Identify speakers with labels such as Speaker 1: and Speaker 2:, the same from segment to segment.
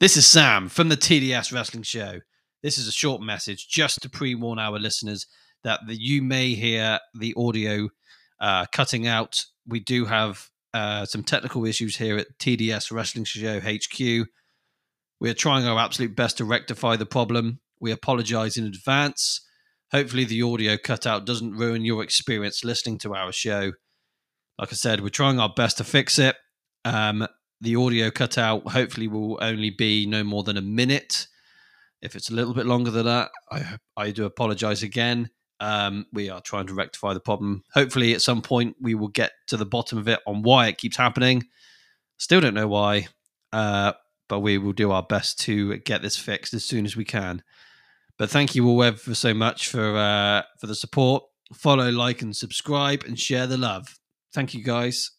Speaker 1: This is Sam from the TDS Wrestling Show. This is a short message just to pre warn our listeners that the, you may hear the audio uh, cutting out. We do have uh, some technical issues here at TDS Wrestling Show HQ. We're trying our absolute best to rectify the problem. We apologize in advance. Hopefully, the audio cutout doesn't ruin your experience listening to our show. Like I said, we're trying our best to fix it. Um, the audio cutout hopefully will only be no more than a minute. If it's a little bit longer than that, I I do apologize again. Um, we are trying to rectify the problem. Hopefully, at some point, we will get to the bottom of it on why it keeps happening. Still don't know why, uh, but we will do our best to get this fixed as soon as we can. But thank you all ever so much for uh, for the support. Follow, like, and subscribe, and share the love. Thank you, guys.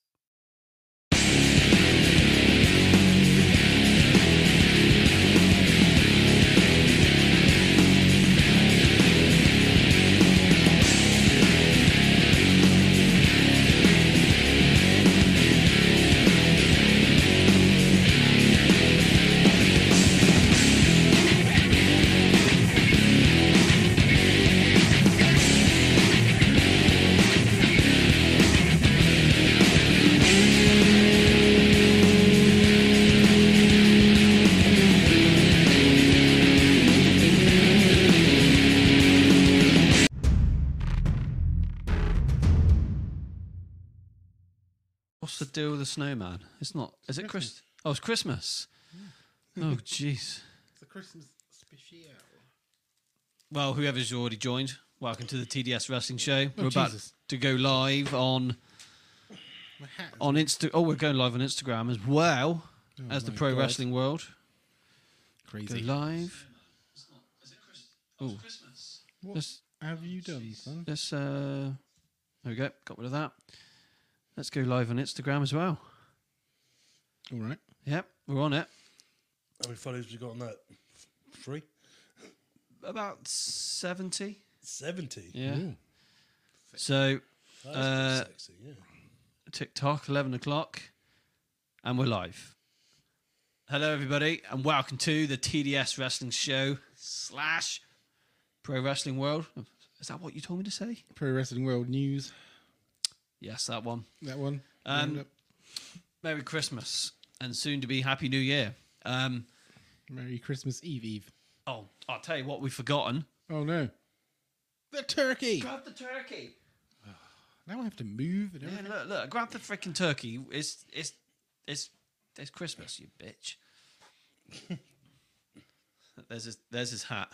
Speaker 1: What's the deal with the snowman? It's not. Is it Christmas? Oh, it's Christmas. Oh, jeez.
Speaker 2: It's a Christmas special.
Speaker 1: Well, whoever's already joined, welcome to the TDS Wrestling Show.
Speaker 2: Oh,
Speaker 1: we're about
Speaker 2: Jesus.
Speaker 1: to go live on
Speaker 2: My hat. is-
Speaker 1: on Insta. Oh, we're going live on Instagram as well
Speaker 2: Oh
Speaker 1: as the
Speaker 2: my
Speaker 1: pro
Speaker 2: God.
Speaker 1: wrestling world. Go
Speaker 2: Crazy.
Speaker 1: live. Oh,
Speaker 2: What
Speaker 1: let's
Speaker 2: have you done, son?
Speaker 1: let's. Uh, there we go. Got rid of that. Let's go live on Instagram as well.
Speaker 2: All right.
Speaker 1: Yep, we're on it.
Speaker 3: How many followers have you got on that? Three?
Speaker 1: About seventy.
Speaker 3: 70?
Speaker 1: Yeah. So
Speaker 3: That's pretty
Speaker 1: Uh,
Speaker 3: sexy, yeah.
Speaker 1: TikTok, 11 o'clock, and we're live. Hello, everybody, and welcome to the TDS Wrestling Show slash Pro Wrestling World. Is that what you told me to say?
Speaker 2: Pro Wrestling World News.
Speaker 1: Yes, that one.
Speaker 2: That one.
Speaker 1: Um,
Speaker 2: Roundup.
Speaker 1: Merry Christmas and soon to be Happy New Year. Um,
Speaker 2: Merry Christmas Eve, Eve.
Speaker 1: oh, I'll tell you what we've forgotten.
Speaker 2: Oh no. The turkey.
Speaker 1: Grab the turkey.
Speaker 2: Now I have to move. And
Speaker 1: Yeah,
Speaker 2: everything.
Speaker 1: look, look, grab the freaking turkey. It's it's it's it's Christmas, you bitch. there's his there's his hat.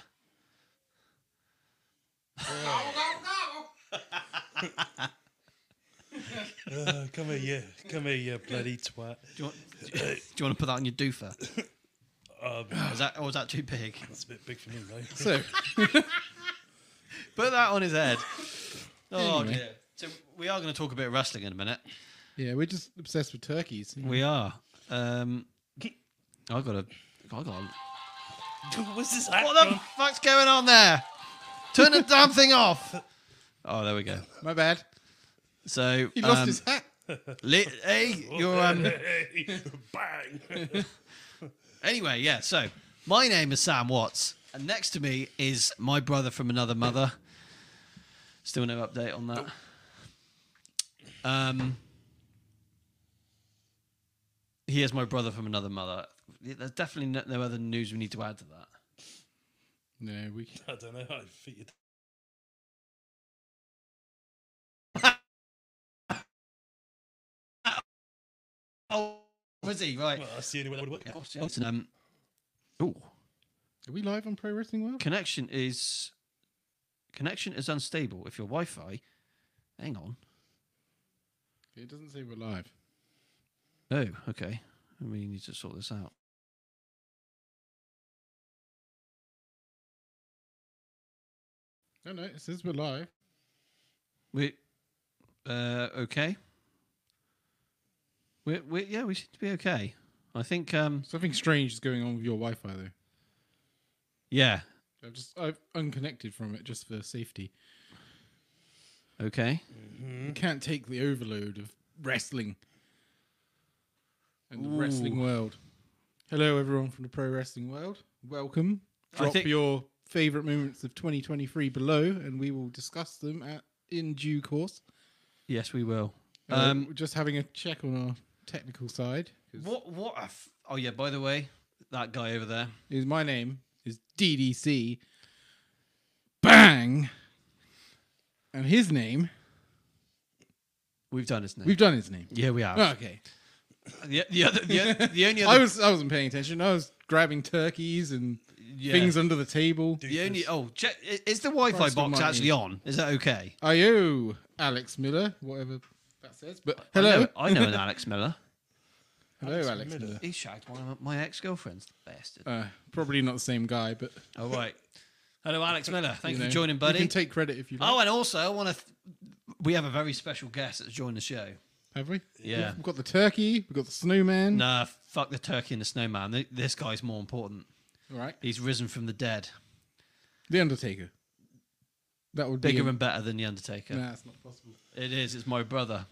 Speaker 3: Uh, come here, yeah. Come here, yeah, bloody twat.
Speaker 1: Do you want, do you want to put that on your doofer?
Speaker 3: Um,
Speaker 1: Is that or is that too big?
Speaker 3: that's a bit big for me, mate.
Speaker 2: So
Speaker 1: Put that on his head. Oh
Speaker 2: Anyway.
Speaker 1: dear. So we are going to talk a bit of wrestling in a minute.
Speaker 2: yeah, we're just obsessed with turkeys.
Speaker 1: We are. Um, I got a. I got. A,
Speaker 3: What's this hat
Speaker 1: what the
Speaker 3: from?
Speaker 1: fuck's going on there? Turn the damn thing off. Oh, there we go.
Speaker 2: My bad.
Speaker 1: So
Speaker 2: He lost
Speaker 1: um,
Speaker 2: his hat.
Speaker 1: li- hey, you're um.
Speaker 3: Hey, bang!
Speaker 1: Anyway, yeah. So my name is Sam Watts, and next to me is my brother from another mother. Still no update on that. Um, he is my brother from another mother. There's definitely no, no other news we need to add to that.
Speaker 2: No, we.
Speaker 3: I don't know. I think you
Speaker 1: Oh, was he right?
Speaker 3: well, that's the only way that would work.
Speaker 1: Yeah, and, um, oh,
Speaker 2: Are we live on Pro Wrestling World?
Speaker 1: connection is connection is unstable. If your Wi-Fi, hang on.
Speaker 2: It doesn't say we're live.
Speaker 1: Oh, okay. I mean, you need to sort this out.
Speaker 2: No, no, it says we're live.
Speaker 1: We, uh, okay. We, we, yeah, we seem to be okay. I think, um,
Speaker 2: Something strange is going on with your Wi-Fi though.
Speaker 1: yeah,
Speaker 2: I've just I've unconnected from it just for safety.
Speaker 1: okay. Hmm?
Speaker 3: Mm-hmm.
Speaker 2: You can't take the overload of wrestling and the
Speaker 1: Ooh.
Speaker 2: wrestling world. Hello, everyone from the pro wrestling world. Welcome.
Speaker 1: I
Speaker 2: Drop
Speaker 1: think-
Speaker 2: your favorite moments of 2023 below, and we will discuss them at in due course.
Speaker 1: Yes, we will.
Speaker 2: Uh,
Speaker 1: Um,
Speaker 2: we're just having a check on our technical side. 'cause
Speaker 1: What? What? A f- oh yeah. By the way, that guy over there.
Speaker 2: is my name is DDC Bang, and his name
Speaker 1: We've done his name.
Speaker 2: we've done his name.
Speaker 1: yeah, we have.
Speaker 2: Oh, okay,
Speaker 1: The, the, other, the, o- the only
Speaker 2: I
Speaker 1: other,
Speaker 2: was I wasn't paying attention. I was grabbing turkeys and
Speaker 1: yeah,
Speaker 2: things under the table.
Speaker 1: The only. Oh, check, i- is the Wi-Fi
Speaker 2: Christ
Speaker 1: box
Speaker 2: almighty.
Speaker 1: actually on? Is that okay?
Speaker 2: Io, Alex Miller, whatever that says. But
Speaker 1: I
Speaker 2: hello,
Speaker 1: know- I know, an Alex Miller.
Speaker 2: hello,
Speaker 3: Alex
Speaker 2: Alex,
Speaker 3: Miller.
Speaker 2: Miller.
Speaker 1: He shagged one of my ex-girlfriends. Bastard.
Speaker 2: Uh, probably not the same guy, but
Speaker 1: All right. Hello, Alex Miller. Thank you,
Speaker 2: know,
Speaker 1: for joining, buddy.
Speaker 2: You can take credit if you like.
Speaker 1: oh, and also I want to. Th- we have a very special guest that's joined the show.
Speaker 2: Have we?
Speaker 1: Yeah.
Speaker 2: We've got the turkey. We've got the snowman.
Speaker 1: Nah, fuck the turkey and the snowman. Th- This guy's more important.
Speaker 2: All right.
Speaker 1: He's risen from the dead,
Speaker 2: The Undertaker. That would
Speaker 1: bigger
Speaker 2: be
Speaker 1: and better than the Undertaker.
Speaker 2: Nah, it's not possible.
Speaker 1: It is. It's my brother.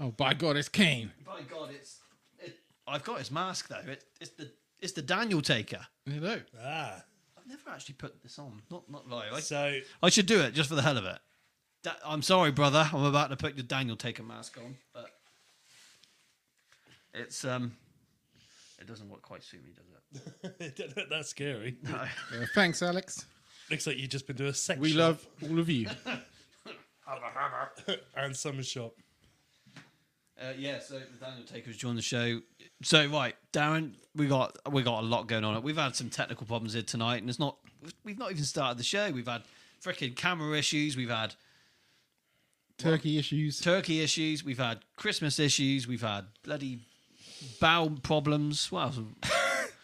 Speaker 2: Oh, by God, it's Kane.
Speaker 1: By God, it's. It, I've got his mask though. It, it's the it's the Daniel Taker.
Speaker 2: Hello.
Speaker 3: Ah,
Speaker 1: I've never actually put this on. Not not live. I,
Speaker 3: so
Speaker 1: I should do it just for the hell of it. Da- I'm sorry, brother. I'm about to put your Daniel Taker mask on, but it's um, it doesn't work quite suit me, does it?
Speaker 3: that's scary.
Speaker 2: Uh, thanks, Alex.
Speaker 3: Looks like you've just been to a sex
Speaker 2: We
Speaker 3: shop
Speaker 2: love all of you.
Speaker 3: and summer shop.
Speaker 1: Uh, yeah, so the Daniel Taker's joined the show. So right, Darren, we got we got a lot going on. We've had some technical problems here tonight, and it's not we've not even started the show. We've had freaking camera issues. We've had
Speaker 2: turkey issues.
Speaker 1: turkey issues. We've had Christmas issues. We've had bloody bowel problems. What else?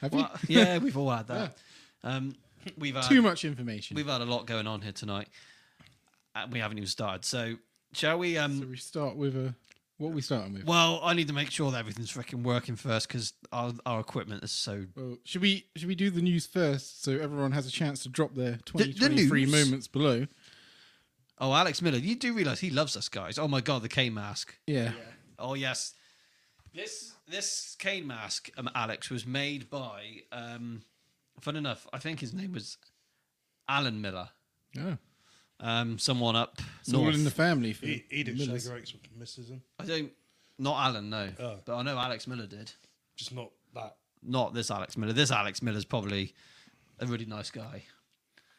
Speaker 2: Have you?
Speaker 1: What- yeah, we've all had that. Um, we've had
Speaker 2: Too much information.
Speaker 1: we've had a lot going on here tonight, and we haven't even started. So shall we? Um,
Speaker 2: so we start with a. What are we starting with?
Speaker 1: well, I need to make sure that everything's freaking working first because our, our equipment is so
Speaker 2: Well, should we should we do the news first so everyone has a chance to drop their
Speaker 1: the
Speaker 2: 2023
Speaker 1: news?
Speaker 2: moments below?
Speaker 1: Oh, Alex Miller, you do realize he loves us, guys. Oh my God, the cane mask.
Speaker 2: Yeah.
Speaker 1: Oh yes, this this cane mask, um, Alex, was made by. Um, fun enough, I think his name was Alan Miller.
Speaker 2: Oh.
Speaker 1: Um, someone up
Speaker 2: It's all
Speaker 1: north.
Speaker 2: in the family. For
Speaker 3: E- Edith
Speaker 2: Millers.
Speaker 3: Sugar X misses him.
Speaker 1: I don't. Not Alan, no.
Speaker 3: Oh.
Speaker 1: But I know Alex Miller did.
Speaker 3: Just not that.
Speaker 1: Not this Alex Miller. This Alex Miller's probably a really nice guy.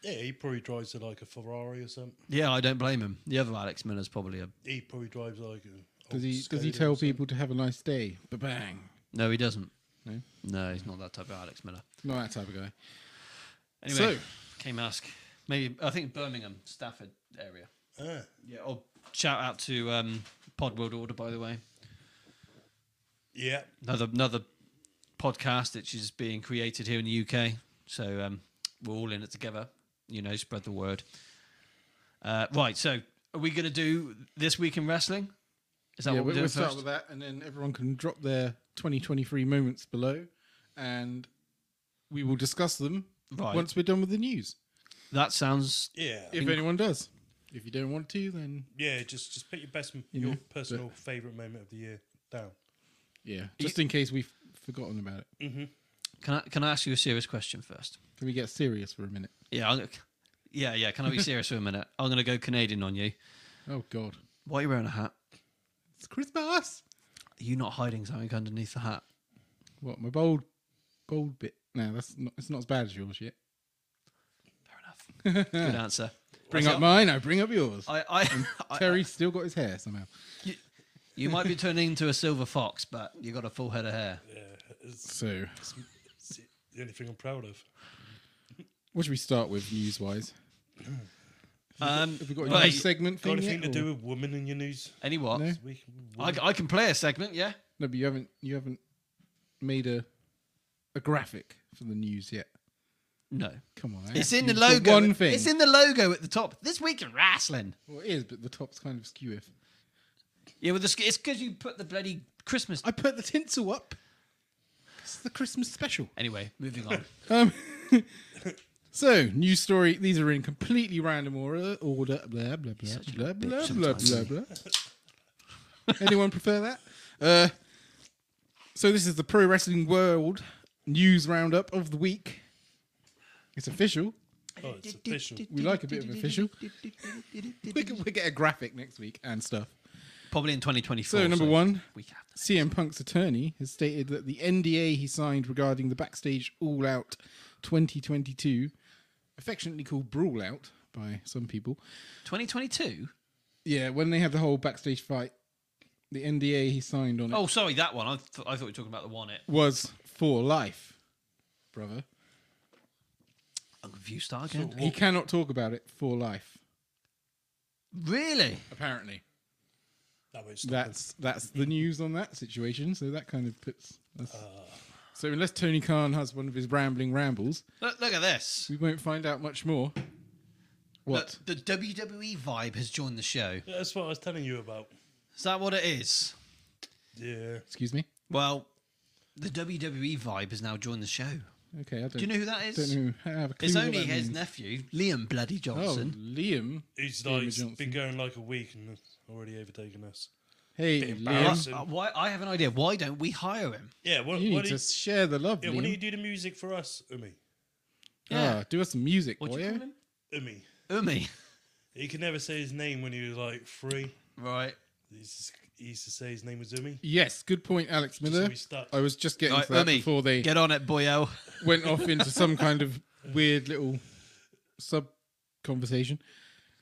Speaker 3: Yeah, he probably drives a, like a Ferrari or something.
Speaker 1: Yeah, I don't blame him. The other Alex Miller's probably a
Speaker 3: He probably drives like a.
Speaker 2: Does
Speaker 3: old
Speaker 2: he does he
Speaker 3: Skoda or
Speaker 2: tell
Speaker 3: something.
Speaker 2: people to have a nice day? Ba bang.
Speaker 1: no. He doesn't.
Speaker 2: No?
Speaker 1: No, he's not that type of Alex Miller.
Speaker 2: Not that type of guy.
Speaker 1: Anyway,
Speaker 2: So-
Speaker 1: K Mask. Maybe I think Birmingham, Stafford area.
Speaker 3: Ah,
Speaker 1: Yeah. Oh, shout out to um, Pod World Order, by the way.
Speaker 3: yeah,
Speaker 1: Another another podcast which is being created here in the UK. So um, we're all in it together. You know, spread the word. Uh, right. So are we going to do this week in wrestling? Is that
Speaker 2: yeah,
Speaker 1: what we're
Speaker 2: we'll, we'll
Speaker 1: doing
Speaker 2: start
Speaker 1: first?
Speaker 2: with that, and then everyone can drop their 2023 moments below, and we will discuss them
Speaker 1: Right.
Speaker 2: once we're done with the news.
Speaker 1: That sounds.
Speaker 3: yeah,
Speaker 2: If anyone does, if you don't want to, then
Speaker 3: yeah. Just just put your best, your
Speaker 2: know,
Speaker 3: personal favorite moment of the year down.
Speaker 2: yeah, just in case we've forgotten about it,
Speaker 1: Can I can I ask you a serious question first?
Speaker 2: can we get serious for a minute?
Speaker 1: Yeah. I'm, yeah. Yeah. Can I be serious for a minute? I'm going to go Canadian on you.
Speaker 2: Oh God,
Speaker 1: Why are you wearing a hat?
Speaker 2: it's Christmas.
Speaker 1: Are you not hiding something underneath the hat?
Speaker 2: What my bold, bold bit? No, that's not. It's not as bad as yours yet.
Speaker 1: Fair enough. Good answer.
Speaker 2: Bring
Speaker 1: That's
Speaker 2: up
Speaker 1: it.
Speaker 2: mine. I bring up yours.
Speaker 1: I, I, I-
Speaker 2: Terry's still got his hair somehow.
Speaker 1: you might be turning into a silver fox, but you got a full head of hair.
Speaker 3: Yeah, it's,
Speaker 2: So,
Speaker 3: it's the only thing I'm proud of.
Speaker 2: what should we start with news-wise?
Speaker 1: Um,
Speaker 2: Have we got
Speaker 1: but
Speaker 2: a segment
Speaker 3: Got
Speaker 2: thing
Speaker 3: anything
Speaker 2: yet?
Speaker 3: to
Speaker 2: or-
Speaker 3: do with women in your news
Speaker 1: any what?
Speaker 2: No.
Speaker 3: this week?
Speaker 1: I, I can play a segment, yeah.
Speaker 2: No, but you haven't you haven't made a a graphic for the news yet.
Speaker 1: No,
Speaker 2: Come on, I
Speaker 1: it's
Speaker 2: asked
Speaker 1: in
Speaker 2: you
Speaker 1: the
Speaker 2: for
Speaker 1: logo.
Speaker 2: One thing.
Speaker 1: It's in the logo at the top. This week in wrestling.
Speaker 2: well, it is, but the top's kind of skew. If
Speaker 1: Yeah, well, the, sk- it's because you put the bloody Christmas.
Speaker 2: I put the tinsel up, it's the Christmas special.
Speaker 1: Anyway, moving on.
Speaker 2: Um, so news story. These are in completely random order. Order blah blah blah
Speaker 1: such a
Speaker 2: blah blah
Speaker 1: bitch
Speaker 2: blah
Speaker 1: sometimes,
Speaker 2: blah blah. Anyone prefer that? Uh, so this is the pro wrestling world news roundup of the week. It's official.
Speaker 3: Oh, it's official.
Speaker 2: We like a bit of official. We can, we get a graphic next week and stuff.
Speaker 1: Probably in 2024.
Speaker 2: So, number one,
Speaker 1: We have that.
Speaker 2: CM Punk's attorney has stated that the NDA he signed regarding the Backstage All Out 2022, affectionately called Brawl Out by some people,
Speaker 1: 2022.
Speaker 2: yeah, when they had the whole backstage fight, the NDA he signed on it
Speaker 1: Oh, sorry, that one. I, th- I thought we were talking about the one. It.
Speaker 2: was for life, brother.
Speaker 1: I'm confused now again.
Speaker 2: He cannot talk about it for life,
Speaker 1: really?
Speaker 2: apparently.
Speaker 3: No, it's not.
Speaker 2: That's that's the news on that situation. So that kind of puts. Us.
Speaker 1: Uh.
Speaker 2: So unless Tony Khan has one of his rambling rambles,
Speaker 1: Look, look at this.
Speaker 2: we won't find out much more. What?
Speaker 1: The, the WWE vibe has joined the show.
Speaker 3: That's what I was telling you about.
Speaker 1: Is that what it is?
Speaker 3: Yeah.
Speaker 2: Excuse me.
Speaker 1: Well, the WWE vibe has now joined the show.
Speaker 2: Okay, I don't.
Speaker 1: Do you know who that is?
Speaker 2: Don't know. I have a clue
Speaker 1: It's
Speaker 2: what
Speaker 1: only
Speaker 2: that
Speaker 1: his
Speaker 2: means.
Speaker 1: nephew, Liam Bloody
Speaker 2: Oh,
Speaker 1: Johnson.
Speaker 2: Liam.
Speaker 3: He's
Speaker 2: Liam
Speaker 3: like he's
Speaker 2: Johnson.
Speaker 3: been going like a week and already overtaken us.
Speaker 2: Hey,
Speaker 3: Bit
Speaker 2: Oh, Liam.
Speaker 3: embarrassing.
Speaker 1: Uh, why? I have an idea. Why don't we hire him?
Speaker 3: Yeah, what,
Speaker 2: You
Speaker 3: what
Speaker 2: need
Speaker 3: do
Speaker 2: to
Speaker 3: you,
Speaker 2: share the love,
Speaker 3: yeah,
Speaker 2: Liam.
Speaker 3: what do you do the music for us, Umi?
Speaker 1: Yeah.
Speaker 2: Ah, do us some music,
Speaker 1: What
Speaker 2: will
Speaker 1: do you
Speaker 2: you?
Speaker 1: call him?
Speaker 3: Umi.
Speaker 1: Umi.
Speaker 3: He could never say his name when he was like three.
Speaker 1: Right.
Speaker 3: He used to- he used to say his name was Umi.
Speaker 2: Yes, good point, Alex Miller.
Speaker 3: we stuck.
Speaker 2: I was just getting
Speaker 1: Right,
Speaker 2: to that
Speaker 1: Umi,
Speaker 2: before they
Speaker 1: Get on it, boyo.
Speaker 2: went off into some kind of weird little sub conversation.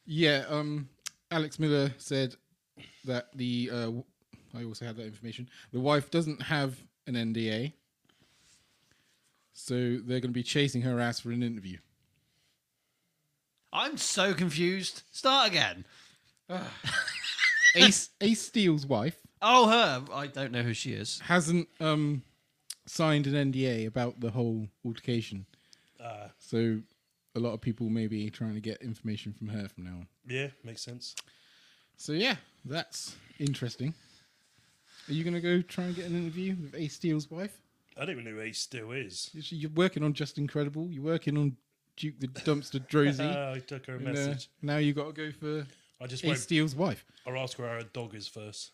Speaker 2: Yeah, um, Alex Miller said that the uh, w- I also had that information. The wife doesn't have an NDA, so they're going to be chasing her ass for an interview.
Speaker 1: I'm so confused. Start again.
Speaker 2: Ace Ace Steele's wife
Speaker 1: Oh, her. I don't know who she is.
Speaker 2: hasn't um signed an NDA about the whole altercation,
Speaker 3: Ah,
Speaker 2: so a lot of people may be trying to get information from her from now on.
Speaker 3: yeah, makes sense.
Speaker 2: So yeah, that's interesting. Are you going to go try and get an interview with Ace Steele's wife?
Speaker 3: I don't even know who he still is.
Speaker 2: You- You're working on Just Incredible. You're working on Duke the Dumpster Drozy.
Speaker 3: Ah, I took her a
Speaker 2: and, uh,
Speaker 3: message.
Speaker 2: now you got to go for
Speaker 3: I just
Speaker 2: Ace
Speaker 3: won't.
Speaker 2: Steele's wife.
Speaker 3: I'll ask her how her dog is first.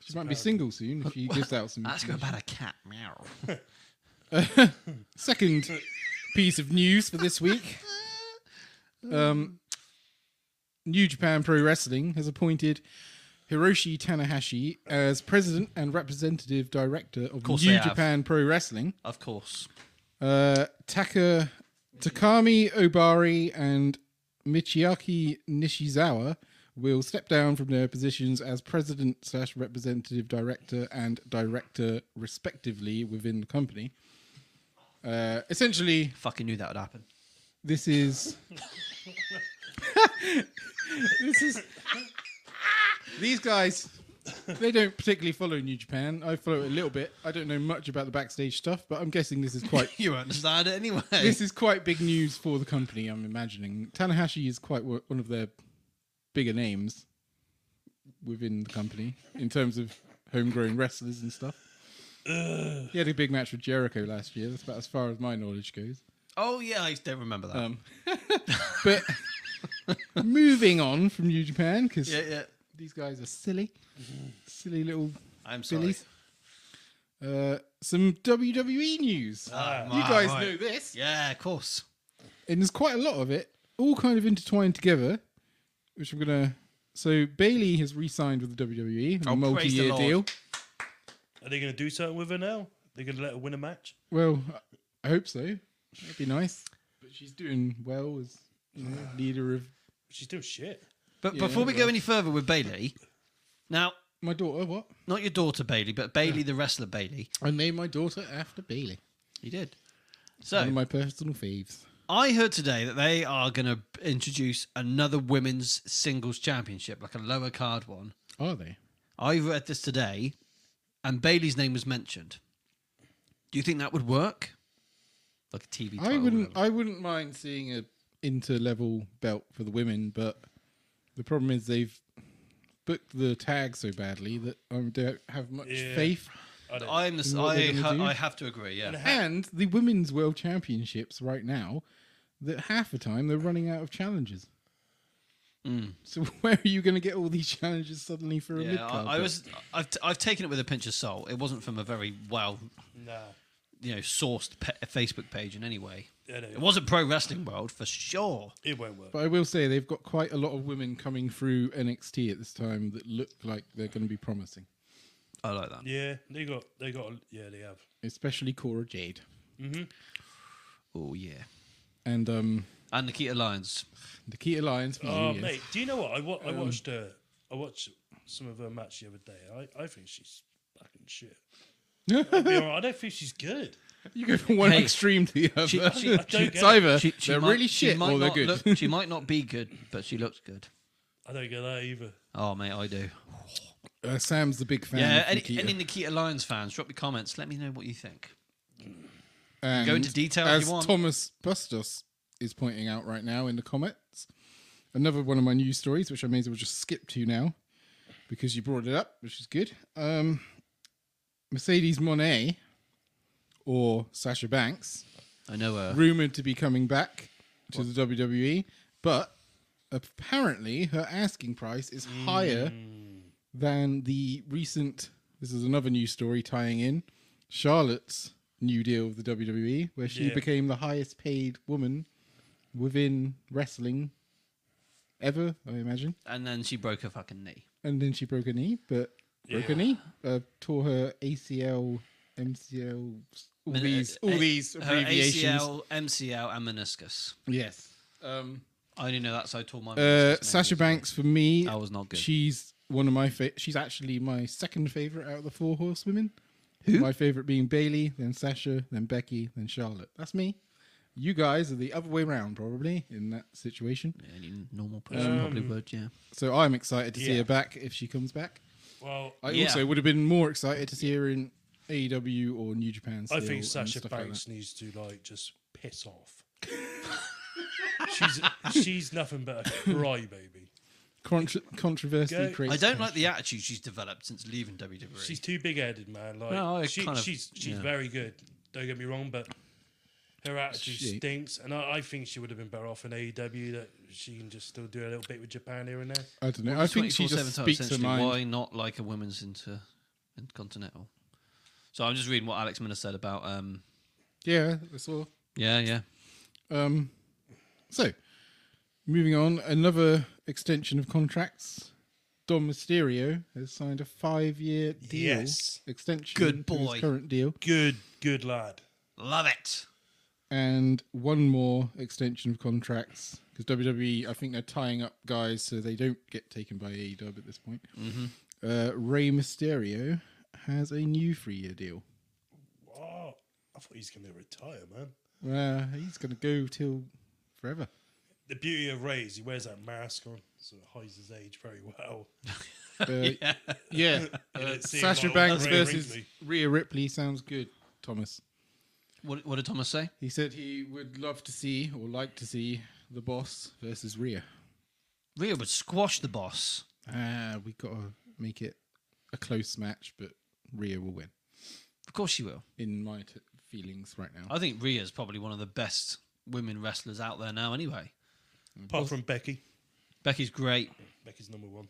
Speaker 2: She might be single soon if you gives out some.
Speaker 1: Ask her about a cat. Meow.
Speaker 2: Second piece of news for this week. Um, New Japan Pro Wrestling has appointed Hiroshi Tanahashi as president and representative director of,
Speaker 1: course they
Speaker 2: New
Speaker 1: have.
Speaker 2: Japan Pro Wrestling.
Speaker 1: of course.
Speaker 2: Uh, Taka Takami Obari and Michiaki Nishizawa will step down from their positions as president slash representative director and director respectively within the company. Uh, essentially,
Speaker 1: Fucking knew that would happen.
Speaker 2: this is this is these guys. They don't particularly follow New Japan. I follow it a little bit. I don't know much about the backstage stuff, but I'm guessing this is quite
Speaker 1: You understand it anyway.
Speaker 2: this is quite big news for the company. I'm imagining Tanahashi is quite wo- one of their bigger names within the company in terms of homegrown wrestlers and stuff. He had a big match with Jericho last year. That's about as far as my knowledge goes.
Speaker 1: oh yeah, I don't remember that.
Speaker 2: Um, but moving on from New Japan because
Speaker 1: yeah, yeah.
Speaker 2: these guys are silly, silly little
Speaker 1: I'm sorry.
Speaker 2: billies. Uh, some WWE news.
Speaker 1: Ah,
Speaker 2: you guys
Speaker 1: right.
Speaker 2: know this.
Speaker 1: Yeah, of course.
Speaker 2: and there's quite a lot of it, all kind of intertwined together, which I'm gonna. So Bailey has re-signed with the WWE, on a
Speaker 1: Oh, praise the
Speaker 2: multi-year
Speaker 1: Lord.
Speaker 2: deal.
Speaker 3: Are they going to do something with her now? They're going to let her win a match?
Speaker 2: Well, I- I hope so. That'd be nice. But she's doing well as you know, leader of
Speaker 3: She's doing shit.
Speaker 1: But
Speaker 2: Yeah,
Speaker 1: before we go
Speaker 2: well.
Speaker 1: any further with Bailey, now
Speaker 2: my daughter. What?
Speaker 1: not your daughter Bailey, but Bailey the wrestler Bailey.
Speaker 2: I named my daughter after Bailey.
Speaker 1: He did.
Speaker 2: One of
Speaker 1: So
Speaker 2: my personal faves.
Speaker 1: I heard today that they are going to introduce another women's singles championship, like a lower card one.
Speaker 2: Are they?
Speaker 1: I read this today, and Bailey's name was mentioned. Do you think that would work? Like a TV.
Speaker 2: I
Speaker 1: title or
Speaker 2: wouldn't.
Speaker 1: whatever.
Speaker 2: I wouldn't mind seeing a inter-level belt for the women, but the problem is they've booked the tag so badly that I don't have much
Speaker 3: Yeah.
Speaker 2: faith
Speaker 3: I don't
Speaker 1: I'm the. s- I,
Speaker 2: What they're gonna do?
Speaker 1: ha- I have to agree. Yeah.
Speaker 2: and the women's world championships right now that half the time they're running out of challenges so where are you going to get all these challenges suddenly for
Speaker 1: Mm.
Speaker 2: a
Speaker 1: Yeah,
Speaker 2: mid-card
Speaker 1: I, I
Speaker 2: belt?
Speaker 1: was. I've, t- I've taken it with a pinch of salt. It wasn't from a very well
Speaker 3: nah.
Speaker 1: you know sourced pe- Facebook page in any way.
Speaker 3: I know.
Speaker 1: It wasn't pro wrestling world for sure.
Speaker 3: It won't work.
Speaker 2: But I will say they've got quite a lot of women coming through NXT at this time that look like they're going to be promising,
Speaker 1: I like that.
Speaker 3: yeah, they got, they got, yeah, they have.
Speaker 2: especially Cora Jade
Speaker 1: Oh yeah,
Speaker 2: and um,
Speaker 1: and Nikita Lyons.
Speaker 2: Nikita Lyons. For
Speaker 3: Oh,
Speaker 2: years.
Speaker 3: mate, do you know what? I, wa- I watched her. I watched some of her match the other day. I, I think she's fucking shit. I'll be honest, I don't think she's good.
Speaker 2: You go from one
Speaker 1: Hey,
Speaker 2: extreme to the other.
Speaker 1: she- she-
Speaker 3: I don't
Speaker 2: it's
Speaker 3: get
Speaker 2: either
Speaker 1: She, she
Speaker 2: they're
Speaker 1: might,
Speaker 2: really
Speaker 1: she
Speaker 2: shit
Speaker 1: might
Speaker 2: or they're
Speaker 1: not
Speaker 2: good.
Speaker 1: look- she might not be good, but she looks good.
Speaker 3: I don't get that either.
Speaker 1: Oh mate, I do.
Speaker 2: Uh, Sam's the big fan.
Speaker 1: Yeah,
Speaker 2: of
Speaker 1: any,
Speaker 2: Nikita.
Speaker 1: any Nikita Lyons fans, drop your comments. Let me know what you think.
Speaker 2: And
Speaker 1: Go into detail if
Speaker 2: as
Speaker 1: you want.
Speaker 2: Thomas Bustos is pointing out right now in the comments. Another one of my news stories, which I may as well just skip to now because you brought it up, which is good. Um, Mercedes Monet or Sasha Banks,
Speaker 1: I know her.
Speaker 2: rumored to be coming back to the WWE, but apparently her asking price is higher than the recent. This is another news story tying in Charlotte's new deal with the WWE, where she
Speaker 3: Yeah.
Speaker 2: became the highest paid woman within wrestling ever, I imagine.
Speaker 1: And then she broke her fucking knee.
Speaker 2: And then she broke a knee, but broke a
Speaker 3: Yeah.
Speaker 2: knee, uh, tore her ACL, MCL, all
Speaker 1: Min-
Speaker 2: these,
Speaker 1: uh,
Speaker 2: all
Speaker 1: uh,
Speaker 2: these
Speaker 1: her
Speaker 2: abbreviations.
Speaker 1: ACL, MCL, and meniscus.
Speaker 2: Yes. Um,
Speaker 1: I only know that, so I told my
Speaker 2: Uh,
Speaker 1: meniscus
Speaker 2: Sasha
Speaker 1: meniscus.
Speaker 2: Banks for me.
Speaker 1: That was not good.
Speaker 2: She's one of my fa- she's actually my second favorite out of the four horsewomen. My favorite being Bailey, then Sasha, then Becky, then Charlotte. That's me. You guys are the other way around probably in that situation.
Speaker 1: Any normal person probably
Speaker 2: Um,
Speaker 1: would, yeah.
Speaker 2: So I'm excited to see
Speaker 3: Yeah.
Speaker 2: her back if she comes back.
Speaker 3: Well,
Speaker 2: I
Speaker 1: Yeah.
Speaker 2: also would have been more excited to see her in AEW or New Japan.
Speaker 3: I
Speaker 2: still
Speaker 3: think
Speaker 2: and
Speaker 3: Sasha
Speaker 2: stuff like
Speaker 3: Banks needs to like just piss off. she's she's nothing but a crybaby.
Speaker 2: that. Contra- controversy
Speaker 3: Go-
Speaker 2: creates.
Speaker 1: I don't like the attitude she's developed since leaving E. WWE.
Speaker 3: She's too big-headed, man. Like
Speaker 1: No, I
Speaker 3: she,
Speaker 1: kind of-
Speaker 3: she's she's
Speaker 1: yeah.
Speaker 3: very good. Don't get me wrong, but her attitude
Speaker 2: She-
Speaker 3: stinks, and I, I think she would have been better off in AEW. That she can just still do a little bit with Japan here and there.
Speaker 2: I don't know. I think she
Speaker 1: 24/7
Speaker 2: just
Speaker 1: title,
Speaker 2: speaks her
Speaker 1: essentially.
Speaker 2: mind.
Speaker 1: Why not like a women's inter intercontinental? So I'm just reading what Alex Minner said about. Um,
Speaker 2: Yeah, that's all.
Speaker 1: yeah, yeah.
Speaker 2: Um, so, moving on, another extension of contracts. Dom Mysterio has signed a five-year deal
Speaker 3: Yes.
Speaker 2: extension.
Speaker 1: Good
Speaker 2: to his
Speaker 1: boy.
Speaker 2: current deal,
Speaker 3: Good, good lad.
Speaker 1: Love it.
Speaker 2: and one more extension of contracts because WWE, E, I think they're tying up guys so they don't get taken by AEW at this point.
Speaker 1: Mm-hmm.
Speaker 2: Uh, Rey Mysterio has a new three-year deal.
Speaker 3: Oh, I thought he's going to retire, man.
Speaker 2: Uh, he's going to go till forever.
Speaker 3: The beauty of Ray is he wears that mask on, so it hides his age very well.
Speaker 2: Uh, yeah. Uh,
Speaker 3: You don't see him
Speaker 2: Sasha
Speaker 3: like
Speaker 2: Banks
Speaker 3: Ray
Speaker 2: versus
Speaker 3: Ripley.
Speaker 2: Rhea Ripley sounds good, Thomas.
Speaker 1: What, what did Thomas say?
Speaker 2: He said he would love to see or like to see the boss versus Rhea.
Speaker 1: Rhea would squash the boss.
Speaker 2: Ah, we got to make it a close match, but Rhea will win,
Speaker 1: Of course she will.
Speaker 2: in my t- feelings right now.
Speaker 1: I think Rhea's probably one of the best women wrestlers out there now. Anyway, Mm.
Speaker 3: Apart from Becky,
Speaker 1: Becky's great.
Speaker 3: Becky's number one.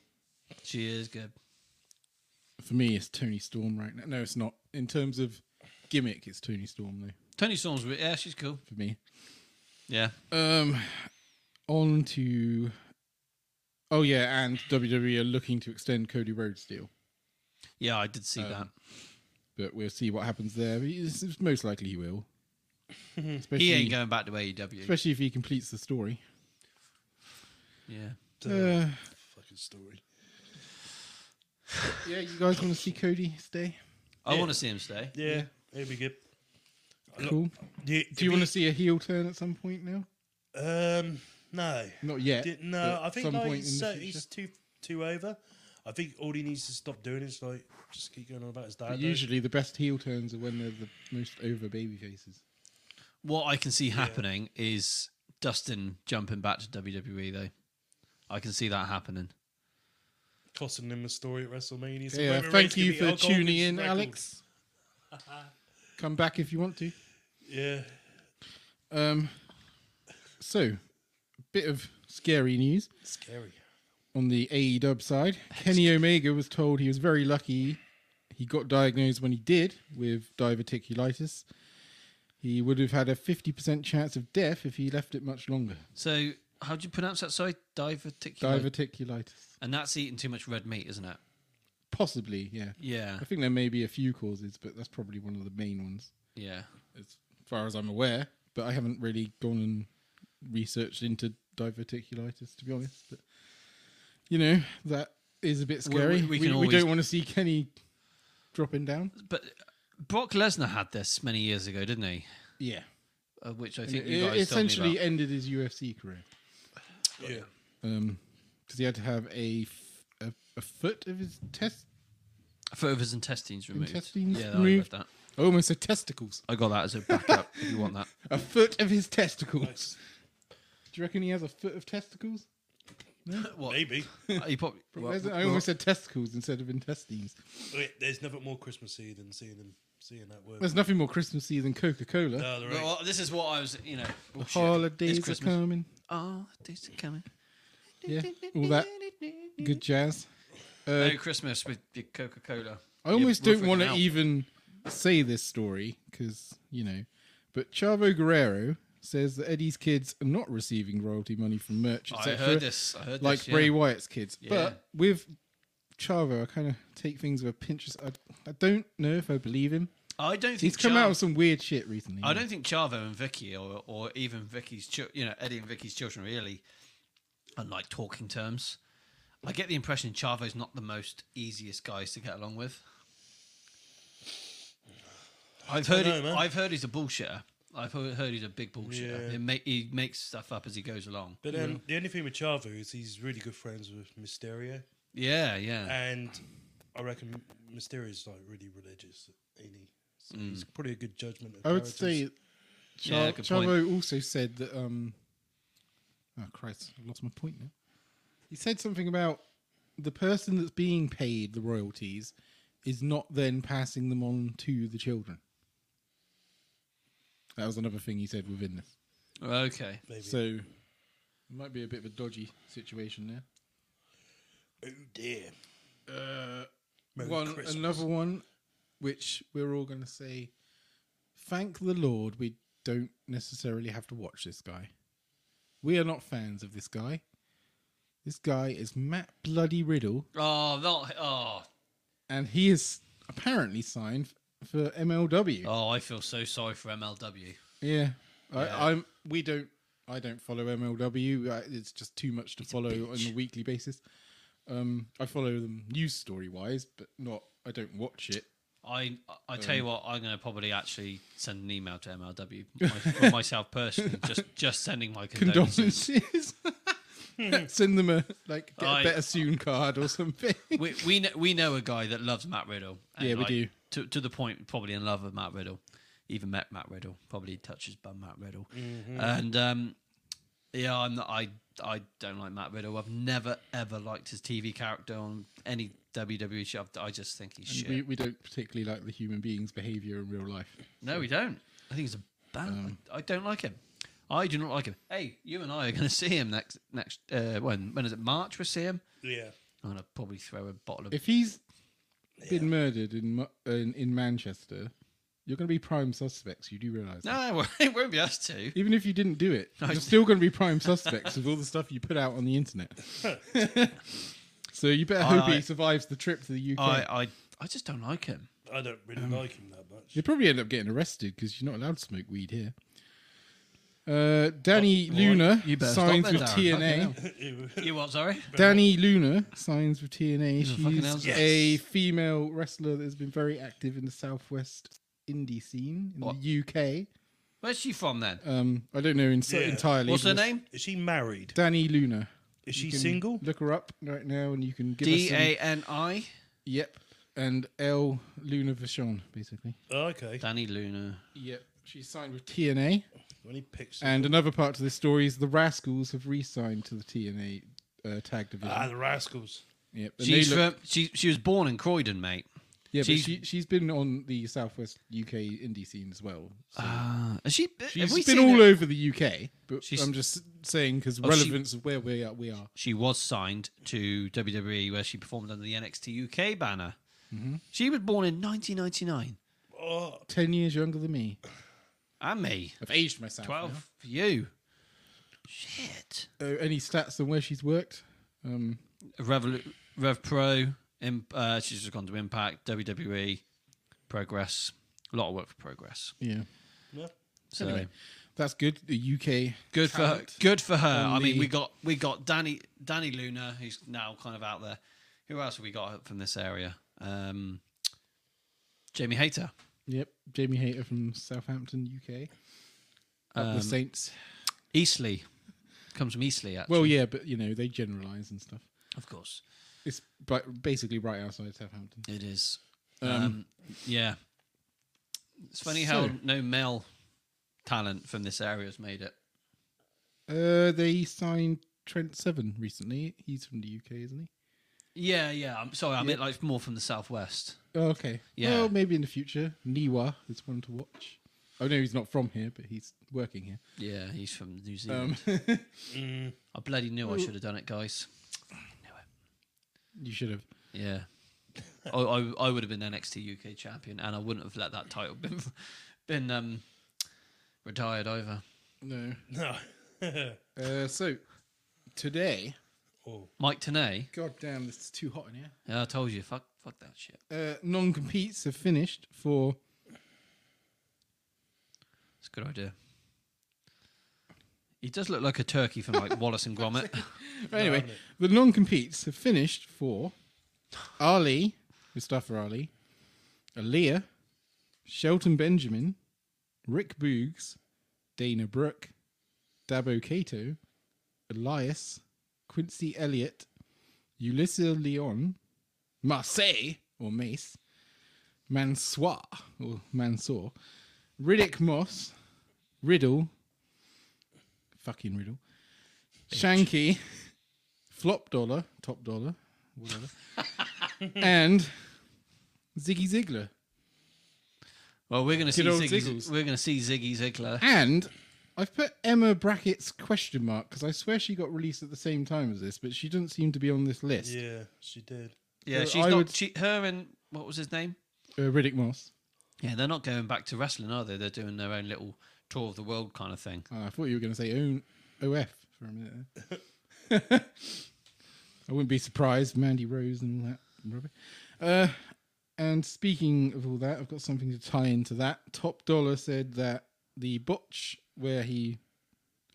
Speaker 1: She is good.
Speaker 2: For me, it's Tony Storm right now. No, it's not. In terms of gimmick, it's Tony Storm, though,
Speaker 1: Tony Storm's re- yeah, she's cool.
Speaker 2: for me.
Speaker 1: Yeah,
Speaker 2: Um, on to. Oh, yeah, and WWE are looking to extend Cody Rhodes' deal.
Speaker 1: yeah, I did
Speaker 2: Um,
Speaker 1: see that.
Speaker 2: but we'll see what happens there. But It's, it's most likely he will, especially
Speaker 1: He ain't going back to E AEW.
Speaker 2: especially if he completes the story.
Speaker 1: yeah,
Speaker 2: Uh,
Speaker 3: Fucking story.
Speaker 2: yeah, you guys want to see Cody stay?
Speaker 1: I
Speaker 3: Yeah.
Speaker 1: want to see him stay.
Speaker 3: Yeah, it'd be good.
Speaker 2: Cool.
Speaker 3: Do,
Speaker 2: Do you want to see a heel turn at some point now?
Speaker 3: Um, no.
Speaker 2: Not yet.
Speaker 3: Did, no,
Speaker 2: but
Speaker 3: I think
Speaker 2: some
Speaker 3: like,
Speaker 2: point in
Speaker 3: he's,
Speaker 2: the
Speaker 3: so,
Speaker 2: future.
Speaker 3: he's too too over. I think all he needs to stop doing is like just keep going on about his dad.
Speaker 2: But
Speaker 3: though.
Speaker 2: usually, the best heel turns are when they're the most over baby faces.
Speaker 1: What I can see happening is Dustin jumping back to WWE though. I can see that happening.
Speaker 3: costing him a story at WrestleMania. So
Speaker 2: Yeah,
Speaker 3: Roman Reigns
Speaker 2: thank
Speaker 3: could
Speaker 2: you
Speaker 3: be
Speaker 2: for
Speaker 3: alcohol
Speaker 2: tuning
Speaker 3: his
Speaker 2: in,
Speaker 3: record.
Speaker 2: Alex. Come back if you want to.
Speaker 3: Yeah,
Speaker 2: Um, so, bit of scary news.
Speaker 3: scary.
Speaker 2: on the AEW side, Kenny Omega was told he was very lucky. He got diagnosed when he did with diverticulitis, He would have had a 50% chance of death if he left it much longer.
Speaker 1: So, how do you pronounce that? Sorry, diverticulitis.
Speaker 2: Diverticulitis.
Speaker 1: And that's eating too much red meat, isn't it?
Speaker 2: Possibly, yeah.
Speaker 1: Yeah,
Speaker 2: I think there may be a few causes, but that's probably one of the main ones,
Speaker 1: yeah.
Speaker 2: as far as I'm aware. But I haven't really gone and researched into diverticulitis, to be honest. But, you know, that is a bit
Speaker 1: We- we-
Speaker 2: scary.
Speaker 1: we
Speaker 2: We,
Speaker 1: can
Speaker 2: we
Speaker 1: always-
Speaker 2: don't want to see Kenny dropping down.
Speaker 1: But Brock Lesnar had this many years ago, didn't he?
Speaker 2: Yeah.
Speaker 1: Uh, which I
Speaker 2: And
Speaker 1: think
Speaker 2: it,
Speaker 1: you
Speaker 2: it
Speaker 1: guys told
Speaker 2: essentially
Speaker 1: me about.
Speaker 2: ended his UFC career.
Speaker 3: Yeah.
Speaker 2: Because
Speaker 1: Um,
Speaker 2: he had to have a, f- a, a foot of his test.
Speaker 1: Foot of his intestines removed.
Speaker 2: Intestines
Speaker 1: yeah,
Speaker 2: removed.
Speaker 1: I left that.
Speaker 2: I almost said testicles.
Speaker 1: I got that as a backup if you want that.
Speaker 2: A foot of his testicles.
Speaker 3: Nice.
Speaker 2: Do you reckon he has a foot of testicles?
Speaker 1: What?
Speaker 3: Maybe.
Speaker 1: He Uh, probably, well,
Speaker 2: There's- I
Speaker 1: well, Uh,
Speaker 2: almost said testicles instead of intestines.
Speaker 3: Wait, there's nothing more Christmassy than seeing them seeing that word.
Speaker 2: There's nothing more Christmassy than Coca Cola.
Speaker 3: no, there ain't.
Speaker 1: well, this is what I was, you know. Oh,
Speaker 2: the
Speaker 1: shit. Oh, It's
Speaker 2: holidays are
Speaker 1: Christmas.
Speaker 2: coming.
Speaker 1: Oh, days are coming.
Speaker 2: Yeah, all that good jazz. Uh,
Speaker 1: Merry Christmas with your Coca Cola.
Speaker 2: I almost
Speaker 1: you're
Speaker 2: don't want to
Speaker 1: freaking out.
Speaker 2: even say this story because you know, but Chavo Guerrero says that Eddie's kids are not receiving royalty money from merch,
Speaker 1: I
Speaker 2: etc.
Speaker 1: heard this. I heard
Speaker 2: like
Speaker 1: this.
Speaker 2: Bray
Speaker 1: yeah.
Speaker 2: Wyatt's kids.
Speaker 1: Yeah.
Speaker 2: But with Chavo, I kind of take things with a pinch. Of, I, I don't know if I believe him.
Speaker 1: I don't think
Speaker 2: He's come
Speaker 1: Chavo-
Speaker 2: out with some weird shit recently.
Speaker 1: I don't think Chavo and Vicky, or or even Vicky's, chil- you know, Eddie and Vicky's children, really, are like talking terms. I get the impression Chavo's not the most easiest guys to get along with. I've heard.
Speaker 3: know,
Speaker 1: he-
Speaker 3: man.
Speaker 1: I've heard he's a bullshitter. I've heard heard he's a big bullshitter.
Speaker 3: Yeah.
Speaker 1: He, ma- he makes stuff up as he goes along.
Speaker 3: But um, the only thing with Chavo is he's really good friends with Mysterio,
Speaker 1: Yeah, yeah.
Speaker 3: and I reckon Mysterio's like really religious. Ain't he? So
Speaker 2: Mm.
Speaker 3: He's probably a good judgment. Of
Speaker 2: I would
Speaker 3: characters.
Speaker 2: say Cha-
Speaker 1: Yeah, good point.
Speaker 2: Chavo also said that. Um, oh Christ, I've lost my point now. He said something about the person that's being paid the royalties is not then passing them on to the children. That was another thing he said within this.
Speaker 3: Uh,
Speaker 1: Okay.
Speaker 3: Maybe.
Speaker 2: So it might be a bit of a dodgy situation there.
Speaker 3: oh dear.
Speaker 2: Uh,
Speaker 3: Merry
Speaker 2: one
Speaker 3: Christmas.
Speaker 2: another one, which we're all going to say, thank the Lord we don't necessarily have to watch this guy. We are not fans of this guy. This guy is Matt Bloody Riddle,
Speaker 1: Oh, not, oh,
Speaker 2: and he is apparently signed f- for MLW.
Speaker 1: oh! I feel so sorry for MLW.
Speaker 2: Yeah,
Speaker 1: Yeah.
Speaker 2: I, I'm. We don't. I don't follow MLW. I, it's just too much to follow on a weekly basis. Um, I follow them news story wise, but not. I don't watch it.
Speaker 1: I I tell
Speaker 2: Mm.
Speaker 1: you what, I'm going to probably actually send an email to MLW my, for myself personally, just just sending my condolences.
Speaker 2: condolences. Send them a like
Speaker 1: Hmm.
Speaker 2: get
Speaker 1: I-
Speaker 2: a better soon card or something.
Speaker 1: We we know, we know a guy that loves Matt Riddle. and,
Speaker 2: Yeah, we
Speaker 1: like,
Speaker 2: do.
Speaker 1: To to the point, probably in love with Matt Riddle. Even met Matt Riddle. Probably touches by Matt Riddle.
Speaker 2: Mm-hmm.
Speaker 1: And um, yeah, I'm not, I I don't like Matt Riddle. I've never ever liked his TV character on any WWE show. I just think he's shit.
Speaker 2: we, we don't particularly like the human being's behavior in real life.
Speaker 1: No, we don't. I think he's a bad. I don't like him. I do not like him. Hey, you and I are going to see him next next. Uh, when when is it? March. We'll see him.
Speaker 3: Yeah.
Speaker 1: I'm going to probably throw a bottle of.
Speaker 2: If he's been murdered in, Mu- in in Manchester, you're going to be prime suspects. You do realize that.
Speaker 1: no, it won't be us two.
Speaker 2: Even if you didn't do it,
Speaker 1: I-
Speaker 2: you're still going to be prime suspects with all the stuff you put out on the internet. so you better hope
Speaker 1: I-
Speaker 2: he survives the trip to the UK.
Speaker 1: I I I just don't like him.
Speaker 3: I don't really
Speaker 2: Um,
Speaker 3: like him that much.
Speaker 2: You'd probably end up getting arrested because you're not allowed to smoke weed here. Uh, Danny
Speaker 1: Oh, all right.
Speaker 2: Luna
Speaker 1: You better stop
Speaker 2: signs
Speaker 1: then,
Speaker 2: with
Speaker 1: Darren. Fucking
Speaker 2: TNA.
Speaker 1: You what? Sorry.
Speaker 2: Danny Luna signs with TNA.
Speaker 1: He's a fucking hell's-
Speaker 2: She's a female wrestler that has been very active in the Southwest indie scene in
Speaker 1: What?
Speaker 2: the
Speaker 1: Where's she from then?
Speaker 2: UK. Um, I don't know in-
Speaker 3: Yeah.
Speaker 2: entirely.
Speaker 1: What's her
Speaker 2: but it's
Speaker 1: name?
Speaker 3: Is she married?
Speaker 2: Danny Luna.
Speaker 3: Is
Speaker 2: You
Speaker 3: she
Speaker 2: can
Speaker 3: single?
Speaker 2: Look her up right now, and you can give
Speaker 1: D
Speaker 2: us some-
Speaker 1: A N I.
Speaker 2: Yep, and L Luna Vachon, basically.
Speaker 3: Oh, okay.
Speaker 1: Danny Luna.
Speaker 2: Yep, she's signed with TNA.
Speaker 3: When he picks
Speaker 2: And another part to this story is the Rascals have re-signed to the TNA uh, tag division.
Speaker 3: ah, the rascals.
Speaker 2: yep. and
Speaker 1: She's
Speaker 2: they look-
Speaker 1: from. She she was born in Croydon, mate.
Speaker 2: yeah,
Speaker 1: she's-
Speaker 2: but she, she's been on the Southwest UK indie scene as well. So
Speaker 1: Ah, has she? have we
Speaker 2: she's
Speaker 1: seen
Speaker 2: been all
Speaker 1: her?
Speaker 2: over the UK, but
Speaker 1: She's- Oh,
Speaker 2: I'm just saying because
Speaker 1: she-
Speaker 2: relevance of where we are, we are.
Speaker 1: she was signed to WWE where she performed under the NXT UK banner. She was born in 1999.
Speaker 3: Oh,
Speaker 2: Ten years younger than me.
Speaker 1: And me.
Speaker 2: I've aged myself.
Speaker 1: 12
Speaker 2: now.
Speaker 1: for you. Shit.
Speaker 2: Uh, any stats on where she's worked? Um,
Speaker 1: Rev, Rev Pro. Im uh, she's just gone to Impact, WWE, Progress. A lot of work for Progress.
Speaker 2: yeah,
Speaker 3: Yeah.
Speaker 1: So
Speaker 2: Anyway. that's good. The UK,
Speaker 1: good for her.
Speaker 2: talent.
Speaker 1: Good for her. I
Speaker 2: on
Speaker 1: mean,
Speaker 2: the-
Speaker 1: we got we got Danny Danny Luna, who's now kind of out there. Who else have we got from this area? Um, Jamie Hayter.
Speaker 2: Yep, Jamie Hayter from Southampton, UK. Up
Speaker 1: Um,
Speaker 2: the Saints.
Speaker 1: Eastleigh comes from Eastleigh. Actually.
Speaker 2: Well, yeah, but you know they generalise and stuff.
Speaker 1: of course
Speaker 2: It's but basically right outside Southampton.
Speaker 1: it is. Um,
Speaker 2: Um,
Speaker 1: yeah, it's funny how
Speaker 2: so-
Speaker 1: no male talent from this area has made it.
Speaker 2: Uh, they signed Trent Seven recently. He's from the UK, isn't
Speaker 1: Yeah, yeah. I'm sorry. I
Speaker 2: Yeah.
Speaker 1: meant like more from the southwest.
Speaker 2: he? Oh, okay.
Speaker 1: Yeah.
Speaker 2: Well, maybe in the future, Niwa is one to watch. Oh no, he's not from here, but he's working here.
Speaker 1: Yeah, he's from New Zealand.
Speaker 2: Um,
Speaker 3: Mm.
Speaker 1: I bloody knew I
Speaker 2: Well-
Speaker 1: should have done it, guys.
Speaker 2: you should have.
Speaker 1: Yeah. I, I, I would have been NXT UK champion, and I wouldn't have let that title been been um, retired over.
Speaker 2: No.
Speaker 3: No.
Speaker 2: Uh, so today,
Speaker 3: oh.
Speaker 1: Mike Tenay,
Speaker 2: God damn, this is too hot in here.
Speaker 1: yeah, I told you, fuck, fuck that shit.
Speaker 2: Uh, non-competes have finished for
Speaker 1: It's a good idea. He does look like a turkey from like Wallace and Gromit.
Speaker 2: Anyway,
Speaker 3: haven't it?
Speaker 2: the non competes have finished for Ali, Mustafa Ali, Aaliyah, Shelton Benjamin, Rick Boogs, Dana Brooke, Dabo Cato, Elias, Quincy Elliott, Ulysses Leon, Marseille or Mace, Mansoir or Mansour, Riddick Moss, Riddle, fucking Riddle, Shanky, Flop Dollar, Top Dollar, whatever, and Ziggy Ziggler.
Speaker 1: Well, we're gonna see
Speaker 2: old
Speaker 1: Ziggy,
Speaker 2: Ziggles.
Speaker 1: we're gonna see Ziggy Ziggler.
Speaker 2: And I've put Emma brackets question mark because I swear she got released at the same time as this, but she doesn't seem to be on this list.
Speaker 3: Yeah, she did.
Speaker 1: Yeah,
Speaker 2: Uh,
Speaker 1: she's
Speaker 2: I
Speaker 1: not.
Speaker 2: would-
Speaker 1: She, her and what was his name?
Speaker 2: Uh, Riddick Moss.
Speaker 1: Yeah, they're not going back to wrestling, are they? They're doing their own little tour of the world kind of thing.
Speaker 2: Oh, I thought you were going to say own OF for a minute. There. I wouldn't be surprised. Mandy Rose and all that rubbish. Uh, and speaking of all that, I've got something to tie into that. Top Dollar said that the botch where he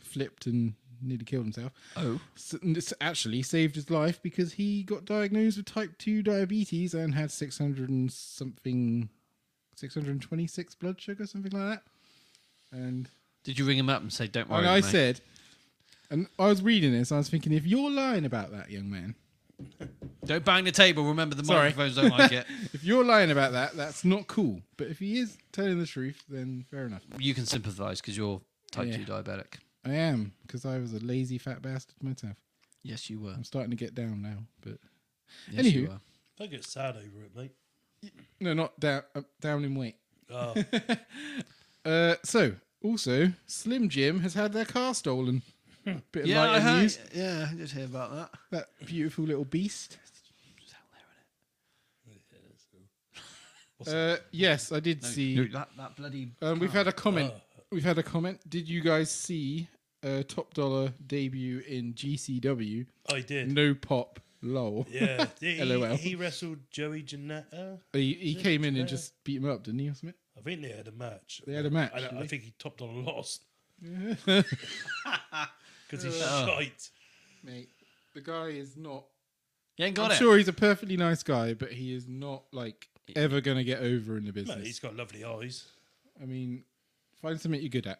Speaker 2: flipped and nearly killed himself
Speaker 1: Oh,
Speaker 2: s- n- s- actually saved his life because he got diagnosed with type 2 diabetes and had 600 and something 626 blood sugar something like that and
Speaker 1: did you ring him up and say, "Don't worry"?
Speaker 2: and I
Speaker 1: mate?
Speaker 2: said, and I was reading this, I was thinking, if you're lying about that, young man,
Speaker 1: Don't bang the table. Remember the
Speaker 2: Sorry.
Speaker 1: microphones don't like it.
Speaker 2: if you're lying about that, that's not cool. But if he is telling the truth, then fair enough.
Speaker 1: You can sympathise because you're type
Speaker 2: Yeah.
Speaker 1: two diabetic.
Speaker 2: I am, because I was a lazy fat bastard myself.
Speaker 1: Yes, you were.
Speaker 2: I'm starting to get down now, but
Speaker 1: Yes, you
Speaker 2: Anywho.
Speaker 1: were.
Speaker 3: Don't get sad over it, mate.
Speaker 2: no, not down, uh, down in weight.
Speaker 3: Oh,
Speaker 2: Uh, so also, Slim Jim has had their car stolen. Bit of
Speaker 1: Hmm. Yeah, I
Speaker 2: lighter
Speaker 1: heard.
Speaker 2: news.
Speaker 1: Yeah, I did hear about that.
Speaker 2: That beautiful little beast.
Speaker 1: It's out there, isn't
Speaker 2: Uh, yes, I did
Speaker 1: it?
Speaker 2: see.
Speaker 1: Look, that that bloody.
Speaker 2: Um, we've had a comment.
Speaker 3: Oh.
Speaker 2: We've had a comment. Did you guys see uh, Top Dollar debut in GCW?
Speaker 3: I did.
Speaker 2: No pop, lol.
Speaker 3: Yeah. He,
Speaker 2: LOL.
Speaker 3: he wrestled Joey Janetta.
Speaker 2: he he came in and just beat him up, didn't he? Or something?
Speaker 3: I think they had a match.
Speaker 2: They had a match,
Speaker 3: I,
Speaker 2: did
Speaker 3: don't- I
Speaker 2: they?
Speaker 3: think he topped on a loss. Because he's shite.
Speaker 2: Mate, the guy is not.
Speaker 1: You ain't got
Speaker 2: I'm
Speaker 1: it.
Speaker 2: sure he's a perfectly nice guy, but he is not like ever gonna get over in the
Speaker 1: Oh.
Speaker 3: No,
Speaker 2: business.
Speaker 3: he's got lovely eyes.
Speaker 2: I mean, find something you're good at.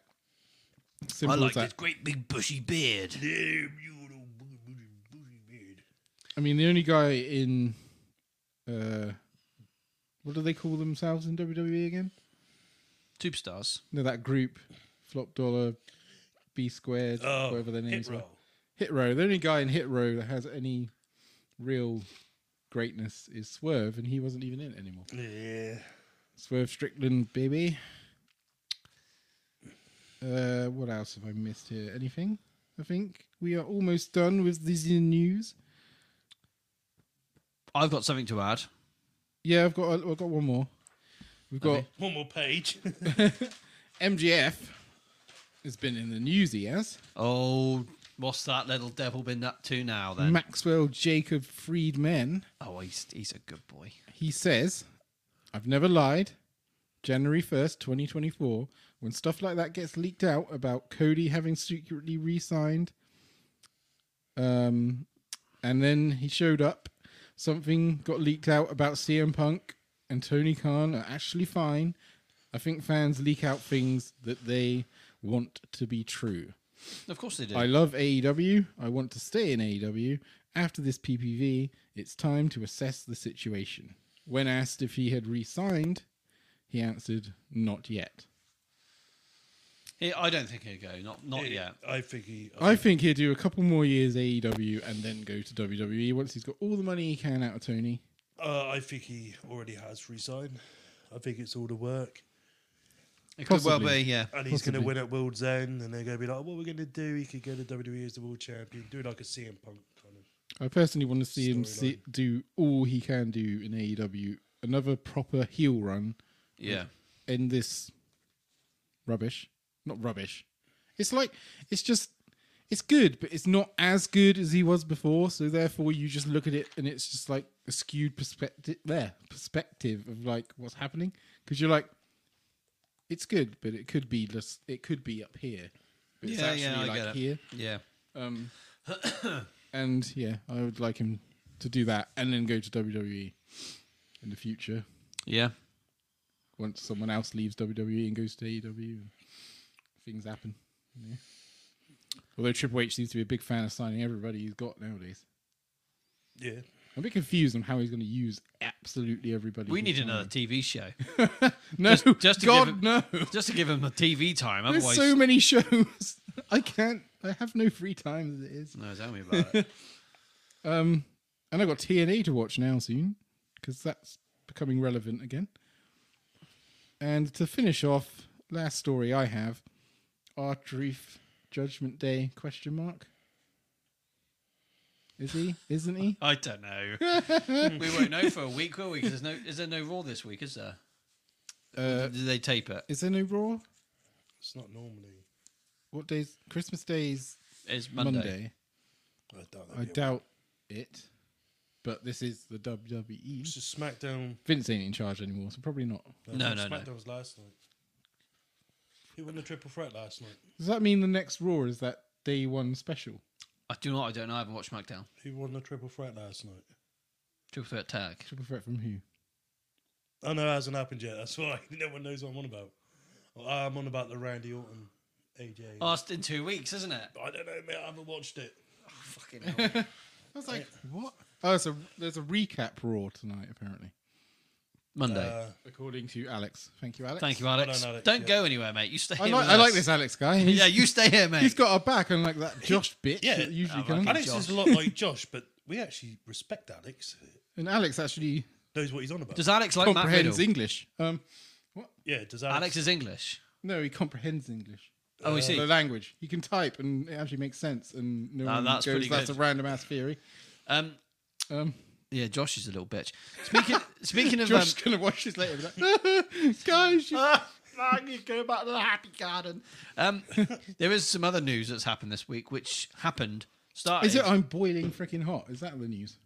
Speaker 1: I
Speaker 2: Simple
Speaker 1: like
Speaker 2: as that.
Speaker 1: this great big bushy beard.
Speaker 3: Damn, you little booty,
Speaker 2: Oh.
Speaker 3: booty, booty beard.
Speaker 2: I mean, the only guy in, uh, what do they call themselves in WWE again?
Speaker 1: Superstars.
Speaker 2: No, that group, Flop Dollar, B Squared,
Speaker 3: Oh,
Speaker 2: whatever their names
Speaker 3: hit
Speaker 2: were.
Speaker 3: roll.
Speaker 2: Hit Row. The only guy in Hit Row that has any real greatness is Swerve, and he wasn't even in it anymore.
Speaker 3: Yeah.
Speaker 2: Swerve Strickland, baby. Uh, what else have I missed here? Anything? I think we are almost done with this news.
Speaker 1: I've got something to add.
Speaker 2: Yeah, I've got I've got one more. We've got
Speaker 1: Okay.
Speaker 3: One more page.
Speaker 2: MGF has been in the news, he has.
Speaker 1: Oh, what's that little devil been up to now then?
Speaker 2: Maxwell Jacob Friedman.
Speaker 1: oh, he's, he's a good boy.
Speaker 2: He says, I've never lied. January 1st, 2024, when stuff like that gets leaked out about Cody having secretly re signed, um, and then he showed up, something got leaked out about CM Punk and Tony Khan are actually fine. I think fans leak out things that they want to be true.
Speaker 1: Of course they do.
Speaker 2: I love AEW. I want to stay in AEW. After this PPV, it's time to assess the situation. When asked if he had re signed, he answered, not yet.
Speaker 1: He- I don't think he'll go. Not not yet.
Speaker 3: I think he. I,
Speaker 2: I think he'll do a couple more years AEW and then go to WWE once he's got all the money he can out of Tony.
Speaker 3: uh, I think he already has resigned. I think it's all the work.
Speaker 1: It could well
Speaker 2: Possibly.
Speaker 1: be. Yeah.
Speaker 3: And he's going to
Speaker 2: Possibly.
Speaker 3: win at World's End, and they're going to be like, "What we're going to do? He could go to WWE as the world champion, do like a CM Punk kind of."
Speaker 2: I personally want to see him
Speaker 3: Storyline.
Speaker 2: see, do all he can do in AEW, another proper heel run,
Speaker 1: Yeah.
Speaker 2: end this rubbish. Not rubbish. It's like it's just it's good, but it's not as good as he was before. So therefore, you just look at it and it's just like a skewed perspective. There perspective of like what's happening because you're like, it's good, but it could be just it could be up here. But it's
Speaker 1: Yeah,
Speaker 2: actually
Speaker 1: yeah, I
Speaker 2: like
Speaker 1: get it.
Speaker 2: here.
Speaker 1: Yeah.
Speaker 2: Um, and yeah, I would like him to do that and then go to WWE in the future
Speaker 1: Yeah.
Speaker 2: once someone else leaves WWE and goes to AEW, things happen. you know. Although Triple H seems to be a big fan of signing everybody he's got nowadays.
Speaker 3: Yeah,
Speaker 2: I'm a bit confused on how he's going to use absolutely everybody.
Speaker 1: We
Speaker 2: he's
Speaker 1: need
Speaker 2: signing.
Speaker 1: another TV show
Speaker 2: No,
Speaker 1: just- just to
Speaker 2: God,
Speaker 1: give it-
Speaker 2: no.
Speaker 1: just to give him a TV time.
Speaker 2: There's
Speaker 1: Otherwise,
Speaker 2: so many shows. I can't. I have no free time as it is.
Speaker 1: no, tell me about it.
Speaker 2: Um, and I've got TNA to watch now soon because that's becoming relevant again. And to finish off, last story I have: R Truth Judgment Day? Question mark. Is he? Isn't he?
Speaker 1: I don't know. we won't know for a week, will we? 'Cause there's no is there no Raw this week, is there?
Speaker 2: Uh,
Speaker 1: Did they tape it?
Speaker 2: is there no Raw?
Speaker 3: it's not normally.
Speaker 2: What days? Christmas Day's
Speaker 1: It's Monday.
Speaker 2: Monday.
Speaker 3: I doubt.
Speaker 2: I
Speaker 3: that'd be a-
Speaker 2: doubt it, but this is the WWE.
Speaker 3: It's just SmackDown.
Speaker 2: Vince ain't in charge anymore, so probably not.
Speaker 1: No,
Speaker 3: SmackDown
Speaker 1: no, no.
Speaker 3: was last night. He won the triple threat last night.
Speaker 2: Does that mean the next Raw is that day one special?
Speaker 1: I do not. I don't know. I haven't watched SmackDown.
Speaker 3: Who won the triple threat last night?
Speaker 1: Triple Threat Tag.
Speaker 2: Triple threat from who?
Speaker 3: Oh no, it hasn't happened yet. That's why no one knows what I'm on about. I'm on about the Randy Orton, AJ.
Speaker 1: Oh, it's in two weeks, isn't it?
Speaker 3: I don't know, mate. I haven't watched it.
Speaker 1: Oh, Fucking hell.
Speaker 2: I was like, what? Oh, so there's a recap raw tonight, apparently.
Speaker 1: Monday.
Speaker 3: Uh,
Speaker 2: According to Alex. Thank you, Alex.
Speaker 1: Thank you, Alex.
Speaker 3: Hold on, Alex,
Speaker 1: don't
Speaker 3: yeah.
Speaker 1: go anywhere, mate. You stay.
Speaker 2: I
Speaker 1: here
Speaker 2: like,
Speaker 1: with
Speaker 2: I like
Speaker 1: us.
Speaker 2: this Alex guy. He's,
Speaker 1: Yeah, you stay here, mate.
Speaker 2: he's got our back, unlike that Josh bitch
Speaker 3: yeah.
Speaker 2: that usually
Speaker 1: Oh,
Speaker 2: comes.
Speaker 1: okay.
Speaker 3: Alex
Speaker 1: Josh.
Speaker 3: is a lot like Josh, but we actually respect Alex.
Speaker 2: And Alex actually
Speaker 3: Knows what he's on about.
Speaker 1: Does Alex like Matt
Speaker 2: comprehends
Speaker 1: Riddle?
Speaker 2: English. Um,
Speaker 3: yeah, does
Speaker 1: Alex
Speaker 3: Alex?
Speaker 1: is English.
Speaker 2: no, he comprehends English.
Speaker 1: Oh, we see.
Speaker 2: The language. He can type and it actually makes sense. And no
Speaker 1: Oh,
Speaker 2: one
Speaker 1: that's
Speaker 2: goes,
Speaker 1: pretty
Speaker 2: that's a
Speaker 1: good."
Speaker 2: random ass theory.
Speaker 1: Um,
Speaker 2: Um,
Speaker 1: yeah, Josh is a little bitch. Speaking speaking of
Speaker 2: Josh's
Speaker 1: um,
Speaker 2: going to watch this later. and be Like, Guys, you
Speaker 1: you go back to the happy garden. Um, there is some other news that's happened this week, which happened. Started.
Speaker 2: is it? I'm boiling freaking hot. Is that the news?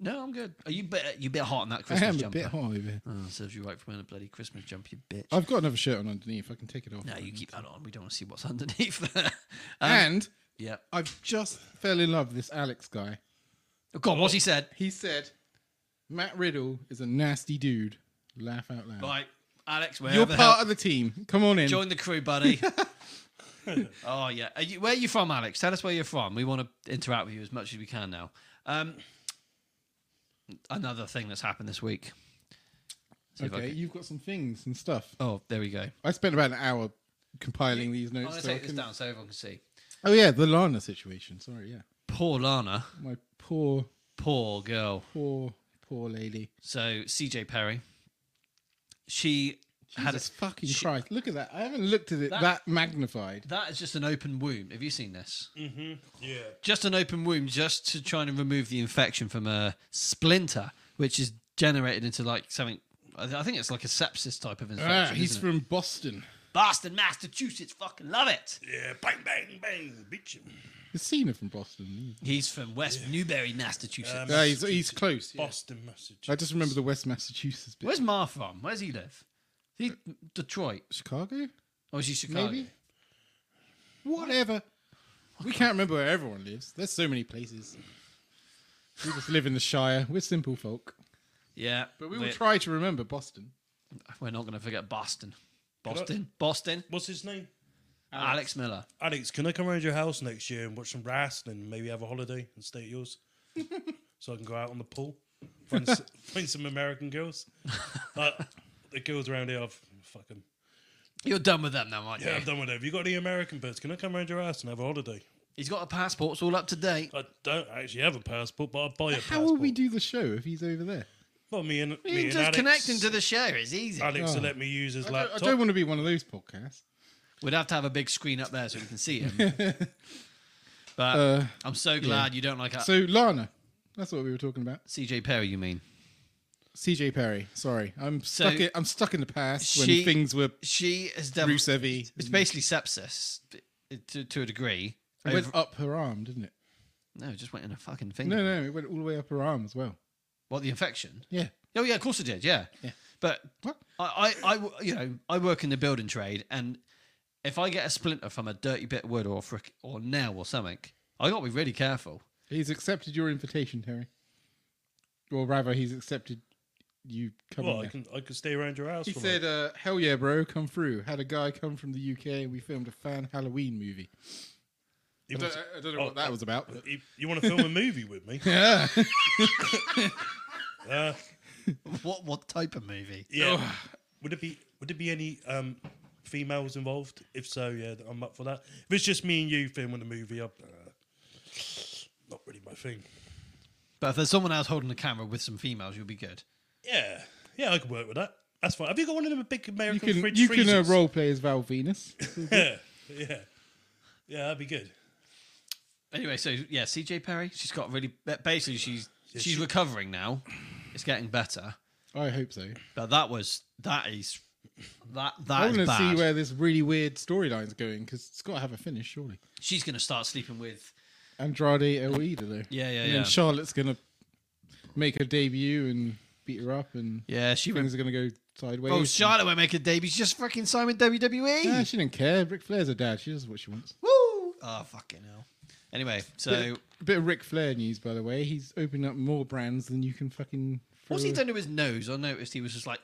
Speaker 1: no, I'm good. Are you bit you bit hot on that
Speaker 2: I
Speaker 1: Christmas
Speaker 2: am a
Speaker 1: jumper?
Speaker 2: bit hot Oh. over here.
Speaker 1: Oh, serves you right for wearing a bloody Christmas jumper, you bitch.
Speaker 2: I've got another shirt on underneath. I can take it off.
Speaker 1: no,
Speaker 2: if I
Speaker 1: you
Speaker 2: need
Speaker 1: keep
Speaker 2: to.
Speaker 1: that on. We don't want to see what's underneath there. Um,
Speaker 2: And
Speaker 1: yeah.
Speaker 2: I've just fell in love with this Alex guy.
Speaker 1: Oh, God, what he said.
Speaker 2: He said, Matt Riddle is a nasty dude. Laugh out loud.
Speaker 1: Right, Alex, where
Speaker 2: You're
Speaker 1: the
Speaker 2: part
Speaker 1: hell-
Speaker 2: of the team. Come on in.
Speaker 1: Join the crew, buddy. oh yeah, Are you, where are you from, Alex? Tell us where you're from. We want to interact with you as much as we can now. Um, another thing that's happened this week. See if I
Speaker 2: okay,
Speaker 1: can-
Speaker 2: you've got some things and stuff.
Speaker 1: Oh, there we go.
Speaker 2: I spent about an hour compiling these
Speaker 1: I'm
Speaker 2: notes.
Speaker 1: gonna
Speaker 2: so I
Speaker 1: take this
Speaker 2: can-
Speaker 1: down so everyone can see.
Speaker 2: Oh yeah, the Lana situation. Sorry, yeah.
Speaker 1: Poor Lana,
Speaker 2: My poor,
Speaker 1: poor girl.
Speaker 2: poor, poor lady.
Speaker 1: So CJ Perry, she had a
Speaker 2: Jesus fucking
Speaker 1: she-
Speaker 2: Christ! Look at that. I haven't looked at it
Speaker 1: That-
Speaker 2: that, magnified.
Speaker 1: that is just an open wound. Have you seen this?
Speaker 3: Yeah,
Speaker 1: just an open wound just to try and remove the infection from a splinter, which is generated into like something. I th- I think it's like a sepsis type of infection.
Speaker 2: Ah, he's
Speaker 1: isn't it?
Speaker 2: from Boston.
Speaker 1: Boston, Massachusetts. Fucking love it.
Speaker 3: Yeah, bang, bang, bang, beat you.
Speaker 2: The Cena from Boston.
Speaker 1: He's from West Newbury, Massachusetts.
Speaker 3: Um,
Speaker 2: Yeah, he's, he's close. yeah.
Speaker 3: Boston, Massachusetts.
Speaker 2: I just remember the West Massachusetts bit.
Speaker 1: Where's Ma from? Where's he live? He Detroit.
Speaker 2: Chicago?
Speaker 1: Or is he Chicago?
Speaker 2: Maybe? Whatever. We can't remember where everyone lives. There's so many places. We just live in the Shire. We're simple folk.
Speaker 1: Yeah.
Speaker 2: But we will
Speaker 1: we're-
Speaker 2: try to remember Boston.
Speaker 1: We're not going to forget Boston.
Speaker 3: I-
Speaker 1: Boston. Boston.
Speaker 3: What's his name?
Speaker 1: Alex Miller.
Speaker 3: Alex, can I come around your house next year and watch some wrestling and maybe have a holiday and stay at yours? so I can go out on the pool, find, s- find some American girls. Uh, the girls around here, I've, fuck 'em.
Speaker 1: You're done with them now, aren't you?
Speaker 3: Yeah, I'm done with it. Have you got any American birds? Can I come round your house and have a holiday?
Speaker 1: He's got a passport. It's all up to date.
Speaker 3: I don't actually have a passport, but I'll buy a
Speaker 2: How
Speaker 3: passport.
Speaker 2: will we do the show if he's over there?
Speaker 3: Well, me and, me
Speaker 1: He's
Speaker 3: and
Speaker 1: just
Speaker 3: Alex,
Speaker 1: connecting to the show. It's easy.
Speaker 3: Alex
Speaker 2: Oh.
Speaker 3: will let me use his
Speaker 2: I don't, I
Speaker 3: laptop.
Speaker 2: don't want to be one of those podcasts.
Speaker 1: We'd have to have a big screen up there so we can see him. but
Speaker 2: Uh,
Speaker 1: I'm so glad you don't like a-
Speaker 2: So, Lana. That's what we were talking about.
Speaker 1: CJ Perry. You mean
Speaker 2: CJ Perry. Sorry. I'm
Speaker 1: So-
Speaker 2: stuck, in, I'm stuck in the past
Speaker 1: She-
Speaker 2: when things were
Speaker 1: she has done?
Speaker 2: Rusev
Speaker 1: It's basically sepsis to, to a degree.
Speaker 2: It went
Speaker 1: Over-
Speaker 2: up her arm, didn't it?
Speaker 1: no, it just went in a fucking finger.
Speaker 2: No, no, it went all the way up her arm as well.
Speaker 1: What the infection?
Speaker 2: Yeah.
Speaker 1: Oh yeah, of course it did. Yeah,
Speaker 2: Yeah.
Speaker 1: But
Speaker 2: What?
Speaker 1: I, I, I w- you know, I work in the building trade, and if I get a splinter from a dirty bit of wood or a frick or nail or something, I got to be really careful.
Speaker 2: He's accepted your invitation, Terry. Or rather, he's accepted you coming.
Speaker 3: Well, I
Speaker 2: there.
Speaker 3: can I can stay around your house.
Speaker 2: He
Speaker 3: for
Speaker 2: said, uh, "Hell yeah, bro, come through." Had a guy come from the UK, and we filmed a fan Halloween movie. Oh, uh,
Speaker 3: like-
Speaker 2: I don't, I don't know what that was about. but-
Speaker 3: You, want to film a movie with me?
Speaker 2: Yeah.
Speaker 3: Uh,
Speaker 1: What what type of movie?
Speaker 3: yeah. would it be Would it be any um, females involved? If so, yeah, I'm up for that. If it's just me and you filming a movie, I'm, uh, not really my thing.
Speaker 1: But if there's someone else holding the camera with some females, you'll be good.
Speaker 3: Yeah, yeah, I could work with that. That's fine. Have you got one of them big
Speaker 2: you
Speaker 3: American
Speaker 2: can
Speaker 3: fridge
Speaker 2: you can uh,
Speaker 3: freezers?
Speaker 2: role play as Val Venus.
Speaker 3: yeah, yeah, yeah. That'd be good.
Speaker 1: Anyway, so yeah, CJ Perry, she's got really ba- basically she's
Speaker 3: Yeah,
Speaker 1: she's
Speaker 3: she-
Speaker 1: recovering now. It's getting better.
Speaker 2: I hope so.
Speaker 1: But that was that is that
Speaker 2: I
Speaker 1: that is
Speaker 2: want to
Speaker 1: bad.
Speaker 2: see where this really weird storyline's going because it's got to have a finish, surely.
Speaker 1: she's going to start sleeping with
Speaker 2: Andrade Oida, though.
Speaker 1: yeah yeah
Speaker 2: and
Speaker 1: yeah
Speaker 2: then Charlotte's gonna make her debut and beat her up, and
Speaker 1: yeah she went.
Speaker 2: things are gonna go sideways.
Speaker 1: Oh,
Speaker 2: and-
Speaker 1: Charlotte won't make a debut. She's just freaking signed with WWE.
Speaker 2: Nah, she didn't care. Ric Flair's her dad. She does what she wants.
Speaker 1: Woo! Oh fucking hell. Anyway, so
Speaker 2: Bit- a bit of Ric Flair news, by the way. He's opening up more brands than you can fucking. throw
Speaker 1: what's he
Speaker 2: a-
Speaker 1: done to his nose? I noticed he was just like,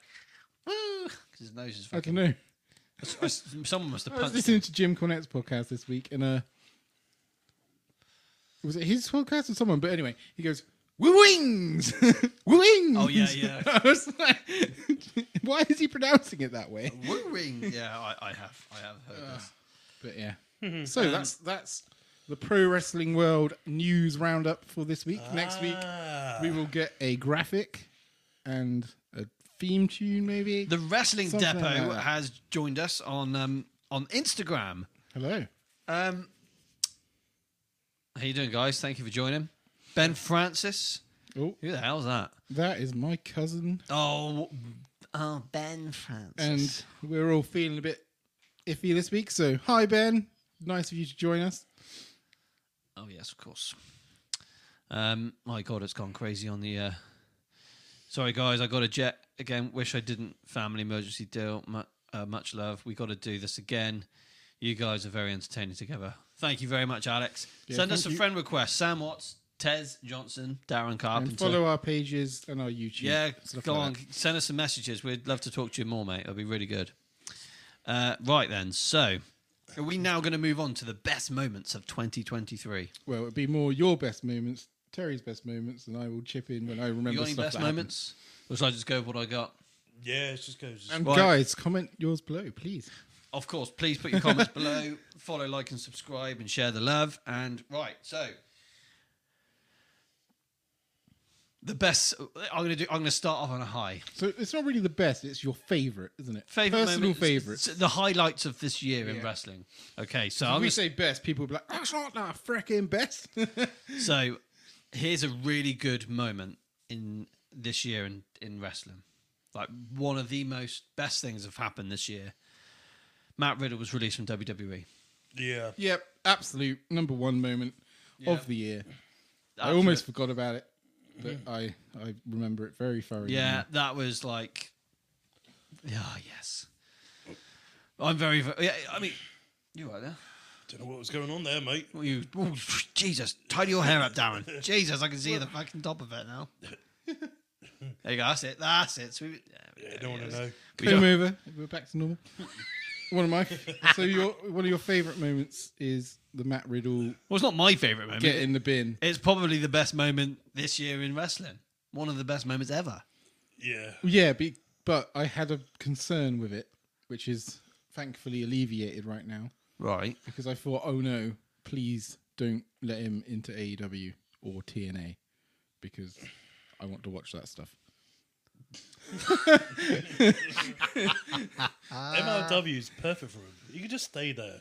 Speaker 1: woo, because his nose is
Speaker 2: I
Speaker 1: fucking.
Speaker 2: don't know.
Speaker 1: I s- someone must have
Speaker 2: I was
Speaker 1: punched
Speaker 2: listening
Speaker 1: him.
Speaker 2: to Jim Cornette's podcast this week, and uh, was it his podcast or someone? But anyway, he goes. Woo wings, woo wings.
Speaker 1: Oh, yeah, yeah.
Speaker 2: I was like, why is he pronouncing it that way?
Speaker 1: Woo ring. Yeah, I, I have. I have heard this.
Speaker 2: But yeah.
Speaker 1: Hmm.
Speaker 2: so
Speaker 1: Um,
Speaker 2: that's that's the pro wrestling world news roundup for this week. Next week
Speaker 3: Ah.
Speaker 2: we will get a graphic and a theme tune maybe.
Speaker 1: The Wrestling
Speaker 2: Something
Speaker 1: Depot
Speaker 2: like that.
Speaker 1: has joined us on um, on Instagram.
Speaker 2: Hello.
Speaker 1: Um, how you doing, guys? Thank you for joining. Ben Francis.
Speaker 2: Oh,
Speaker 1: Who the hell's that?
Speaker 2: that is my cousin
Speaker 1: Oh, oh, Ben Francis.
Speaker 2: and we're all feeling a bit iffy this week. So, hi Ben. Nice of you to join us.
Speaker 1: Oh yes, of course. Um, my God, it's gone crazy on the. Uh... Sorry guys, I got a jet again. Wish I didn't. Family emergency deal. Mu- uh, much love. We got to do this again. You guys are very entertaining together. Thank you very much, Alex.
Speaker 2: Yeah,
Speaker 1: Send us
Speaker 2: thank
Speaker 1: a
Speaker 2: you.
Speaker 1: friend request. Sam Watts, Tez Johnson, Darren Carpenter.
Speaker 2: And follow our pages and our YouTube.
Speaker 1: yeah,
Speaker 2: stuff
Speaker 1: go
Speaker 2: like
Speaker 1: on.
Speaker 2: that.
Speaker 1: Send us some messages. We'd love to talk to you more, mate. It'll be really good. Uh, right then. So, are we now going to move on to the best moments of 2023?
Speaker 2: Well, it'd be more your best moments, Terry's best moments, and I will chip in when I remember
Speaker 1: You got any
Speaker 2: stuff
Speaker 1: best
Speaker 2: that happened.
Speaker 1: moments? Or should I just go with what I got?
Speaker 3: Yeah, it just goes.
Speaker 2: And
Speaker 1: Right.
Speaker 2: guys, comment yours below, please.
Speaker 1: Of course, please put your comments below. Follow, like, and subscribe, and share the love. And right, so the best. I'm gonna do. I'm gonna start off on a high.
Speaker 2: So it's not really the best; it's your favorite, isn't it?
Speaker 1: Favorite
Speaker 2: personal
Speaker 1: moment-
Speaker 2: favorite.
Speaker 1: s- The highlights of this year in
Speaker 2: Yeah.
Speaker 1: wrestling. Okay, so
Speaker 2: If
Speaker 1: I'm
Speaker 2: we
Speaker 1: gonna,
Speaker 2: say best, people will be like, "That's not the freaking best."
Speaker 1: so here's a really good moment in this year in in wrestling. Like one of the most best things have happened this year. Matt Riddle was released from E. WWE.
Speaker 3: Yeah.
Speaker 2: Yep, absolute number one moment
Speaker 1: Yeah.
Speaker 2: of the year. I
Speaker 1: Absolute-
Speaker 2: almost forgot about it, but I I remember it very thoroughly.
Speaker 1: Mm. Yeah, that was like, oh, yes. I'm very, ve- yeah, I mean, you right there?
Speaker 3: Don't know what was going on there, mate.
Speaker 1: What you, oh, Jesus, tidy your hair up, Darren. Jesus, I can see the fucking top of it now. There you go. That's it. That's it. Sweet.
Speaker 3: Yeah, don't want to know.
Speaker 1: We
Speaker 2: Come
Speaker 1: don't-
Speaker 2: over. We're back to normal. one of my so your one of your favorite moments is the Matt Riddle
Speaker 1: Well, it's not my favorite moment.
Speaker 2: get in the bin.
Speaker 1: It's probably the best moment this year in wrestling. One of the best moments ever.
Speaker 3: Yeah.
Speaker 2: Yeah, be, but I had a concern with it, which is thankfully alleviated right now
Speaker 1: Right.
Speaker 2: because I thought, oh no, please don't let him into AEW or TNA because I want to watch that stuff.
Speaker 3: MLW is perfect for him. You can just stay there.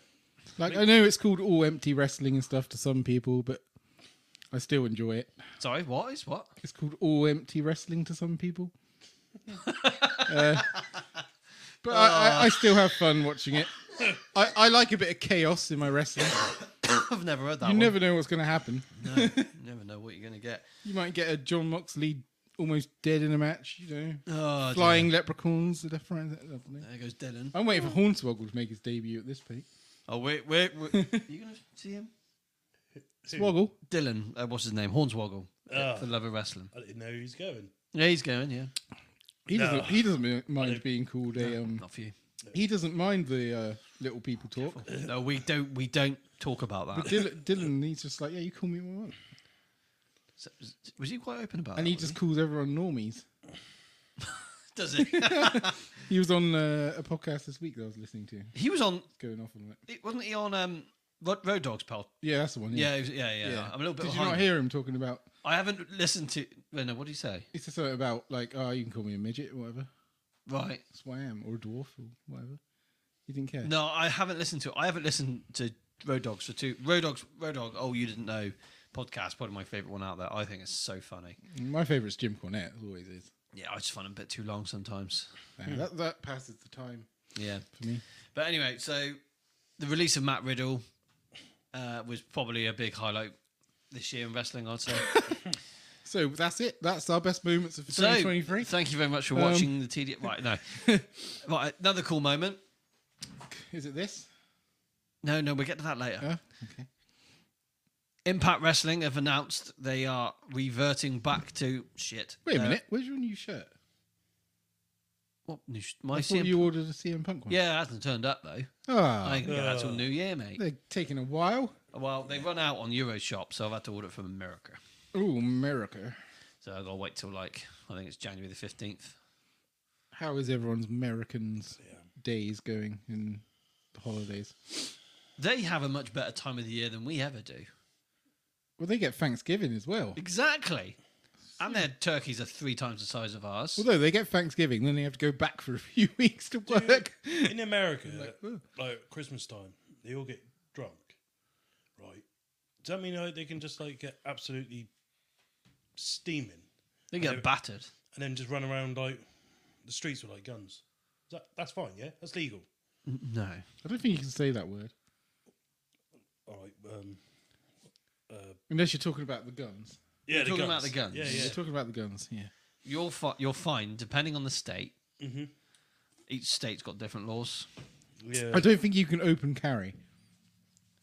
Speaker 2: Like I know it's called all empty wrestling and stuff to some people, but I still enjoy it.
Speaker 1: Sorry, what is what?
Speaker 2: It's called all empty wrestling to some people. Uh, but I, I, I still have fun watching it. I, I like a bit of chaos in my wrestling.
Speaker 1: I've never heard that
Speaker 2: You
Speaker 1: one.
Speaker 2: never know what's going to happen.
Speaker 1: No, you never know what you're going to get.
Speaker 2: You might get a John Moxley almost dead in a match, you know,
Speaker 1: Oh, dear.
Speaker 2: flying leprechauns. The left, right, left, left.
Speaker 1: Oh, There goes Dylan.
Speaker 2: I'm waiting for Hornswoggle to make his debut at this peak.
Speaker 1: Oh, wait, wait. wait. Are you going to see him?
Speaker 2: Swoggle.
Speaker 1: Dylan, uh, what's his name? Hornswoggle. uh,
Speaker 3: Ah.
Speaker 1: For the love of wrestling.
Speaker 3: I didn't know he was going.
Speaker 1: Yeah, he's going, yeah.
Speaker 2: He
Speaker 3: No.
Speaker 2: doesn't. He doesn't mind being called a. Um,
Speaker 1: Not for you.
Speaker 2: he doesn't mind the uh, little people talk.
Speaker 1: No, we don't. We don't talk about that.
Speaker 2: Dylan, Dylan, he's just like, yeah, you call me what you want,
Speaker 1: So- was he quite open about?
Speaker 2: and
Speaker 1: that,
Speaker 2: he
Speaker 1: was
Speaker 2: just calls everyone normies.
Speaker 1: does he?
Speaker 2: He was on uh, a podcast this week that I was listening to.
Speaker 1: he was on.
Speaker 2: Going off on it.
Speaker 1: Wasn't he on um, Ro- Road Dogs Pal?
Speaker 2: Yeah, that's the one.
Speaker 1: Yeah,
Speaker 2: Yeah.
Speaker 1: he was- yeah, yeah, I'm a little bit.
Speaker 2: Did you
Speaker 1: behind.
Speaker 2: not hear him talking about?
Speaker 1: I haven't listened to. Wait, no, what do you say?
Speaker 2: It's just something about like, oh, you can call me a midget or whatever.
Speaker 1: Right.
Speaker 2: That's what I am, or a dwarf or whatever. He didn't care.
Speaker 1: No, I haven't listened to. I haven't listened to Road Dogs for two. Road Dogs, Road Dog. Oh, you didn't know. Podcast, probably my favorite one out there. I think it's so funny.
Speaker 2: My favourite's Jim Cornette. Always is.
Speaker 1: Yeah, I just find them a bit too long sometimes.
Speaker 2: Uh, that that passes the time
Speaker 1: Yeah.
Speaker 2: for me.
Speaker 1: But anyway, so the release of Matt Riddle uh, was probably a big highlight this year in wrestling. I'd say.
Speaker 2: So that's it. That's our best moments of
Speaker 1: So,
Speaker 2: 2023.
Speaker 1: thank you very much
Speaker 2: Um,
Speaker 1: for watching the TD. Right, no, right, another cool moment.
Speaker 2: is it this?
Speaker 1: No, no, we'll get to that later.
Speaker 2: Huh? okay.
Speaker 1: Impact Wrestling have announced they are reverting back to shit.
Speaker 2: Wait a
Speaker 1: Uh,
Speaker 2: minute. Where's your new shirt?
Speaker 1: What? new sh- My
Speaker 2: I thought
Speaker 1: CM-
Speaker 2: you ordered a CM Punk one.
Speaker 1: Yeah, it hasn't turned up though.
Speaker 2: Ah,
Speaker 1: I can get that till
Speaker 3: Uh.
Speaker 1: New Year, mate.
Speaker 2: they're taking a while.
Speaker 1: Well, they run out on Euroshop, so I've had to order it from America.
Speaker 2: Oh, America.
Speaker 1: So I've got to wait till like I think it's January the fifteenth.
Speaker 2: How is everyone's Americans
Speaker 3: Yeah.
Speaker 2: days going in the holidays?
Speaker 1: They have a much better time of the year than we ever do.
Speaker 2: Well, they get Thanksgiving as well.
Speaker 1: Exactly. And their turkeys are three times the size of ours.
Speaker 2: Although they get Thanksgiving, then they have to go back for a few weeks to work.
Speaker 3: In America,
Speaker 2: "Ugh."
Speaker 3: like Christmas time, they all get drunk, right? Does that mean like, they can just like get absolutely steaming
Speaker 1: They get battered.
Speaker 3: and then just run around like the streets with like guns? Is That, that's fine, yeah, that's legal.
Speaker 1: No.
Speaker 2: I don't think you can say that word
Speaker 3: All right, um,
Speaker 2: unless you're talking about the guns.
Speaker 3: yeah,
Speaker 1: talking about the guns.
Speaker 3: Yeah,
Speaker 2: You're
Speaker 3: yeah.
Speaker 2: talking about the guns. Yeah.
Speaker 1: You'll fi- you'll find depending on the state.
Speaker 2: Mm-hmm.
Speaker 1: Each state's got different laws.
Speaker 3: yeah.
Speaker 2: I don't think you can open carry.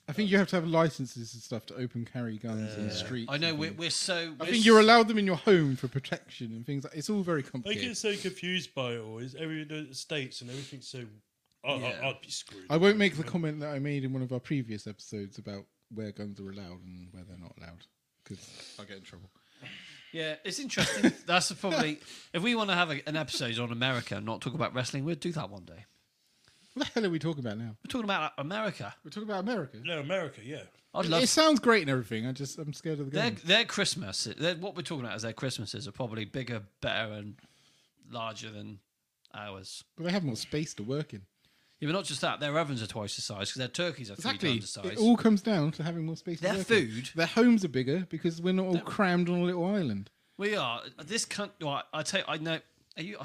Speaker 2: I think you have to have licenses and stuff to open carry guns in the street.
Speaker 1: I know
Speaker 2: and
Speaker 1: we're,
Speaker 2: things.
Speaker 1: we're so.
Speaker 2: I
Speaker 1: we're
Speaker 2: think
Speaker 1: s-
Speaker 2: you're allowed them in your home for protection and things. like It's all very
Speaker 3: I get
Speaker 2: complicated.
Speaker 3: so confused by it all. Is every the states and everything's so. I,
Speaker 1: Yeah.
Speaker 3: I, I'd be screwed.
Speaker 2: I won't make the comment that I made in one of our previous episodes about where guns are allowed and where they're not allowed because I get in trouble.
Speaker 1: Yeah, it's interesting. That's probably if we want to have a, an episode on America and not talk about wrestling, we'll do that one day.
Speaker 2: What the hell are we talking about now?
Speaker 1: We're talking about America.
Speaker 2: We're talking about America.
Speaker 3: No, America, yeah.
Speaker 1: I'd
Speaker 2: It
Speaker 1: love.
Speaker 2: sounds great and everything. I just I'm scared of the
Speaker 1: Their,
Speaker 2: guns.
Speaker 1: their Christmas, their, what we're talking about is their Christmases are probably bigger, better, and larger than ours.
Speaker 2: But they have more space to work in.
Speaker 1: Yeah, but not just that, their ovens are twice the size because their turkeys are three
Speaker 2: Exactly.
Speaker 1: times the size.
Speaker 2: It all comes down to having more space.
Speaker 1: Their
Speaker 2: to work in.
Speaker 1: food-
Speaker 2: Their homes are bigger because we're not all crammed on a little island.
Speaker 1: We are this country. I tell you, I know. Are you?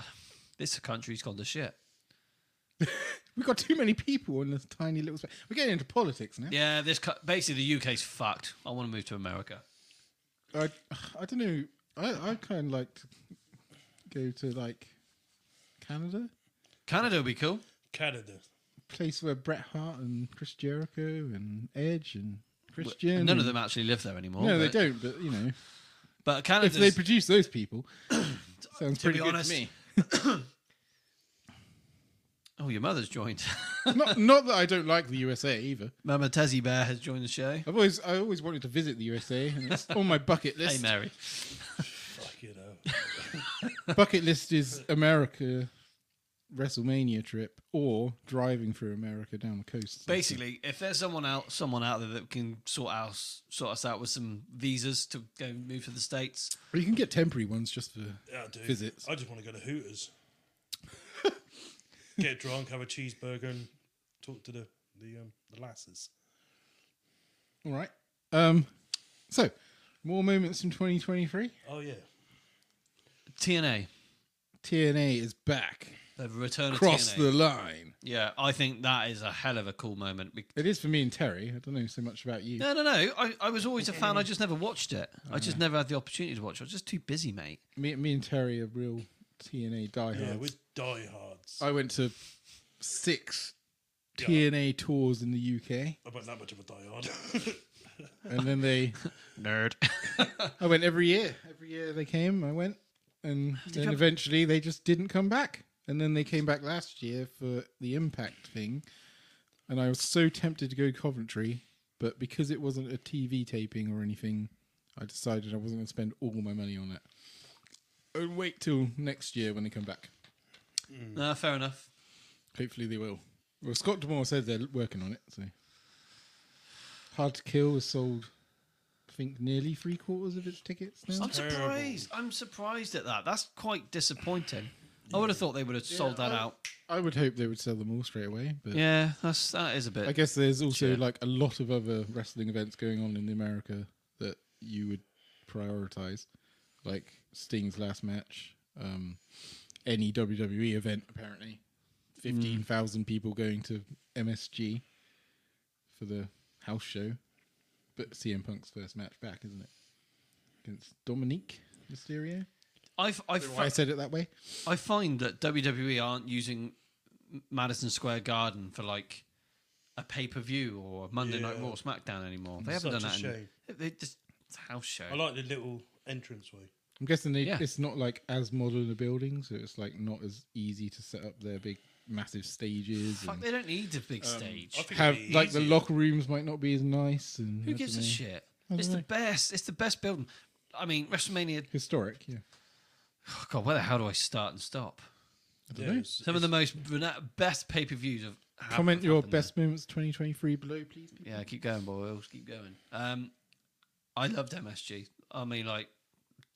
Speaker 1: This country's gone to shit.
Speaker 2: We've got too many people in this tiny little space. We're getting into politics now.
Speaker 1: Yeah, this co- basically the UK's fucked. I want to move to America.
Speaker 2: I, I don't know. I, I kind of like to go to like Canada,
Speaker 1: Canada would be cool.
Speaker 3: Canada.
Speaker 2: place where Bret Hart and Chris Jericho and Edge and Christian.
Speaker 1: None of
Speaker 2: and-
Speaker 1: them actually live there anymore.
Speaker 2: No, they
Speaker 1: but-
Speaker 2: don't. But you know,
Speaker 1: But
Speaker 2: if
Speaker 1: Canada's,
Speaker 2: they produce those people, sounds
Speaker 1: to
Speaker 2: pretty
Speaker 1: be
Speaker 2: good
Speaker 1: honest,
Speaker 2: to me.
Speaker 1: oh, your mother's joined.
Speaker 2: Not, not that I don't like the USA either.
Speaker 1: Mama Tezzy Bear has joined the show.
Speaker 2: I've always, I always wanted to visit the USA, and it's on my bucket
Speaker 1: Hey,
Speaker 2: list.
Speaker 1: Mary.
Speaker 3: Fuck you know.
Speaker 2: bucket list is America WrestleMania trip or driving through America down the coast.
Speaker 1: Basically, if there's someone out, someone out there that can sort us, sort us out with some visas to go move to the states.
Speaker 2: Or you can get temporary ones just for.
Speaker 3: Yeah, dude.
Speaker 2: Visits.
Speaker 3: I just want to go to Hooters. Get drunk, have a cheeseburger, and talk to the the um, the lasses.
Speaker 2: All right. Um. So, more moments in 2023.
Speaker 3: Oh yeah,
Speaker 1: TNA,
Speaker 2: TNA is back.
Speaker 1: the return of
Speaker 2: Cross
Speaker 1: TNA.
Speaker 2: the line.
Speaker 1: Yeah, I think that is a hell of a cool moment. Be-
Speaker 2: It is for me and Terry. I don't know so much about you.
Speaker 1: No, no, no. I, I was always a fan. I just never watched it. I just never had the opportunity to watch. it. I was just too busy, mate.
Speaker 2: Me, me and Terry are real TNA
Speaker 3: yeah,
Speaker 2: diehards.
Speaker 3: we're diehards.
Speaker 2: I went to six
Speaker 3: Yeah.
Speaker 2: TNA tours in the UK,
Speaker 3: I'm not that much of a diehard.
Speaker 2: and then they.
Speaker 1: Nerd.
Speaker 2: I went every year. Every year they came, I went, and then
Speaker 1: have-
Speaker 2: eventually they just didn't come back. And then they came back last year for the Impact thing, and I was so tempted to go Coventry, but because it wasn't a TV taping or anything, I decided I wasn't going to spend all my money on it. And wait till next year when they come back.
Speaker 1: no, fair enough.
Speaker 2: Hopefully they will. Well, Scott Demore said they're working on it. So, Hard to Kill was sold, I think, nearly three quarters of its tickets now.
Speaker 1: I'm
Speaker 3: Terrible.
Speaker 1: surprised. I'm surprised at that. That's quite disappointing. I would have thought they would have sold that
Speaker 2: I-
Speaker 1: out.
Speaker 2: I would hope they would sell them all straight away, but
Speaker 1: Yeah, that's that is a bit.
Speaker 2: I guess there's also
Speaker 1: Sure.
Speaker 2: like a lot of other wrestling events going on in America that you would prioritize, like Sting's last match, um, any WWE event apparently, fifteen thousand people going to MSG for the house show, but CM Punk's first match back, isn't it? Against Dominique Mysterio.
Speaker 1: I f- I
Speaker 2: I,
Speaker 1: f-
Speaker 2: I said it that way.
Speaker 1: I find that WWE aren't using M- Madison Square Garden for like a pay per view or a Monday Night
Speaker 3: Yeah.
Speaker 1: Raw SmackDown anymore. They
Speaker 3: It's
Speaker 1: haven't done
Speaker 3: such
Speaker 1: that.
Speaker 3: a
Speaker 1: In, they just it's a house show.
Speaker 3: I like the little entranceway.
Speaker 2: I'm guessing they,
Speaker 1: Yeah.
Speaker 2: it's not like as modern a building, so it's like not as easy to set up their big, massive stages.
Speaker 1: Fuck,
Speaker 2: And
Speaker 1: they don't need a big stage.
Speaker 3: Um, I think
Speaker 2: have
Speaker 3: it'd be
Speaker 2: like the
Speaker 3: easier.
Speaker 2: locker rooms might not be as nice. And I
Speaker 1: Who
Speaker 2: don't
Speaker 1: gives a
Speaker 2: know.
Speaker 1: shit?
Speaker 2: don't
Speaker 1: It's
Speaker 2: know.
Speaker 1: the best. It's the best building. I mean, WrestleMania.
Speaker 2: Historic, yeah.
Speaker 1: Oh God, where the hell do I start and stop?
Speaker 3: Yeah,
Speaker 2: know.
Speaker 3: it's-
Speaker 1: Some of the most rena- best pay per views of.
Speaker 2: Comment your best moments 2023 below, please. people.
Speaker 1: Yeah, keep going, boys. Keep going. Um, I loved MSG. I mean, like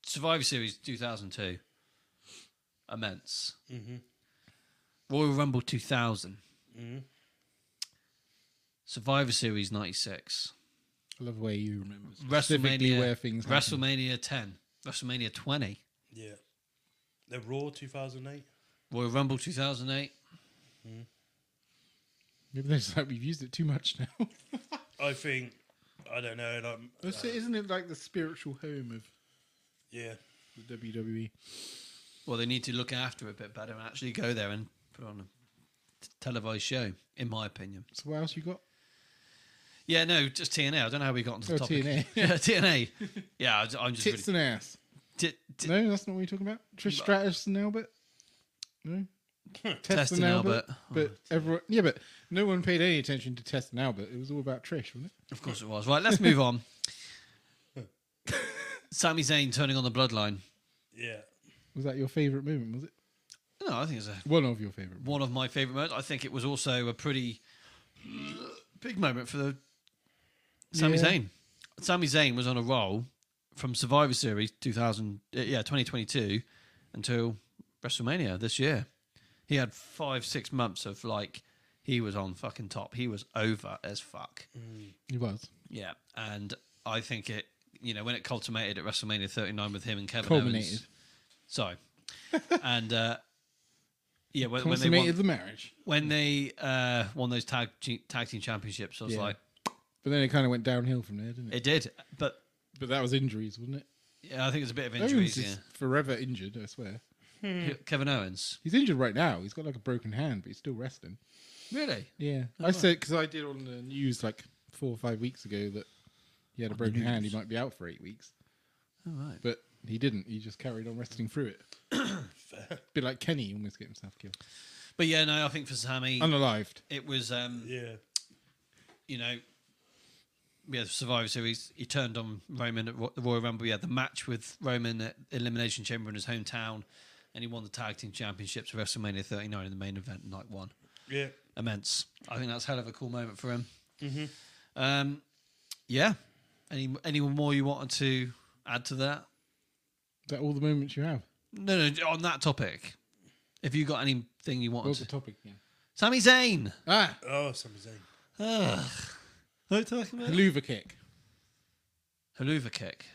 Speaker 1: Survivor Series 2002, immense.
Speaker 3: Mhm.
Speaker 1: Royal Rumble 2000,
Speaker 3: Mhm.
Speaker 1: Survivor Series 96,
Speaker 2: I love the way you remember specifically
Speaker 1: WrestleMania
Speaker 2: where things happened.
Speaker 1: WrestleMania 10, WrestleMania 20,
Speaker 3: yeah, the Raw 2008.
Speaker 1: Royal Rumble 2008.
Speaker 2: Maybe they're just like we've used it too much now.
Speaker 3: I think I don't know. Like,
Speaker 2: That's it, Isn't it like the spiritual home of
Speaker 3: yeah,
Speaker 2: the E? WWE?
Speaker 1: Well, they need to look after it a bit better and actually go there and put on a t- televised show, in my opinion.
Speaker 2: So what else you got?
Speaker 1: Yeah, no, just TNA. I don't know how we got onto the
Speaker 2: Oh,
Speaker 1: topic.
Speaker 2: TNA.
Speaker 1: yeah, TNA. Yeah, I- I'm just
Speaker 2: Tits
Speaker 1: really.
Speaker 2: and ass.
Speaker 1: Tit, tit,
Speaker 2: No, that's not what you're talking about. Trish Stratus and Albert. No.
Speaker 1: Test and Albert.
Speaker 2: But everyone, yeah, but no one paid any attention to Test and Albert. It was all about Trish, wasn't it?
Speaker 1: Of course it was. Right, let's move on. Sami Zayn turning on the bloodline.
Speaker 3: yeah.
Speaker 2: Was that your favorite moment? Was it
Speaker 1: No, Oh, I think it's a,
Speaker 2: one of your favorite?
Speaker 1: one of my favourite moments. I think it was also a pretty big moment for the Sami
Speaker 2: Yeah.
Speaker 1: Zayn. Sami Zayn was on a roll from Survivor Series 2000, uh, yeah, 2022 until WrestleMania this year. He had five, six months of like, he was on fucking top. He was over as fuck.
Speaker 2: It was
Speaker 1: Yeah, and I think it, you know, when it culminated at WrestleMania 39 with him and Kevin
Speaker 2: Culminated.
Speaker 1: Owens. Sorry, and uh, yeah, when, when they
Speaker 2: consummated
Speaker 1: won,
Speaker 2: the marriage.
Speaker 1: when they uh, won those tag te- tag team championships, I was
Speaker 2: Yeah.
Speaker 1: like,
Speaker 2: But then it kind of went downhill from there, didn't it?
Speaker 1: it did. But
Speaker 2: But that was injuries, wasn't it?
Speaker 1: yeah, I think it's a bit of
Speaker 2: Owens
Speaker 1: injuries.
Speaker 2: is forever injured, I swear.
Speaker 1: yeah, Kevin Owens.
Speaker 2: He's injured right now. He's got like a broken hand, but he's still wrestling.
Speaker 1: Really?
Speaker 2: Yeah.
Speaker 1: Oh,
Speaker 2: I said, because I did on the news like four or five weeks ago that he had a broken hand. He might be out for eight weeks.
Speaker 1: All right.
Speaker 2: But he didn't. He just carried on wrestling through it. bit like Kenny almost get himself killed.
Speaker 1: But yeah, no, I think for Sammy,
Speaker 2: Unalived.
Speaker 1: it was um,
Speaker 3: Yeah.
Speaker 1: you know, yeah, Survivor Series. He turned on Roman at Ro- the Royal Rumble. He had the match with Roman at Elimination Chamber in his hometown, and he won the tag team championships at WrestleMania 39 in the main event night one.
Speaker 3: Yeah.
Speaker 1: Immense. I think that's a hell of a cool moment for him. Mm-hmm. Um, yeah. Any anyone more you wanted to add to that?
Speaker 2: Is that all the moments you have?
Speaker 1: No, no. On that topic, if you got anything you wanted,
Speaker 2: What was the
Speaker 1: to...
Speaker 2: topic? Yeah.
Speaker 1: Sami Zayn.
Speaker 2: Ah,
Speaker 3: Oh, Sami Zayn.
Speaker 1: Ugh. What are you talking about?
Speaker 2: Haluva kick.
Speaker 1: Haluva kick.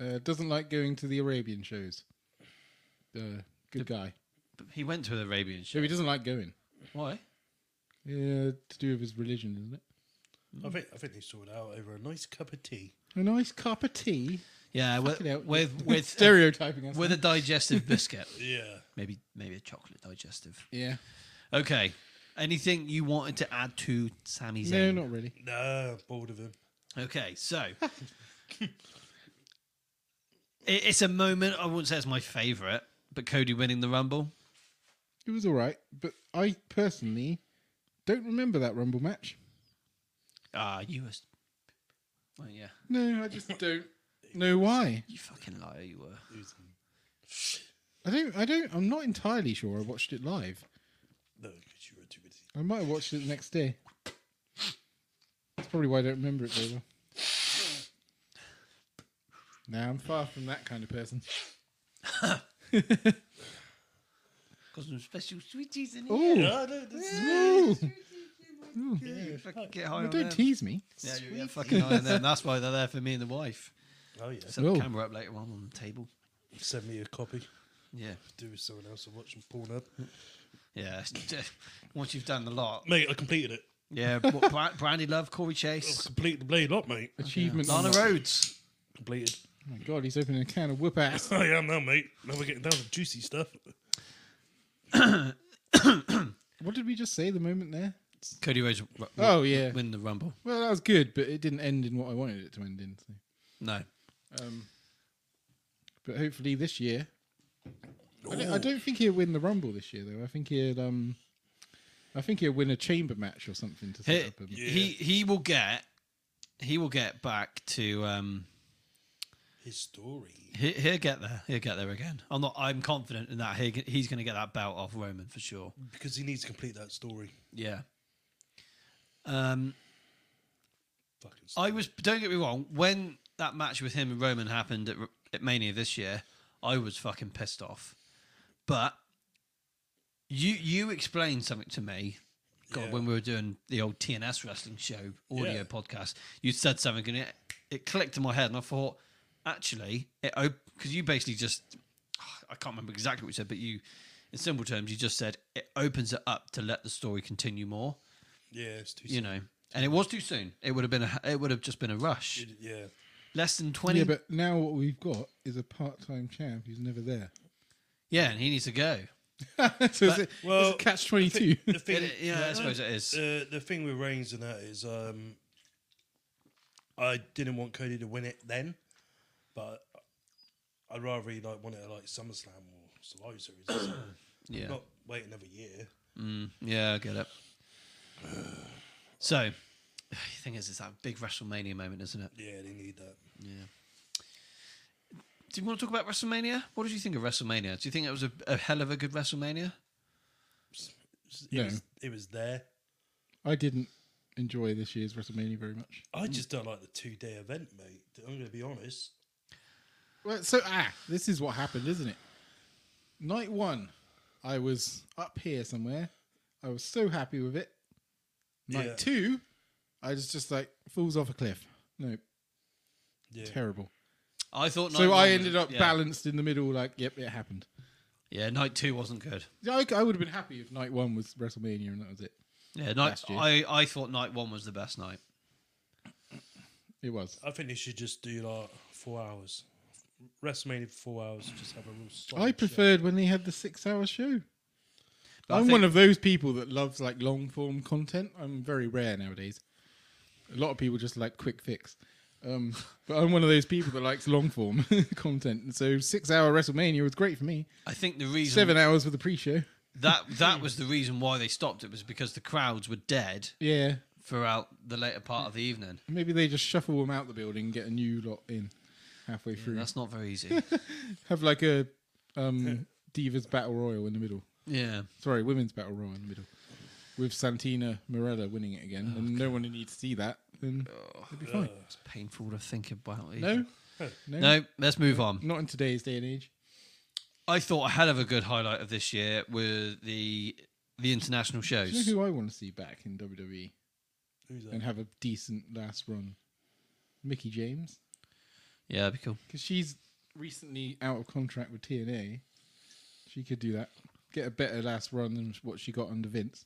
Speaker 2: Uh, doesn't like going to the Arabian shows. Uh, good guy.
Speaker 1: He went to the Arabian
Speaker 2: So
Speaker 1: show.
Speaker 2: he doesn't like going.
Speaker 1: Why?
Speaker 2: Yeah, to do with his religion, isn't it?
Speaker 3: I think I think they sorted out over a nice cup of tea.
Speaker 2: A nice cup of tea.
Speaker 1: Yeah, with
Speaker 2: Fucking hell,
Speaker 1: with
Speaker 2: just
Speaker 1: with,
Speaker 2: stereotyping us.
Speaker 1: with a digestive biscuit.
Speaker 3: Yeah.
Speaker 1: maybe maybe a chocolate digestive.
Speaker 2: yeah.
Speaker 1: Okay. Anything you wanted to add to Sami
Speaker 2: No,
Speaker 1: Zayn?
Speaker 2: not really.
Speaker 3: Nah, bored of him.
Speaker 1: Okay, so I- it's a moment. I wouldn't say it's my favorite, but Cody winning the Rumble.
Speaker 2: It was all right, but I personally don't remember that Rumble match.
Speaker 1: Ah, you was. Well, yeah,
Speaker 2: No, I just don't know why.
Speaker 1: you fucking liar, you were.
Speaker 3: He's-
Speaker 2: I don't. I don't. I'm not entirely sure. I watched it live.
Speaker 3: No, because you were too busy.
Speaker 2: I might have watched it the next day. That's probably why I don't remember it very well. Now I'm far from that kind of person.
Speaker 1: Got some special sweeties in here.
Speaker 2: Oh,
Speaker 3: No, no, this is
Speaker 1: Yeah, you fucking get high on
Speaker 2: don't
Speaker 1: them.
Speaker 2: tease me.
Speaker 1: Yeah, you get fucking high on them. That's why they're there for me and the wife.
Speaker 3: Oh yeah.
Speaker 1: Set the
Speaker 2: Oh.
Speaker 1: camera up later on on the table.
Speaker 3: Send me a copy.
Speaker 1: Yeah,
Speaker 3: Do with someone else and watch some porn up.
Speaker 1: yeah. Once you've done the lot,
Speaker 3: Mate, I completed it.
Speaker 1: yeah. what, Bra- Brandy Love, Corey
Speaker 3: I
Speaker 1: Chase,
Speaker 3: completed the blade lot, mate.
Speaker 2: Achievement.
Speaker 1: Lana
Speaker 2: unlocked.
Speaker 1: Rhodes.
Speaker 3: Completed.
Speaker 2: Oh my god, he's opening a can of whoop ass.
Speaker 3: I am now, mate. Now we're getting down to juicy stuff.
Speaker 2: What did we just say? The moment there.
Speaker 1: Cody Rhodes. w- w-
Speaker 2: Oh yeah.
Speaker 1: win the Rumble.
Speaker 2: Well, that was good, but it didn't end in what I wanted it to end in. So.
Speaker 1: No,
Speaker 2: Um, but hopefully this year, I don't, I don't think he'll win the Rumble this year though. I think he'll, um, I think he'll win a chamber match or something to set
Speaker 1: he,
Speaker 2: up. A,
Speaker 3: Yeah.
Speaker 1: he he will get he will get back to um
Speaker 3: His story.
Speaker 1: he, he'll get there he'll get there again. I'm not I'm confident in that he, he's going to get that belt off Roman for sure.
Speaker 3: Because he needs to complete that story.
Speaker 1: Yeah. Um,
Speaker 3: Fucking
Speaker 1: I was don't get me wrong when that match with him and Roman happened at, at Mania this year, I was fucking pissed off. But you you explained something to me. God,
Speaker 3: Yeah.
Speaker 1: when we were doing the old TNS wrestling show audio
Speaker 3: Yeah.
Speaker 1: podcast, you said something and it it clicked in my head, and I thought actually it because you basically just I can't remember exactly what you said, but you in simple terms you just said it opens it up to let the story continue more
Speaker 3: Yeah, it's too
Speaker 1: you know, and it was too soon. It would have been a, it would have just been a rush.
Speaker 3: soon. Yeah.
Speaker 1: Less than twenty.
Speaker 2: yeah,
Speaker 1: Yeah,
Speaker 2: but now what we've got is a part-time champ who's never there.
Speaker 1: and he needs to go.
Speaker 2: so it's a,
Speaker 3: Well,
Speaker 2: it's a catch twenty-two.
Speaker 3: The thing,
Speaker 1: It- yeah, I suppose it is.
Speaker 3: Uh, the thing with Reigns and that is, um, I didn't want Cody to win it then, but I'd rather he like won it at like SummerSlam or Survivor Series, or something.
Speaker 1: Yeah,
Speaker 3: not wait another year.
Speaker 1: mm, yeah, I get it. So, the thing is, it's that big WrestleMania moment, isn't it?
Speaker 3: Yeah, they need that.
Speaker 1: Yeah. Do you want to talk about WrestleMania? What did you think of WrestleMania? Do you think it was a, a hell of a good WrestleMania?
Speaker 3: It,
Speaker 2: No.
Speaker 3: was, it was there.
Speaker 2: I didn't enjoy this year's WrestleMania very much.
Speaker 3: I just don't like the two day event, mate. I'm going to be honest.
Speaker 2: Well, so ah, this is what happened, isn't it? Night one, I was up here somewhere. I was so happy with it. Night
Speaker 3: Yeah.
Speaker 2: two, I was just like falls off a cliff. No,
Speaker 3: Yeah,
Speaker 2: terrible.
Speaker 1: I thought.
Speaker 2: so
Speaker 1: night one
Speaker 2: I
Speaker 1: was-
Speaker 2: ended up
Speaker 1: yeah.
Speaker 2: balanced in the middle. Like, yep, it happened.
Speaker 1: Yeah, night two wasn't good.
Speaker 2: Yeah, I, I would have been happy if night one was WrestleMania and that was it.
Speaker 1: Yeah, night.
Speaker 2: Last year.
Speaker 1: I, I thought night one was the best night.
Speaker 2: It was.
Speaker 3: I think they should just do like four hours. WrestleMania for four hours. Just have a real. solid
Speaker 2: I
Speaker 3: show.
Speaker 2: preferred when they had the six-hour show.
Speaker 1: But I
Speaker 2: I'm
Speaker 1: think-
Speaker 2: one of those people that loves like long-form content. I'm very rare nowadays. A lot of people just like quick fix. Um, but I'm one of those people that likes long-form content. And so six-hour WrestleMania was great for me.
Speaker 1: I think the reason
Speaker 2: Seven hours for the pre-show.
Speaker 1: that that was the reason why they stopped it was because the crowds were dead
Speaker 2: Yeah,
Speaker 1: throughout the later part of the evening.
Speaker 2: maybe they just shuffle them out the building, and get a new lot in halfway through.
Speaker 1: That's not very easy.
Speaker 2: Have like a um, divas battle royal in the middle.
Speaker 1: yeah.
Speaker 2: Sorry, women's battle royal in the middle. With Santina Morella winning it again, and no one need to see that, then
Speaker 1: Oh,
Speaker 2: it'd be fine.
Speaker 1: It's painful to think about. even.
Speaker 2: No, no,
Speaker 1: No, let's move on.
Speaker 2: not in today's day and age.
Speaker 1: I thought a hell of a good highlight of this year were the the international
Speaker 2: Do you
Speaker 1: shows.
Speaker 2: know who I want to see back in WWE
Speaker 3: Who's that?
Speaker 2: and have a decent last run? Mickey James,
Speaker 1: Yeah, that'd be cool.
Speaker 2: because she's recently out of contract with TNA. She could do that, get a better last run than what she got under Vince.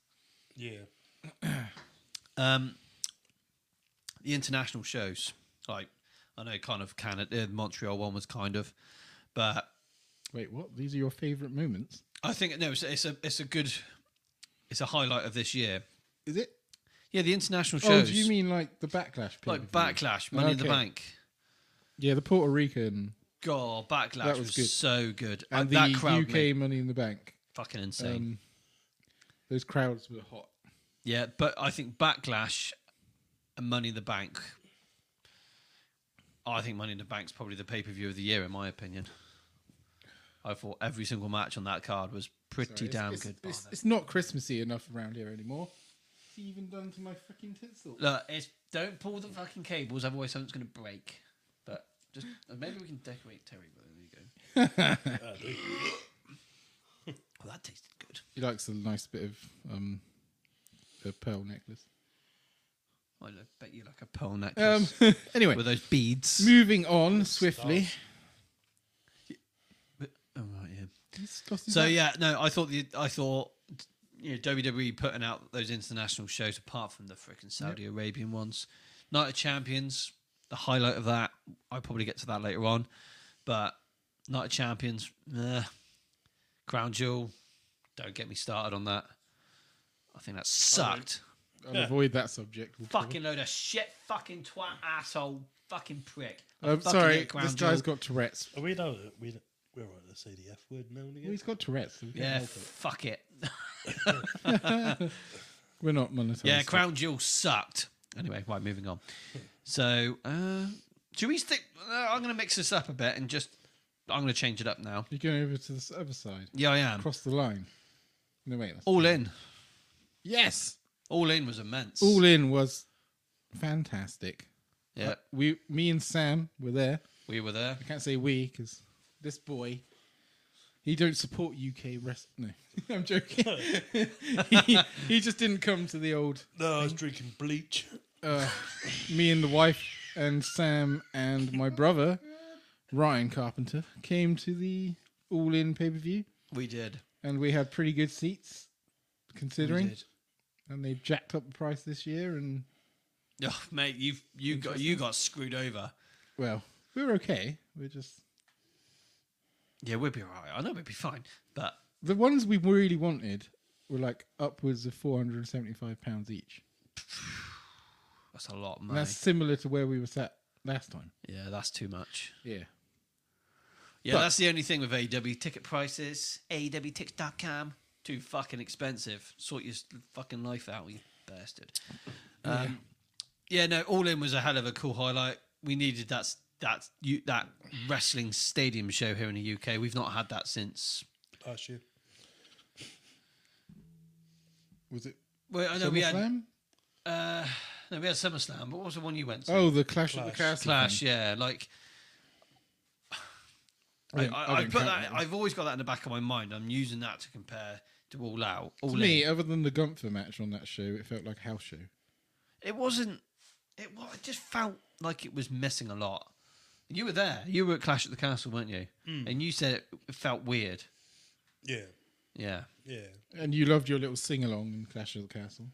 Speaker 3: Yeah.
Speaker 1: Um, the international shows, like I know, kind of Canada, uh, Montreal one was kind of, but
Speaker 2: Wait, what? These are your favorite moments?
Speaker 1: I think no, it's, it's a it's a good, it's a highlight of this year.
Speaker 2: Is it?
Speaker 1: Yeah, the international
Speaker 2: Oh,
Speaker 1: shows.
Speaker 2: do you mean like the backlash?
Speaker 1: like
Speaker 2: pay-per-view?
Speaker 1: Backlash, Money in the
Speaker 2: Okay.
Speaker 1: Bank?
Speaker 2: Yeah, the Puerto Rican
Speaker 1: God, Backlash
Speaker 2: That
Speaker 1: was,
Speaker 2: was good.
Speaker 1: so good,
Speaker 2: and
Speaker 1: Uh,
Speaker 2: the
Speaker 1: that crowd
Speaker 2: UK
Speaker 1: made
Speaker 2: Money in the Bank.
Speaker 1: fucking insane.
Speaker 2: Um, those crowds were hot.
Speaker 1: Yeah, but I think Backlash and Money in the Bank. I think Money in the Bank's probably the pay per view of the year, in my opinion. I thought every single match on that card was pretty
Speaker 2: Sorry, it's-
Speaker 1: damn
Speaker 2: it's,
Speaker 1: good. bar
Speaker 2: It's,
Speaker 1: none.
Speaker 2: it's not Christmassy enough around here anymore. It's even done to my freaking tinsel.
Speaker 1: Look, it's don't pull the fucking cables, otherwise something's going to break. But just maybe we can decorate Terry. But there you go. Well, that tasted good.
Speaker 2: He likes a nice bit of um, a pearl necklace.
Speaker 1: I lo- bet you like a pearl
Speaker 2: Um,
Speaker 1: necklace
Speaker 2: anyway,
Speaker 1: with those beads.
Speaker 2: moving on swiftly.
Speaker 1: Oh, right, yeah.
Speaker 2: He's lost his
Speaker 1: So
Speaker 2: hat.
Speaker 1: yeah, no, I thought the I thought you know WWE putting out those international shows apart from the freaking Saudi Arabian ones. Night of Champions, the highlight of that. I probably get to that later on, but Night of Champions, eh. Crown Jewel. Don't get me started on that. I think that sucked.
Speaker 2: I'll avoid that subject. We'll
Speaker 1: Fucking load of shit. Fucking twat asshole. Fucking prick. I
Speaker 2: I'm
Speaker 1: fucking
Speaker 2: Um, sorry,
Speaker 1: hate Crown
Speaker 2: this guy's
Speaker 1: Jewel.
Speaker 2: got Tourette's.
Speaker 3: Are we allowed to, we, we're right to say the F word now and
Speaker 2: Well,
Speaker 3: again.
Speaker 2: he's got Tourette's. so we can't
Speaker 1: yeah,
Speaker 2: help it.
Speaker 1: fuck it.
Speaker 2: We're not monetized.
Speaker 1: Yeah, Crown Jewel sucked. Anyway, right, moving on. So, uh, do we stick? Uh, I'm going to mix this up a bit and just. I'm going to change it up now.
Speaker 2: You're going over to this other side,
Speaker 1: Yeah, I am.
Speaker 2: across the line. No, wait. that's-
Speaker 1: All in.
Speaker 2: Yes!
Speaker 1: All in was immense.
Speaker 2: All in was fantastic.
Speaker 1: Yeah,
Speaker 2: We, me and Sam were there.
Speaker 1: we were there.
Speaker 2: I can't say we because this boy, he don't support UK rest. No, I'm joking. he, he just didn't come to the old
Speaker 3: No, I was drinking bleach.
Speaker 2: uh, me and the wife and Sam and my brother Ryan Carpenter came to the All In pay per view,
Speaker 1: We did.
Speaker 2: and we had pretty good seats
Speaker 1: We
Speaker 2: considering.
Speaker 1: did.
Speaker 2: And they've jacked up the price this year, and
Speaker 1: Oh, mate, you you got you got screwed over.
Speaker 2: well, we were okay. We're just
Speaker 1: Yeah, we'll be all right. I know we'll be fine. But
Speaker 2: the ones we really wanted were like upwards of four hundred and seventy-five pounds each.
Speaker 1: that's a lot, man.
Speaker 2: And that's similar to where we were sat last time.
Speaker 1: yeah, that's too much.
Speaker 2: Yeah.
Speaker 1: Yeah,
Speaker 2: But-
Speaker 1: that's the only thing with AEW ticket prices. E AEWtickets.com. Too fucking expensive. Sort your s- fucking life out, you bastard. Um, yeah. no, All In was a hell of a cool highlight. We needed that s- that you, that wrestling stadium show here in the UK. We've not had that since.
Speaker 3: Last year.
Speaker 2: Was it
Speaker 1: Well, I know we had
Speaker 2: SummerSlam?
Speaker 1: uh, no, we had SummerSlam, but what was the one you went to?
Speaker 2: Oh, the Clash, of the
Speaker 3: Clash.
Speaker 2: Castle.
Speaker 1: Clash, yeah. Like I,
Speaker 2: didn't- I
Speaker 1: I, I
Speaker 2: didn't
Speaker 1: put
Speaker 2: count
Speaker 1: that,
Speaker 2: that one.
Speaker 1: I've always got that in the back of my mind. I'm using that to compare to All Out. All
Speaker 2: To
Speaker 1: in.
Speaker 2: me, other than the Gunther match on that show, it felt like a house show.
Speaker 1: it wasn't it wa it just felt like it was missing a lot
Speaker 2: Mm.
Speaker 1: you were there you were at clash at the castle weren't you and you said it, it felt weird
Speaker 3: Yeah,
Speaker 1: Yeah.
Speaker 3: yeah.
Speaker 2: And you loved your little sing along in Clash of the Castle.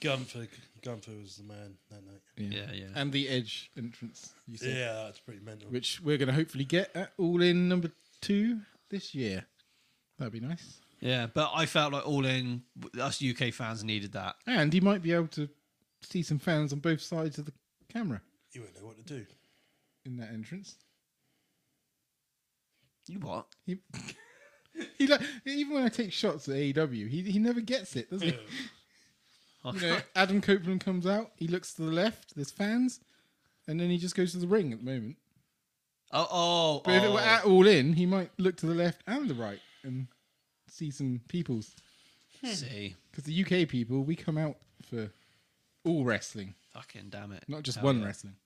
Speaker 3: Gunther, Gunther was the man that night.
Speaker 1: Yeah, yeah.
Speaker 2: And the Edge entrance, you said,
Speaker 3: Yeah, that's pretty mental.
Speaker 2: which we're going to hopefully get at All In number two this year. That'd be nice.
Speaker 1: Yeah, but I felt like all in us UK fans needed that.
Speaker 2: And you might be able to see some fans on both sides of the camera
Speaker 3: You wouldn't know what to do.
Speaker 2: in that entrance.
Speaker 1: You what?
Speaker 2: He, he like, even when I take shots at AEW, he, he never gets it, does he? You know, Adam Copeland comes out, he looks to the left, there's fans, and then he just goes to the ring at the moment.
Speaker 1: Oh, oh,
Speaker 2: But if it
Speaker 1: oh.
Speaker 2: were at all in, he might look to the left and the right and see some peoples.
Speaker 1: see,
Speaker 2: Because the UK people, we come out for all wrestling,
Speaker 1: fucking damn it,
Speaker 2: not just
Speaker 1: Hell
Speaker 2: one
Speaker 1: yeah.
Speaker 2: wrestling.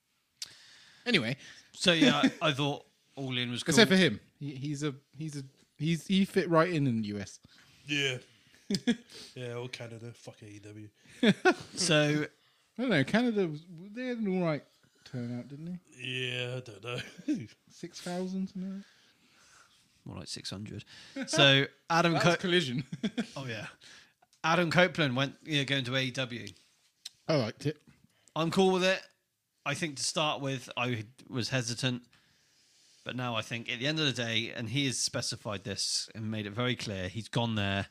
Speaker 2: Anyway,
Speaker 1: So yeah, I, I thought all in was cool.
Speaker 2: except for him, he, he's a he's a he's he fit right in in the US.
Speaker 3: Yeah. yeah, or Canada. Fuck E AEW.
Speaker 1: So
Speaker 2: I don't know. Canada was they had an all right turnout, didn't they?
Speaker 3: Yeah, I don't know.
Speaker 2: Six thousand, something
Speaker 1: more like six hundred. So Adam,
Speaker 2: like that.
Speaker 1: Co-
Speaker 2: That's collision.
Speaker 1: oh yeah, Adam Copeland went yeah going to E AEW.
Speaker 2: I liked it.
Speaker 1: I'm cool with it. I think to start with, I was hesitant, but now I think at the end of the day, and he has specified this and made it very clear, he's gone there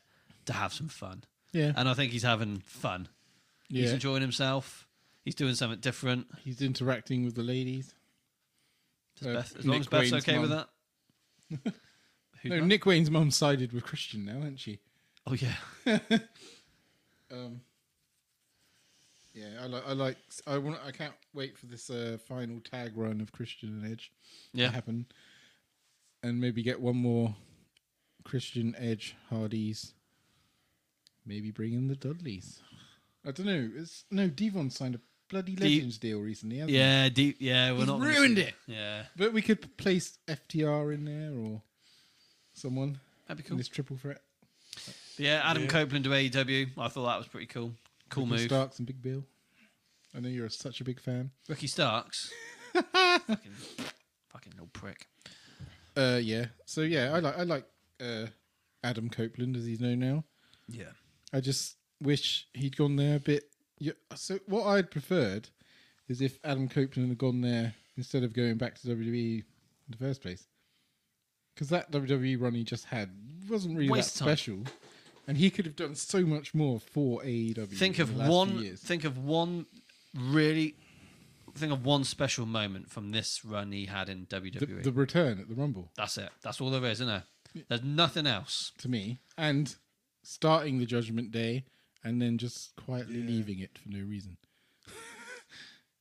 Speaker 1: to have some fun,
Speaker 2: Yeah,
Speaker 1: and I think he's having fun.
Speaker 2: yeah.
Speaker 1: Uh, He's
Speaker 2: He's,
Speaker 1: enjoying himself. He's doing something different.
Speaker 2: interacting with the ladies.
Speaker 1: As,
Speaker 2: Uh,
Speaker 1: Beth, as long
Speaker 2: Nick
Speaker 1: as Beth's
Speaker 2: Wayne's
Speaker 1: okay with
Speaker 2: mum.
Speaker 1: that. Who
Speaker 2: No,
Speaker 1: done?
Speaker 2: Nick Wayne's mum sided with Christian now, hasn't she?
Speaker 1: Oh yeah,
Speaker 2: Um, yeah, I like. I like. I want. I can't wait for this uh, final tag run of Christian and Edge to
Speaker 1: yeah.
Speaker 2: happen, and maybe get one more Christian Edge Hardys. Maybe bring in the Dudleys. I don't know. It's no Devon signed a bloody
Speaker 1: Do you-
Speaker 2: Legends deal recently, hasn't he?
Speaker 1: Yeah, deep. Yeah, we're
Speaker 2: He's
Speaker 1: not gonna
Speaker 2: ruined
Speaker 1: see-
Speaker 2: it.
Speaker 1: Yeah,
Speaker 2: But we could place FTR in there or someone
Speaker 1: that'd be
Speaker 2: in
Speaker 1: cool.
Speaker 2: this triple threat.
Speaker 1: Yeah, Adam
Speaker 3: Yeah.
Speaker 1: Copeland to AEW. I thought that was pretty cool. Cool
Speaker 2: Ricky
Speaker 1: move.
Speaker 2: Starks and Big Bill. I know you're such a big fan.
Speaker 1: Ricky Starks. fucking, fucking little prick.
Speaker 2: Uh, yeah. So yeah, I like I like uh, Adam Copeland as he's known now.
Speaker 1: Yeah.
Speaker 2: I just wish he'd gone there a bit. Yeah, so what I'd preferred is if Adam Copeland had gone there instead of going back to WWE in the first place, because that WWE run he just had wasn't really
Speaker 1: Waste
Speaker 2: that
Speaker 1: time.
Speaker 2: special, and he could have done so much more for AEW.
Speaker 1: Think
Speaker 2: in
Speaker 1: of
Speaker 2: the last few
Speaker 1: one.
Speaker 2: years.
Speaker 1: Think of one. Really. Think of one special moment from this run he had in WWE.
Speaker 2: the, the return at the Rumble
Speaker 1: That's it. That's all there is, isn't there? There's nothing else.
Speaker 2: to me, and starting the Judgment Day, and then just quietly
Speaker 3: Yeah.
Speaker 2: leaving it for no reason.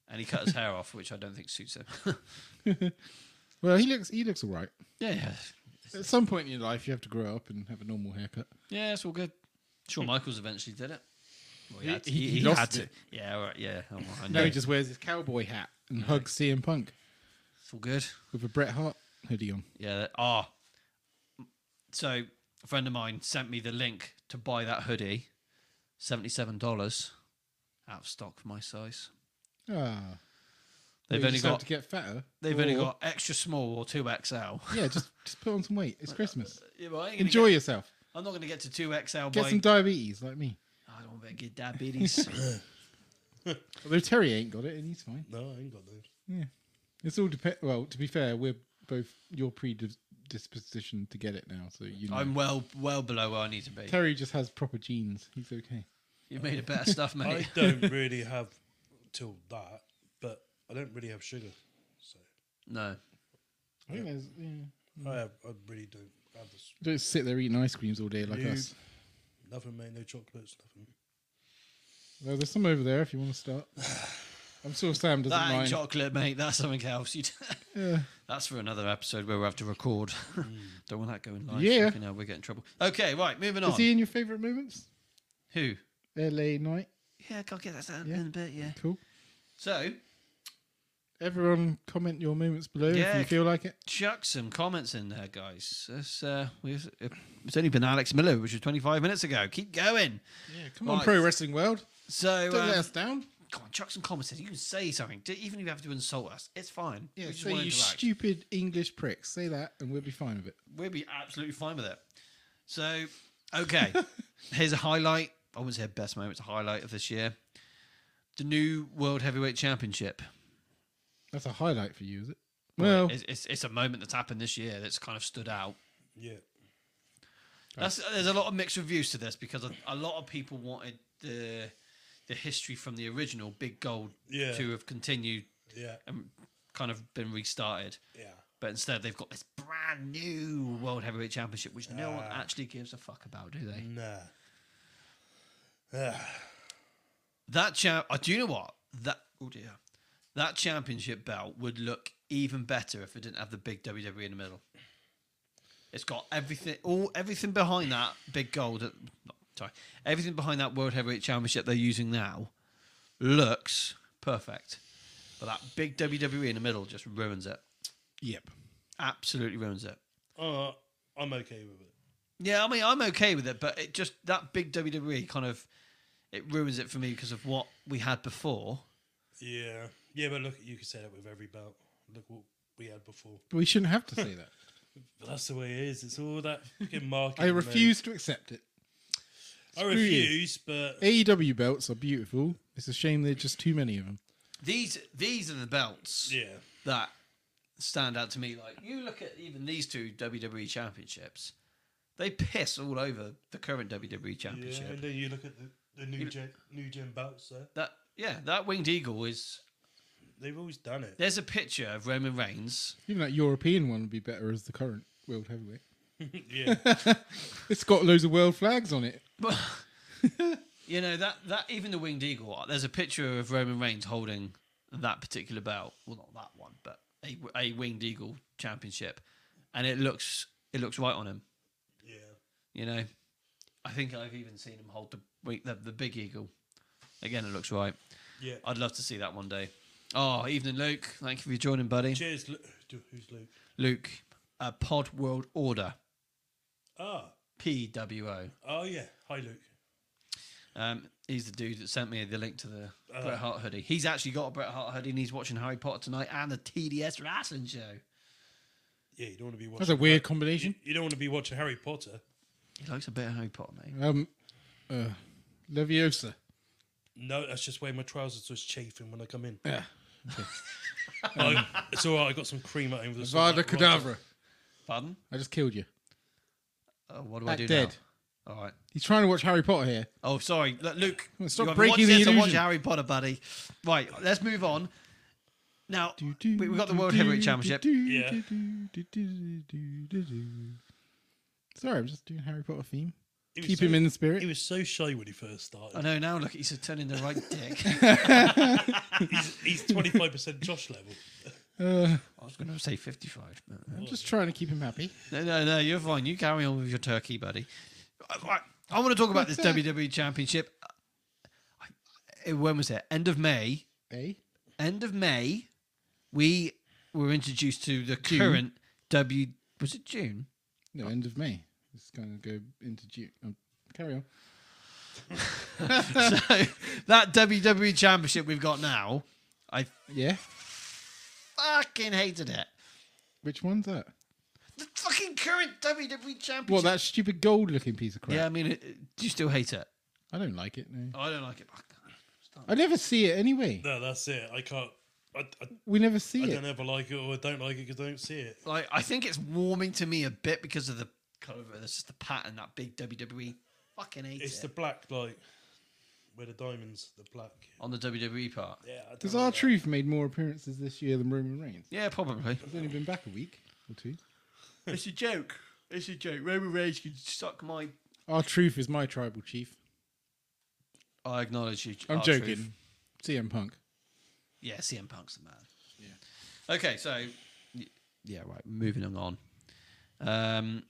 Speaker 1: And he cut his hair off, which I don't think suits him.
Speaker 2: Well, he looks he looks all right.
Speaker 1: yeah, yeah.
Speaker 2: At some point in your life, you have to grow up and have a normal haircut.
Speaker 1: Yeah, it's all good. Shawn Michaels eventually did it. Well, he, had to.
Speaker 2: he-
Speaker 1: He,
Speaker 2: he
Speaker 1: he
Speaker 2: lost
Speaker 1: had to.
Speaker 2: it.
Speaker 1: Yeah, all right, yeah. Oh, I know.
Speaker 2: Now he just wears his cowboy hat and hugs CM Punk
Speaker 1: it's all good.
Speaker 2: with a Bret Hart hoodie on.
Speaker 1: Yeah. that- Ah. So a friend of mine sent me the link to buy that hoodie, seventy-seven dollars, out of stock for my size.
Speaker 2: Ah,
Speaker 1: They've
Speaker 2: you
Speaker 1: only
Speaker 2: just have
Speaker 1: got
Speaker 2: to get fatter.
Speaker 1: they've only
Speaker 2: or-
Speaker 1: got extra small or two XL.
Speaker 2: yeah. Just just put on some weight. It's Christmas.
Speaker 1: Yeah, but I ain't gonna
Speaker 2: Enjoy
Speaker 1: Get,
Speaker 2: yourself.
Speaker 1: I'm not going to get to two XL.
Speaker 2: Get
Speaker 1: by,
Speaker 2: some diabetes like me.
Speaker 1: I don't want to get diabetes.
Speaker 2: Although Terry ain't got it and he's fine.
Speaker 3: no, I ain't got those.
Speaker 2: Yeah, it's all depend. Well, to be fair, we're both your predisposition to get it now, so you know.
Speaker 1: I'm well well below where I need to be.
Speaker 2: Terry just has proper genes. He's okay.
Speaker 1: You've made it better stuff,
Speaker 3: I
Speaker 1: mate.
Speaker 3: don't really have till that, but I don't really have sugar. So
Speaker 1: No.
Speaker 2: I think there's, yeah.
Speaker 3: I, have, I really don't have this.
Speaker 2: Don't sit there eating ice creams all day like
Speaker 3: Noob.
Speaker 2: us.
Speaker 3: Nothing, mate. No chocolates. Nothing.
Speaker 2: Well, there's some over there if you want to start. I'm sure Sam doesn't
Speaker 1: That ain't
Speaker 2: mind.
Speaker 1: chocolate, mate. That's something else. You
Speaker 2: Yeah. Hmm.
Speaker 1: That's for another episode where we have to record. Don't want that going live.
Speaker 2: Yeah.
Speaker 1: Yeah. Now we're getting trouble. Okay, right, moving on.
Speaker 2: Is he in your favourite moments?
Speaker 1: Who?
Speaker 2: LA night.
Speaker 1: Yeah, I'll get that sound
Speaker 2: Yeah.
Speaker 1: in a bit, yeah.
Speaker 2: Cool.
Speaker 1: So,
Speaker 2: Everyone comment your moments below if
Speaker 1: Yeah.
Speaker 2: you feel like it.
Speaker 1: chuck some comments in there, guys. It's, uh, we've, it's only been Alex Miller, which was 25 minutes ago. Keep going.
Speaker 2: Yeah, come on,
Speaker 1: Right.
Speaker 2: pro wrestling world.
Speaker 1: So,
Speaker 2: Don't let
Speaker 1: um,
Speaker 2: us down.
Speaker 1: come on, chuck some common sense. You can say something, D- even if you have to insult us. It's fine.
Speaker 2: Yeah,
Speaker 1: we just
Speaker 2: say
Speaker 1: want to
Speaker 2: you
Speaker 1: interact.
Speaker 2: stupid English pricks. Say that, and we'll be fine with it.
Speaker 1: We'll be absolutely fine with it. So, okay, here's a highlight. I wouldn't say a best moment. It's a highlight of this year. The new World Heavyweight Championship.
Speaker 2: That's a highlight for you, is it? Well,
Speaker 1: it's, it's, it's a moment that's happened this year that's kind of stood out.
Speaker 3: Yeah.
Speaker 1: That's, there's a lot of mixed reviews to this because a, a lot of people wanted the the history from the original Big Gold
Speaker 3: Yeah.
Speaker 1: to have continued
Speaker 3: Yeah.
Speaker 1: and kind of been restarted.
Speaker 3: Yeah.
Speaker 1: But instead, they've got this brand new World Heavyweight Championship, which no one
Speaker 3: Ah.
Speaker 1: actually gives a fuck about, do they?
Speaker 3: Nah. Ah,
Speaker 1: That champ, uh, do you know what? That oh dear, that championship belt would look even better if it didn't have the big WWE in the middle. It's got everything, all everything behind that big gold. That, sorry, everything behind that World Heavyweight Championship they're using now looks perfect, but that big WWE in the middle just ruins it.
Speaker 2: yep.
Speaker 1: Absolutely ruins it.
Speaker 3: uh, I'm okay with it.
Speaker 1: Yeah, I mean, I'm okay with it, but it just that big WWE kind of it ruins it for me because of what we had before.
Speaker 3: Yeah. Yeah, but look, you could say that with every belt. Look what we had before.
Speaker 2: But we shouldn't have to say that.
Speaker 3: But that's the way it is. It's all that fucking marketing.
Speaker 2: I
Speaker 3: mate.
Speaker 2: refuse to accept it.
Speaker 3: I
Speaker 2: Screw you.
Speaker 3: refuse, but
Speaker 2: AEW belts are beautiful. It's a shame there's just too many of them.
Speaker 1: These these are the belts
Speaker 3: yeah.
Speaker 1: that stand out to me. Like you look at even these two WWE championships, they piss all over the current WWE
Speaker 3: Yeah,
Speaker 1: championship.
Speaker 3: and then you look at the, the new gen new gen belts. There,
Speaker 1: That yeah, that winged eagle is.
Speaker 3: they've always done it.
Speaker 1: There's a picture of Roman Reigns.
Speaker 2: Even that European one would be better as the current world heavyweight.
Speaker 3: yeah,
Speaker 2: It's got loads of world flags on it.
Speaker 1: But you know that that even the winged eagle. uh, There's a picture of Roman Reigns holding that particular belt. Well, not that one, but a, a winged eagle championship, and it looks it looks right on him.
Speaker 3: yeah.
Speaker 1: You know, I think I've even seen him hold the wait, the, the big eagle. Again, it looks right.
Speaker 3: Yeah.
Speaker 1: I'd love to see that one day. Oh, evening, Luke. Thank you for joining, buddy.
Speaker 3: Cheers, Lu- Du- who's Luke?
Speaker 1: Luke, uh, Pod World Order,
Speaker 3: Ah,
Speaker 1: PWO.
Speaker 3: oh yeah. Hi, Luke.
Speaker 1: Um, he's the dude that sent me the link to the
Speaker 3: Uh.
Speaker 1: Bret Hart hoodie. He's actually got a Bret Hart hoodie and he's watching Harry Potter tonight and the TDS wrestling show.
Speaker 3: Yeah, you don't want to be watching.
Speaker 2: That's a weird combination.
Speaker 3: You don't want to be watching Harry Potter.
Speaker 1: He likes a bit of Harry Potter, mate.
Speaker 2: Um, uh, Leviosa.
Speaker 3: No, that's just where my trousers was chafing when I come in.
Speaker 2: Yeah.
Speaker 3: I, it's all right. I got some cream at home. with some
Speaker 2: Vada
Speaker 3: Black Rifle.
Speaker 2: Cadavra.
Speaker 1: Pardon?
Speaker 2: I just killed you.
Speaker 1: Uh, what do I
Speaker 2: Act
Speaker 1: do
Speaker 2: dead.
Speaker 1: now? All right.
Speaker 2: He's trying to watch Harry Potter here.
Speaker 1: Oh, sorry, Look, Luke.
Speaker 2: on, stop
Speaker 1: you haven't
Speaker 2: breaking
Speaker 1: watched
Speaker 2: the
Speaker 1: this or Watch
Speaker 2: illusion.
Speaker 1: Harry Potter, buddy. Right, let's move on. Now
Speaker 2: Do, do,
Speaker 1: we, we got the
Speaker 2: do,
Speaker 1: World
Speaker 2: do,
Speaker 1: Heavyweight
Speaker 2: do,
Speaker 1: Championship.
Speaker 2: do, do,
Speaker 3: Yeah.
Speaker 2: do, do, do, do, do, do. Sorry, I'm just doing Harry Potter theme.
Speaker 3: He was
Speaker 2: Keep
Speaker 3: so-
Speaker 2: him in the
Speaker 3: He
Speaker 2: spirit.
Speaker 3: was so shy when he first
Speaker 1: I
Speaker 3: started.
Speaker 1: know now. Look, he's turning the right dick.
Speaker 3: He's he's twenty five percent Josh level.
Speaker 2: Uh,
Speaker 1: I was going to say fifty-five. But,
Speaker 2: I'm just trying to keep him happy.
Speaker 1: no, no, no. You're fine. You carry on with your turkey, buddy. Uh, Right, I want to talk about this WWE Championship. Uh, I, I- when was it? End of May.
Speaker 2: Eh?
Speaker 1: End of May, we were introduced to the
Speaker 2: June.
Speaker 1: current W. Was it June?
Speaker 2: No, end of May. It's going to go into June. Um, carry on.
Speaker 1: so that WWE Championship we've got now, I
Speaker 2: Yeah.
Speaker 1: fucking hated it.
Speaker 2: Which one's that?
Speaker 1: The fucking current WWE Championship.
Speaker 2: Well, that stupid gold-looking piece of crap.
Speaker 1: yeah, I mean, it, it- do you still hate it?
Speaker 2: I don't like it. No.
Speaker 1: I don't like it.
Speaker 2: I never see it anyway.
Speaker 3: Oh. No, that's it. I can't. I, I,
Speaker 2: We never see
Speaker 3: I
Speaker 2: it.
Speaker 3: don't ever like it or I don't like it because I don't see it.
Speaker 1: Like, I think it's warming to me a bit because of the kind of it's just the pattern that big WWE fucking hate
Speaker 3: It's
Speaker 1: it
Speaker 3: the black, like where the diamonds, the black.
Speaker 1: on the WWE part.
Speaker 3: Yeah, I don't
Speaker 2: Because
Speaker 3: like
Speaker 2: our
Speaker 3: that.
Speaker 2: truth made more appearances this year than Roman Reigns.
Speaker 1: Yeah, probably.
Speaker 2: He's only been back a week or two.
Speaker 1: it's a joke. It's a joke. Roman Reigns can suck my.
Speaker 2: Our truth is my tribal chief.
Speaker 1: I acknowledge you.
Speaker 2: I'm
Speaker 1: R-Truth.
Speaker 2: joking. CM Punk.
Speaker 1: Yeah, CM Punk's the man. Yeah. Okay, so y- yeah, right. Moving on. Um,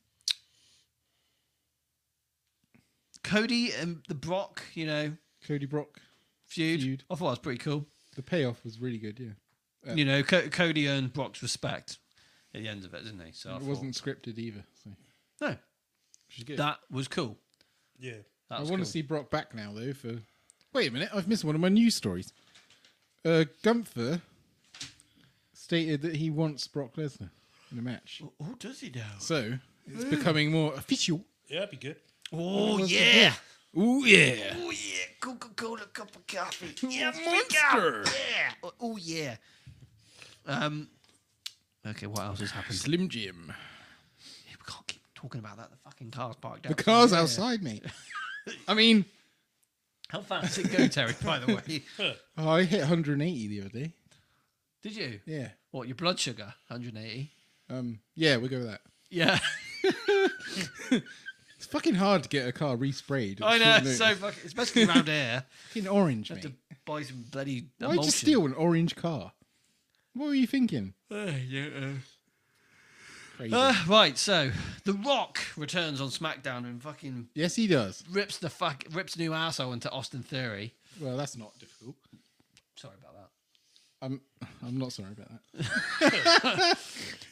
Speaker 1: Cody and the Brock, you know,
Speaker 2: Cody Brock.
Speaker 1: feud.
Speaker 2: Feud.
Speaker 1: I thought it was pretty cool.
Speaker 2: The payoff was really good. Yeah, Yeah.
Speaker 1: You know, Co- Cody earned Brock's respect at the end of it, didn't he? So I
Speaker 2: it
Speaker 1: thought,
Speaker 2: wasn't scripted either. So
Speaker 1: No,
Speaker 2: which is good.
Speaker 1: that was cool.
Speaker 3: Yeah,
Speaker 1: That
Speaker 2: I
Speaker 1: was
Speaker 2: want to
Speaker 1: cool.
Speaker 2: see Brock back now though. For wait a minute, I've missed one of my news stories. Uh, Gunther stated that he wants Brock Lesnar in a match.
Speaker 1: Oh, does he now?
Speaker 2: So it's becoming more official.
Speaker 3: Yeah, that'd be good.
Speaker 1: Oh,
Speaker 2: What's the
Speaker 1: yeah.
Speaker 2: Oh, yeah.
Speaker 1: Oh, yeah. Coca Cola cup of coffee. Yeah, monster. Yeah. Oh, Oh, yeah. Um. Okay, what else has happened?
Speaker 2: Slim Jim.
Speaker 1: We can't keep talking about that. The fucking car's parked
Speaker 2: The
Speaker 1: out.
Speaker 2: car's outside, mate. I mean,
Speaker 1: How fast did it go, Terry, by the way?
Speaker 2: oh, I hit 180 the other day.
Speaker 1: Did you?
Speaker 2: Yeah.
Speaker 1: What, your blood sugar? 180?
Speaker 2: Um. Yeah, we'll go with that.
Speaker 1: Yeah.
Speaker 2: It's fucking hard to get a car resprayed.
Speaker 1: I
Speaker 2: It's
Speaker 1: know.
Speaker 2: short
Speaker 1: it's So
Speaker 2: notice.
Speaker 1: fucking, especially around here.
Speaker 2: fucking orange,
Speaker 1: You have
Speaker 2: mate.
Speaker 1: to buy some bloody.
Speaker 2: Why'd you steal an orange car? What were you thinking? Crazy.
Speaker 1: Uh, right, so The Rock returns on SmackDown and fucking
Speaker 2: yes, he does.
Speaker 1: rips the fuck rips new asshole into Austin Theory.
Speaker 2: Well, that's not difficult.
Speaker 1: Sorry about that.
Speaker 2: I'm. I'm not sorry about that.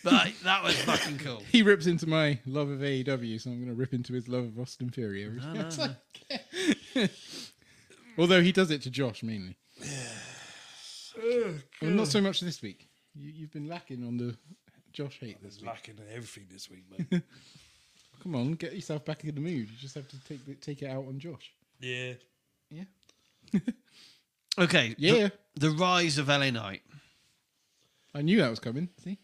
Speaker 1: But that was fucking cool.
Speaker 2: He rips into my love of AEW, so I'm going to rip into his love of Austin Fury. Every time. It's like- Although he does it to Josh mainly. well, not so much this week. You, you've been lacking on the Josh hate this
Speaker 3: It's
Speaker 2: week.
Speaker 3: lacking in everything this week, mate.
Speaker 2: Come on, get yourself back in the mood. You just have to take the, take it out on Josh.
Speaker 3: yeah.
Speaker 2: Yeah.
Speaker 1: Okay. the-
Speaker 2: Yeah.
Speaker 1: The, rise of LA Knight.
Speaker 2: I knew that was coming. See,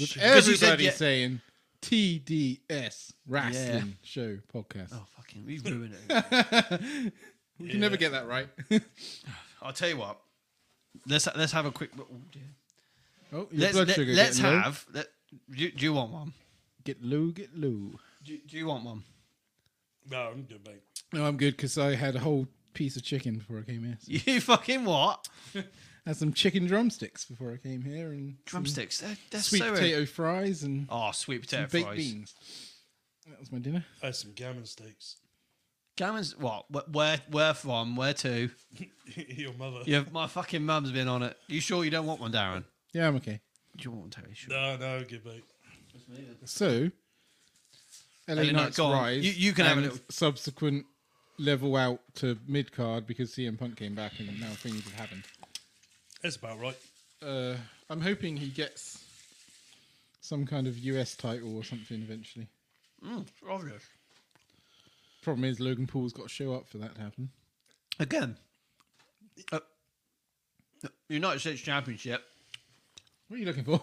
Speaker 2: with
Speaker 1: Because you
Speaker 2: everybody
Speaker 1: said yeah-
Speaker 2: saying TDS Wrestling Show Podcast.
Speaker 1: Oh fucking we ruined it.
Speaker 2: we can never get that right.
Speaker 1: I'll tell you what. Let's let's have a quick oh dear.
Speaker 2: oh, your
Speaker 1: Let's,
Speaker 2: blood
Speaker 1: let,
Speaker 2: sugar.
Speaker 1: us
Speaker 2: getting low.
Speaker 1: have let, do, you- do you want one?
Speaker 2: get low, get low.
Speaker 1: Do, do you want one?
Speaker 3: No, I'm good, mate.
Speaker 2: No, I'm good because I had a whole piece of chicken before I came here. So
Speaker 1: You fucking what?
Speaker 2: had some chicken drumsticks before I came here, and some
Speaker 1: Drumsticks. They're, they're
Speaker 2: sweet
Speaker 1: so
Speaker 2: potato fries, and
Speaker 1: Oh, sweet potato
Speaker 2: baked
Speaker 1: fries.
Speaker 2: beans. That was my dinner.
Speaker 3: I had some gammon steaks.
Speaker 1: Gammon's what? Wh- Where where from? Where to?
Speaker 3: Your mother.
Speaker 1: Yeah, my fucking mum's been on it. You sure you don't want one, Darren?
Speaker 2: Yeah, I'm okay.
Speaker 1: Do you want one, Terry? Sure.
Speaker 3: No, no, good, mate.
Speaker 2: So, LA
Speaker 1: Knight,
Speaker 2: Knight's
Speaker 1: go on.
Speaker 2: rise.
Speaker 1: You- you can have a
Speaker 2: and
Speaker 1: little-
Speaker 2: subsequent level out to mid card because CM Punk came back and now things have happened.
Speaker 3: That's about right.
Speaker 2: Uh, I'm hoping he gets some kind of US title or something eventually.
Speaker 1: Mm, obvious.
Speaker 2: Problem is, Logan Paul's got to show up for that to happen.
Speaker 1: Again, uh, United States Championship.
Speaker 2: What are you looking for?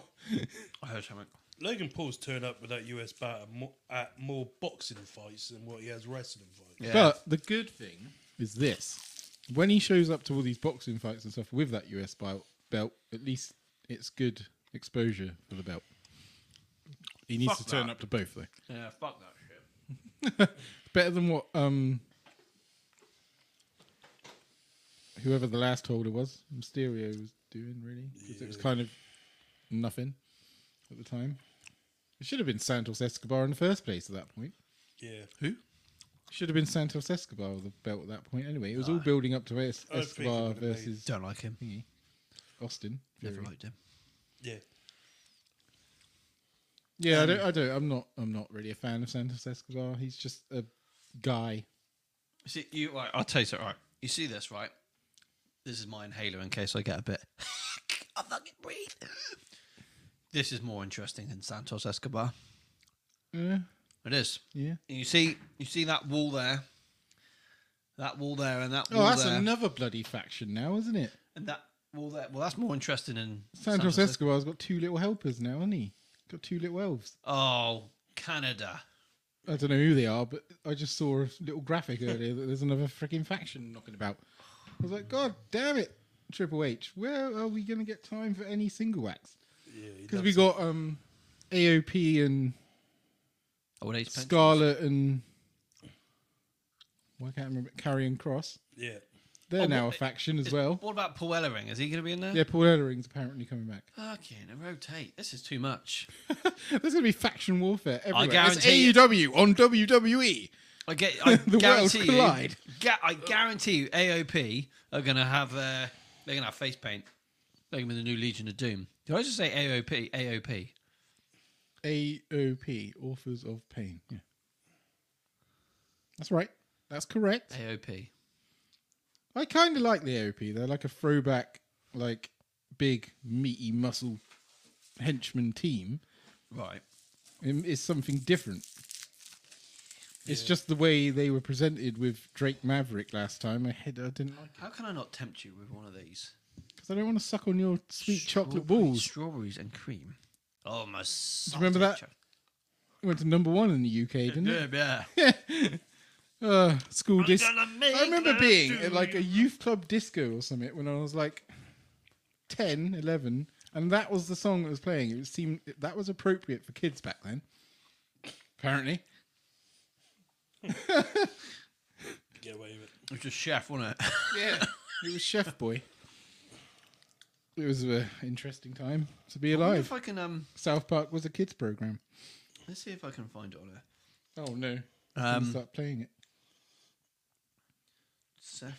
Speaker 1: I heard something.
Speaker 3: Logan Paul's turned up with that US bat at more, at more boxing fights than what he has wrestling fights.
Speaker 1: Yeah.
Speaker 2: But the good thing is this: when he shows up to all these boxing fights and stuff with that US bel- belt, at least it's good exposure for the belt. He needs
Speaker 1: Fuck
Speaker 2: to turn
Speaker 1: that.
Speaker 2: up to both though.
Speaker 1: yeah, fuck that shit.
Speaker 2: Better than what um whoever the last holder was, Mysterio was doing really because it was kind of nothing at the time. It should have been Santos Escobar in the first place at that point.
Speaker 3: Yeah.
Speaker 1: Who?
Speaker 2: Should have been Santos Escobar with the belt at that point. Anyway, it was all building up to Es-
Speaker 3: I think it
Speaker 2: Escobar
Speaker 3: would have been.
Speaker 2: versus
Speaker 1: Don't like him.
Speaker 2: thingy. Austin.
Speaker 1: Never
Speaker 2: Fury.
Speaker 1: liked him.
Speaker 3: Yeah.
Speaker 2: Yeah, I
Speaker 1: Um,
Speaker 2: don't. I don't. I'm not. I'm not really a fan of Santos Escobar. He's just a guy.
Speaker 1: See you. Right, I'll tell you something. Right, you see this, right? This is my inhaler in case I get a bit. I fucking breathe. This is more interesting than Santos Escobar.
Speaker 2: Yeah.
Speaker 1: It is.
Speaker 2: Yeah.
Speaker 1: You see, you see that wall there, that wall there, and that
Speaker 2: Oh,
Speaker 1: wall
Speaker 2: that's
Speaker 1: there,
Speaker 2: another bloody faction now, isn't it?
Speaker 1: and that wall there. Well, that's more interesting than
Speaker 2: Santos
Speaker 1: Escobar.
Speaker 2: Escobar's got two little helpers now, hasn't he? Got two little elves.
Speaker 1: Oh, Canada.
Speaker 2: I don't know who they are, but I just saw a little graphic earlier that there's another freaking faction knocking about. I was like, God damn it, Triple H, where are we going to get time for any single acts?
Speaker 3: Yeah. he
Speaker 2: Because
Speaker 3: does.
Speaker 2: we got um, AOP and
Speaker 1: Old age pension.
Speaker 2: Scarlet and well, I can't remember Carrion Cross.
Speaker 3: yeah.
Speaker 2: They're
Speaker 1: Oh,
Speaker 2: now
Speaker 1: what-
Speaker 2: a faction as
Speaker 1: Is-
Speaker 2: well.
Speaker 1: What about Paul Ellering? Is he going to be in there?
Speaker 2: Yeah, Paul Ellering's apparently coming back.
Speaker 1: Fucking rotate. This is too much.
Speaker 2: There's going to be faction warfare everywhere. That's
Speaker 1: guarantee you-
Speaker 2: AEW on E. WWE.
Speaker 1: I get. I
Speaker 2: The worlds
Speaker 1: guarantee you.
Speaker 2: collide.
Speaker 1: Ga- I guarantee you, AOP are going to have. Uh, they're going to have face paint. They're going to be the new Legion of Doom. Did I just say AOP? AOP.
Speaker 2: AOP, Authors of Pain. Yeah. That's right. That's correct.
Speaker 1: AOP.
Speaker 2: I kind of like the AOP. They're like a throwback, like big meaty muscle henchman team.
Speaker 1: Right.
Speaker 2: Um, It's something different. It's just the way they were presented with Drake Maverick last time. I, had, I didn't like
Speaker 1: How can I not tempt you with one of these?
Speaker 2: because I don't want to suck on your sweet chocolate
Speaker 1: Strawberry-
Speaker 2: balls.
Speaker 1: Strawberries and cream. Oh, my. Do
Speaker 2: remember that? It went to number one in the UK, didn't it?
Speaker 1: Yeah, yeah.
Speaker 2: Uh, school disc.
Speaker 1: gonna make
Speaker 2: I remember
Speaker 1: love
Speaker 2: being
Speaker 1: to
Speaker 2: at like a
Speaker 1: you.
Speaker 2: youth club disco or something when I was like 10, 11, and that was the song that was playing. It seemed that was appropriate for kids back then. Apparently.
Speaker 3: Get away with it.
Speaker 1: It was just chef, wasn't it?
Speaker 2: Yeah. it was Chef Boy. It was an interesting time to be alive.
Speaker 1: if I can um,
Speaker 2: South Park was a kids program.
Speaker 1: let's see if I can find it on here.
Speaker 2: Oh no. Um,
Speaker 1: Um,
Speaker 2: start playing it.
Speaker 1: Seth.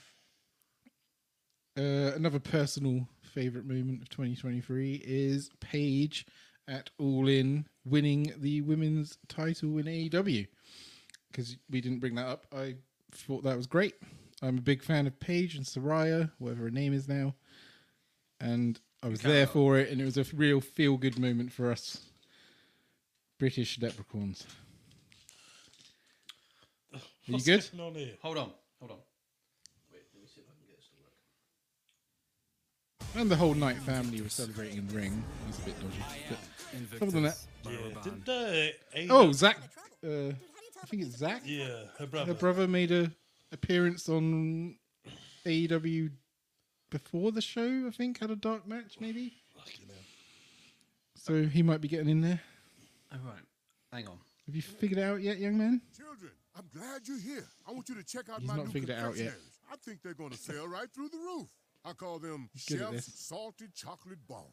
Speaker 2: Uh, another personal favorite moment of 2023 is Paige at All In winning the women's title in AEW. Because we didn't bring that up, I thought that was great. I'm a big fan of Paige and Soraya, whatever her name is now, and I was there for it, and it was a real feel good moment for us British leprechauns. Are you
Speaker 3: What's
Speaker 2: good?
Speaker 3: going on here?
Speaker 1: Hold on, hold on. Wait, let me see if I can get this to work.
Speaker 2: And the whole night family was celebrating in the ring. That's a bit dodgy. but- Other than that,
Speaker 3: Yeah, didn't they?
Speaker 2: oh, Zach. Uh, I think it's Zach.
Speaker 3: yeah, her brother.
Speaker 2: Her brother made a appearance on AEW before the show. I think had a dark match, maybe.
Speaker 3: Fucking hell.
Speaker 2: So he might be getting in there.
Speaker 1: All Oh, right, hang on.
Speaker 2: Have you figured it out yet, young man?
Speaker 4: Children, I'm glad you're here. I want you to check out
Speaker 2: He's
Speaker 4: my
Speaker 2: not
Speaker 4: new
Speaker 2: figured it out yet.
Speaker 4: confectionaries. I think they're going to sell right through the roof. I call them
Speaker 2: good at
Speaker 4: Chef's
Speaker 2: this.
Speaker 4: Salted Chocolate Balls.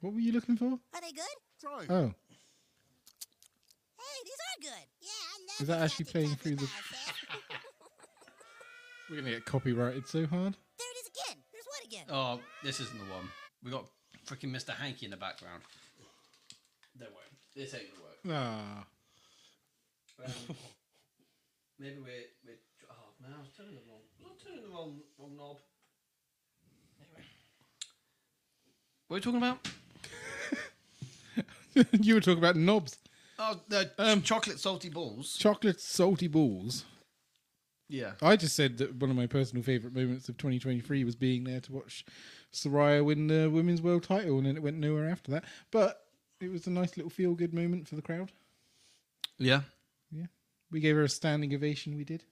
Speaker 2: What were you looking for?
Speaker 5: Are they good?
Speaker 4: Try 'em.
Speaker 2: Oh,
Speaker 5: Hey, these are good. Yeah, I
Speaker 2: Is
Speaker 5: love the
Speaker 2: that actually
Speaker 5: chocolate
Speaker 2: playing
Speaker 5: chocolate
Speaker 2: through the-
Speaker 5: bars, Seth.
Speaker 2: we're gonna get copyrighted so hard.
Speaker 5: there it is again. There's one again.
Speaker 1: Oh, this isn't the one. We got freaking Mr. Hanky in the background. Don't worry, this ain't gonna work.
Speaker 2: Ah,
Speaker 1: Um, maybe we're, we're. Oh, no, I was turning the wrong. I was turning the wrong, wrong knob. Anyway. What are we talking about?
Speaker 2: you were talking about knobs,
Speaker 1: Oh, the chocolate salty balls.
Speaker 2: chocolate salty balls.
Speaker 1: Yeah.
Speaker 2: I just said that one of my personal favorite moments of 2023 was being there to watch Soraya win the women's world title, and then it went nowhere after that. But it was a nice little feel good moment for the crowd.
Speaker 1: Yeah.
Speaker 2: Yeah, we gave her a standing ovation. We did,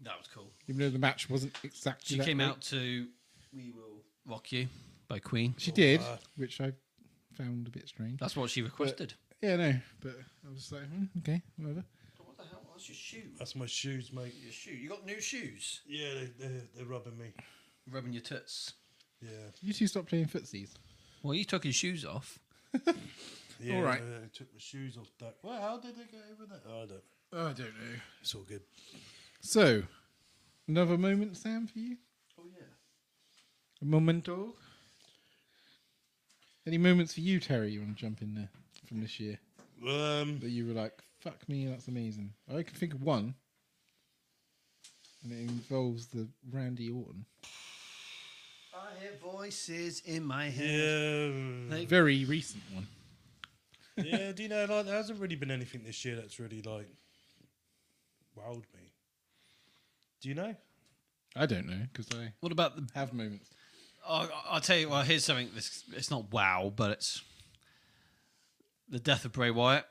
Speaker 1: That was cool.
Speaker 2: even though the match wasn't exactly.
Speaker 1: She
Speaker 2: that
Speaker 1: came
Speaker 2: great.
Speaker 1: out to "We Will Rock You" by Queen.
Speaker 2: She did,
Speaker 1: Oh, uh,
Speaker 3: wow.
Speaker 2: which I found a bit strange.
Speaker 1: That's what she requested.
Speaker 2: Yeah, no, but I was like, hmm, okay, whatever.
Speaker 1: What the hell? That's your shoe.
Speaker 3: That's my shoes, mate.
Speaker 1: Your shoe. You got new shoes.
Speaker 3: Yeah, they, they're, they're rubbing me.
Speaker 1: Rubbing your tits.
Speaker 3: Yeah.
Speaker 2: You two stop playing footsies.
Speaker 1: Well, you took your shoes off.
Speaker 3: yeah
Speaker 2: All right.
Speaker 3: I took my shoes off that. Well, how did they get over that? Oh, I don't.
Speaker 2: I don't know.
Speaker 3: It's all good.
Speaker 2: So, another moment, Sam, for you.
Speaker 1: Oh yeah.
Speaker 2: A momento. Any moments for you, Terry, you want to jump in there from this year
Speaker 3: Um,
Speaker 2: that you were like, fuck me, that's amazing? I can think of one, and it involves the Randy Orton.
Speaker 1: I hear voices in my head.
Speaker 3: yeah.
Speaker 1: They-
Speaker 2: Very recent one.
Speaker 3: yeah, do you know, like, there hasn't really been anything this year that's really, like, wowed me. Do you know?
Speaker 2: I don't know, because I
Speaker 1: What about the?
Speaker 2: have moments.
Speaker 1: Oh, I'll tell you. Well, here's something. This it's not wow, but it's the death of Bray Wyatt.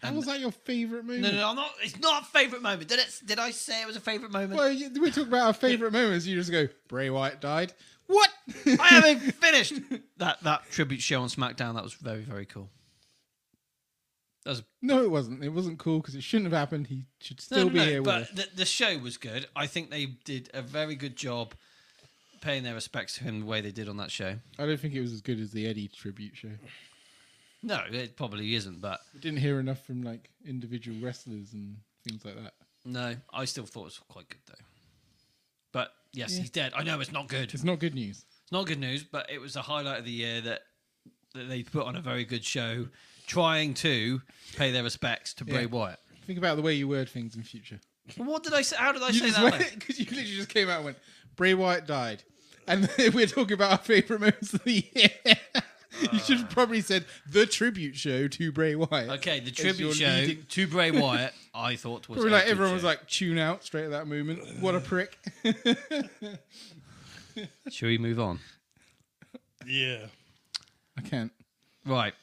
Speaker 2: How
Speaker 1: And-
Speaker 2: was that your favourite moment?
Speaker 1: No, no, no, I'm not. It's not a favorite moment. Did it? Did I say it was a favorite moment?
Speaker 2: Well, you- we talk about our favourite moments, you just go, Bray Wyatt died. What?
Speaker 1: I haven't finished that that tribute show on SmackDown. That was very very cool. That was
Speaker 2: no, it wasn't. It wasn't cool because it shouldn't have happened. He should
Speaker 1: no,
Speaker 2: still
Speaker 1: no,
Speaker 2: be here
Speaker 1: no
Speaker 2: with us.
Speaker 1: but the, the show was good. I think they did a very good job paying their respects to him the way they did on that show.
Speaker 2: I don't think it was as good as the Eddie tribute show.
Speaker 1: No, it probably isn't, but
Speaker 2: We didn't hear enough from like individual wrestlers and things like that.
Speaker 1: no, I still thought it was quite good though. But yes, he's dead. I know it's not good.
Speaker 2: It's not good news.
Speaker 1: It's not good news, but it was a highlight of the year that that they put on a very good show, trying to pay their respects to Bray
Speaker 2: Yeah.
Speaker 1: Wyatt.
Speaker 2: Think about the way you word things in future.
Speaker 1: What did I say? How did I
Speaker 2: You
Speaker 1: say
Speaker 2: just
Speaker 1: that?
Speaker 2: because you literally just came out and went, Bray Wyatt died. And we're talking about our favorite moments of the year. you should have probably said the tribute show to Bray Wyatt.
Speaker 1: Okay, the
Speaker 2: your
Speaker 1: tribute show
Speaker 2: leading-
Speaker 1: to Bray Wyatt, I thought was
Speaker 2: Probably like
Speaker 1: El
Speaker 2: everyone was
Speaker 1: Cucho.
Speaker 2: like, tune out straight at that moment. What a prick.
Speaker 1: Should we move on?
Speaker 3: Yeah.
Speaker 2: I can't.
Speaker 1: Right.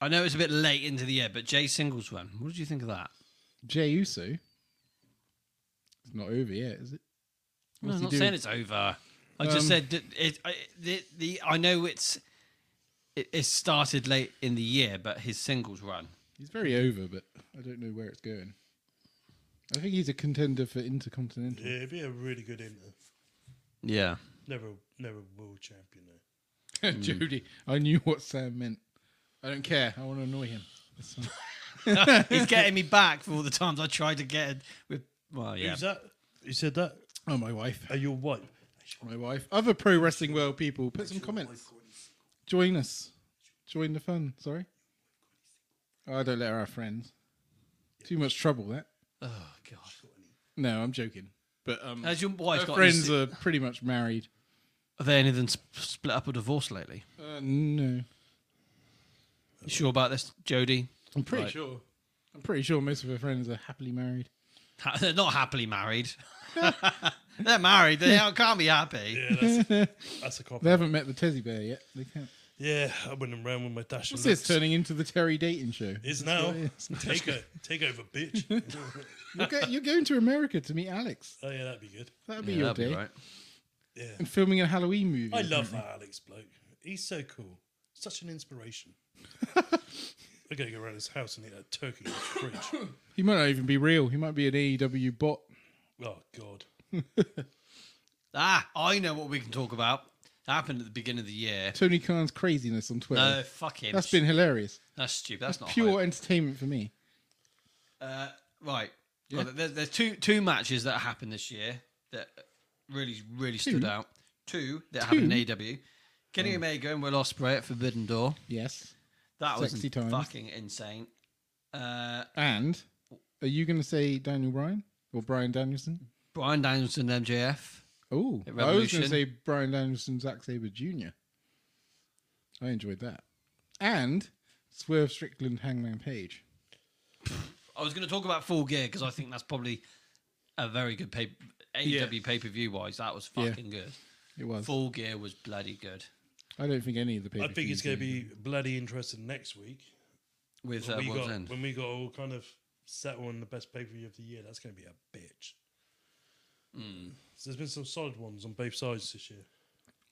Speaker 1: I know it's a bit late into the year, but Jay Singles run. What did you think of that?
Speaker 2: Jey Uso. It's not over yet, is it?
Speaker 1: No, I'm
Speaker 2: he
Speaker 1: not
Speaker 2: doing?
Speaker 1: saying it's over. I just
Speaker 2: Um,
Speaker 1: said that it, I, the, the, I know it's it, it started late in the year, but his singles run.
Speaker 2: He's very over, but I don't know where it's going. I think he's a contender for Intercontinental.
Speaker 3: Yeah, it'd be a really good inter.
Speaker 1: Yeah.
Speaker 3: Never, never world champion though.
Speaker 2: Jody, I knew what Sam meant. I don't care. I want to annoy him. That's fine.
Speaker 1: He's getting me back for all the times I tried to get it with. Well, yeah.
Speaker 3: Who's that? Who said that?
Speaker 2: Oh, my wife.
Speaker 3: Are your wife?
Speaker 2: My wife. Other pro wrestling world people, put some comments. Join us. Join the fun. Sorry. Oh, I don't let her have friends. Too much trouble, that.
Speaker 1: Oh God.
Speaker 2: No, I'm joking. But um,
Speaker 1: Has your wife
Speaker 2: her
Speaker 1: got any
Speaker 2: friends
Speaker 1: si-
Speaker 2: are pretty much married.
Speaker 1: Are they anything sp- split up or divorced lately?
Speaker 2: Uh, no.
Speaker 1: You sure about this, Jody?
Speaker 2: I'm pretty
Speaker 1: Right.
Speaker 2: sure. I'm pretty sure most of her friends are happily married.
Speaker 1: Ha- They're not happily married. They're married. They can't be happy.
Speaker 3: Yeah, that's a, that's a cop.
Speaker 2: They haven't met the Teddy Bear yet. They can't.
Speaker 3: Yeah, I went around with my dash.
Speaker 2: What's this turning into the Terry dating show?
Speaker 3: Is now
Speaker 2: it is.
Speaker 3: take o- take over, bitch.
Speaker 2: You're, go- you're going to America to meet Alex.
Speaker 3: oh yeah, that'd be good.
Speaker 2: That'll be your day.
Speaker 3: Yeah,
Speaker 2: And filming a Halloween movie.
Speaker 3: I love that Alex bloke. He's so cool. Such an inspiration. I gotta go around his house and eat that turkey in the fridge.
Speaker 2: He might not even be real. He might be an AEW bot.
Speaker 3: Oh god.
Speaker 1: Ah, I know what we can talk about. Happened at the beginning of the year.
Speaker 2: Tony Khan's craziness on Twitter.
Speaker 1: No, fuck him.
Speaker 2: That's been hilarious.
Speaker 1: that's stupid. That's, not
Speaker 2: Pure
Speaker 1: hype.
Speaker 2: entertainment for me.
Speaker 1: Uh, right. Well, there's, there's two two matches that happened this year that really really stood out. Two that happened in AW. Kenny
Speaker 2: Oh.
Speaker 1: Omega and Will Ospreay at Forbidden Door.
Speaker 2: Yes.
Speaker 1: That was
Speaker 2: Sexy times.
Speaker 1: fucking insane. Uh,
Speaker 2: And are you going to say Daniel Bryan or Brian Danielson?
Speaker 1: Brian Danielson and MJF.
Speaker 2: Oh,
Speaker 1: At
Speaker 2: I was going to
Speaker 1: Revolution.
Speaker 2: say Brian Danielson, Zack Saber Jr. I enjoyed that, and Swerve Strickland, Hangman Page.
Speaker 1: I was going to talk about Full Gear because I think that's probably a very good pay- AEW pay per view wise. That was
Speaker 2: Yeah.
Speaker 1: fucking good.
Speaker 2: It was.
Speaker 1: Full Gear was bloody good
Speaker 2: I don't think any of the pay.
Speaker 3: I think it's gonna be bloody interesting next week.
Speaker 1: with
Speaker 3: When
Speaker 1: uh,
Speaker 3: we
Speaker 1: World's
Speaker 3: got-
Speaker 1: End.
Speaker 3: when we got all kind of settle on the best pay per view of the year, that's gonna be a bitch. So there's been some solid ones on both sides this year.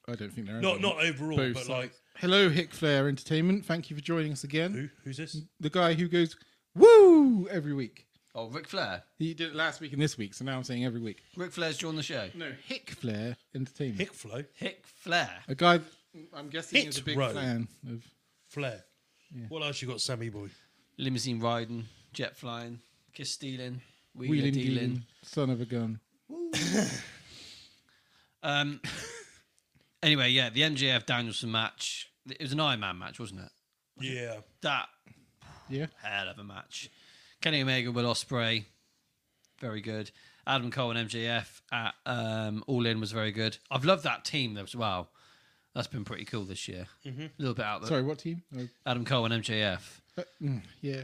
Speaker 2: I don't think there are.
Speaker 3: Not
Speaker 2: any.
Speaker 3: not overall,
Speaker 2: Both
Speaker 3: but
Speaker 2: sides.
Speaker 3: like
Speaker 2: Hello, Hick Flair Entertainment. Thank you for joining us again.
Speaker 3: who who's this?
Speaker 2: The guy who goes woo every week.
Speaker 1: Oh, Ric Flair.
Speaker 2: He did it last week and this week, so now I'm saying every week.
Speaker 1: Ric Flair's joined the show.
Speaker 3: Mm.
Speaker 2: No, Hick Flair Entertainment.
Speaker 3: Hick Flow,
Speaker 1: Hick Flair.
Speaker 2: A guy that I'm guessing is a
Speaker 3: Hit
Speaker 2: big
Speaker 3: Row.
Speaker 2: fan of.
Speaker 3: Flair. What else you got, Sammy Boy?
Speaker 1: Limousine riding, jet flying, kiss stealing, wheeling,
Speaker 2: Wheeling
Speaker 1: dealing.
Speaker 2: dealing, son of a gun.
Speaker 1: Um, anyway, yeah, the MJF Danielson match. It was an Iron Man match, wasn't it?
Speaker 3: Yeah,
Speaker 1: That
Speaker 2: Yeah.
Speaker 1: hell of a match. Kenny Omega, Will Ospreay, very good. Adam Cole and MJF at um, All In was very good. I've loved that team as well. That's been pretty cool this year. A little bit out there.
Speaker 2: Sorry, what team? Oh,
Speaker 1: Adam Cole and MJF.
Speaker 2: uh, mm, yeah.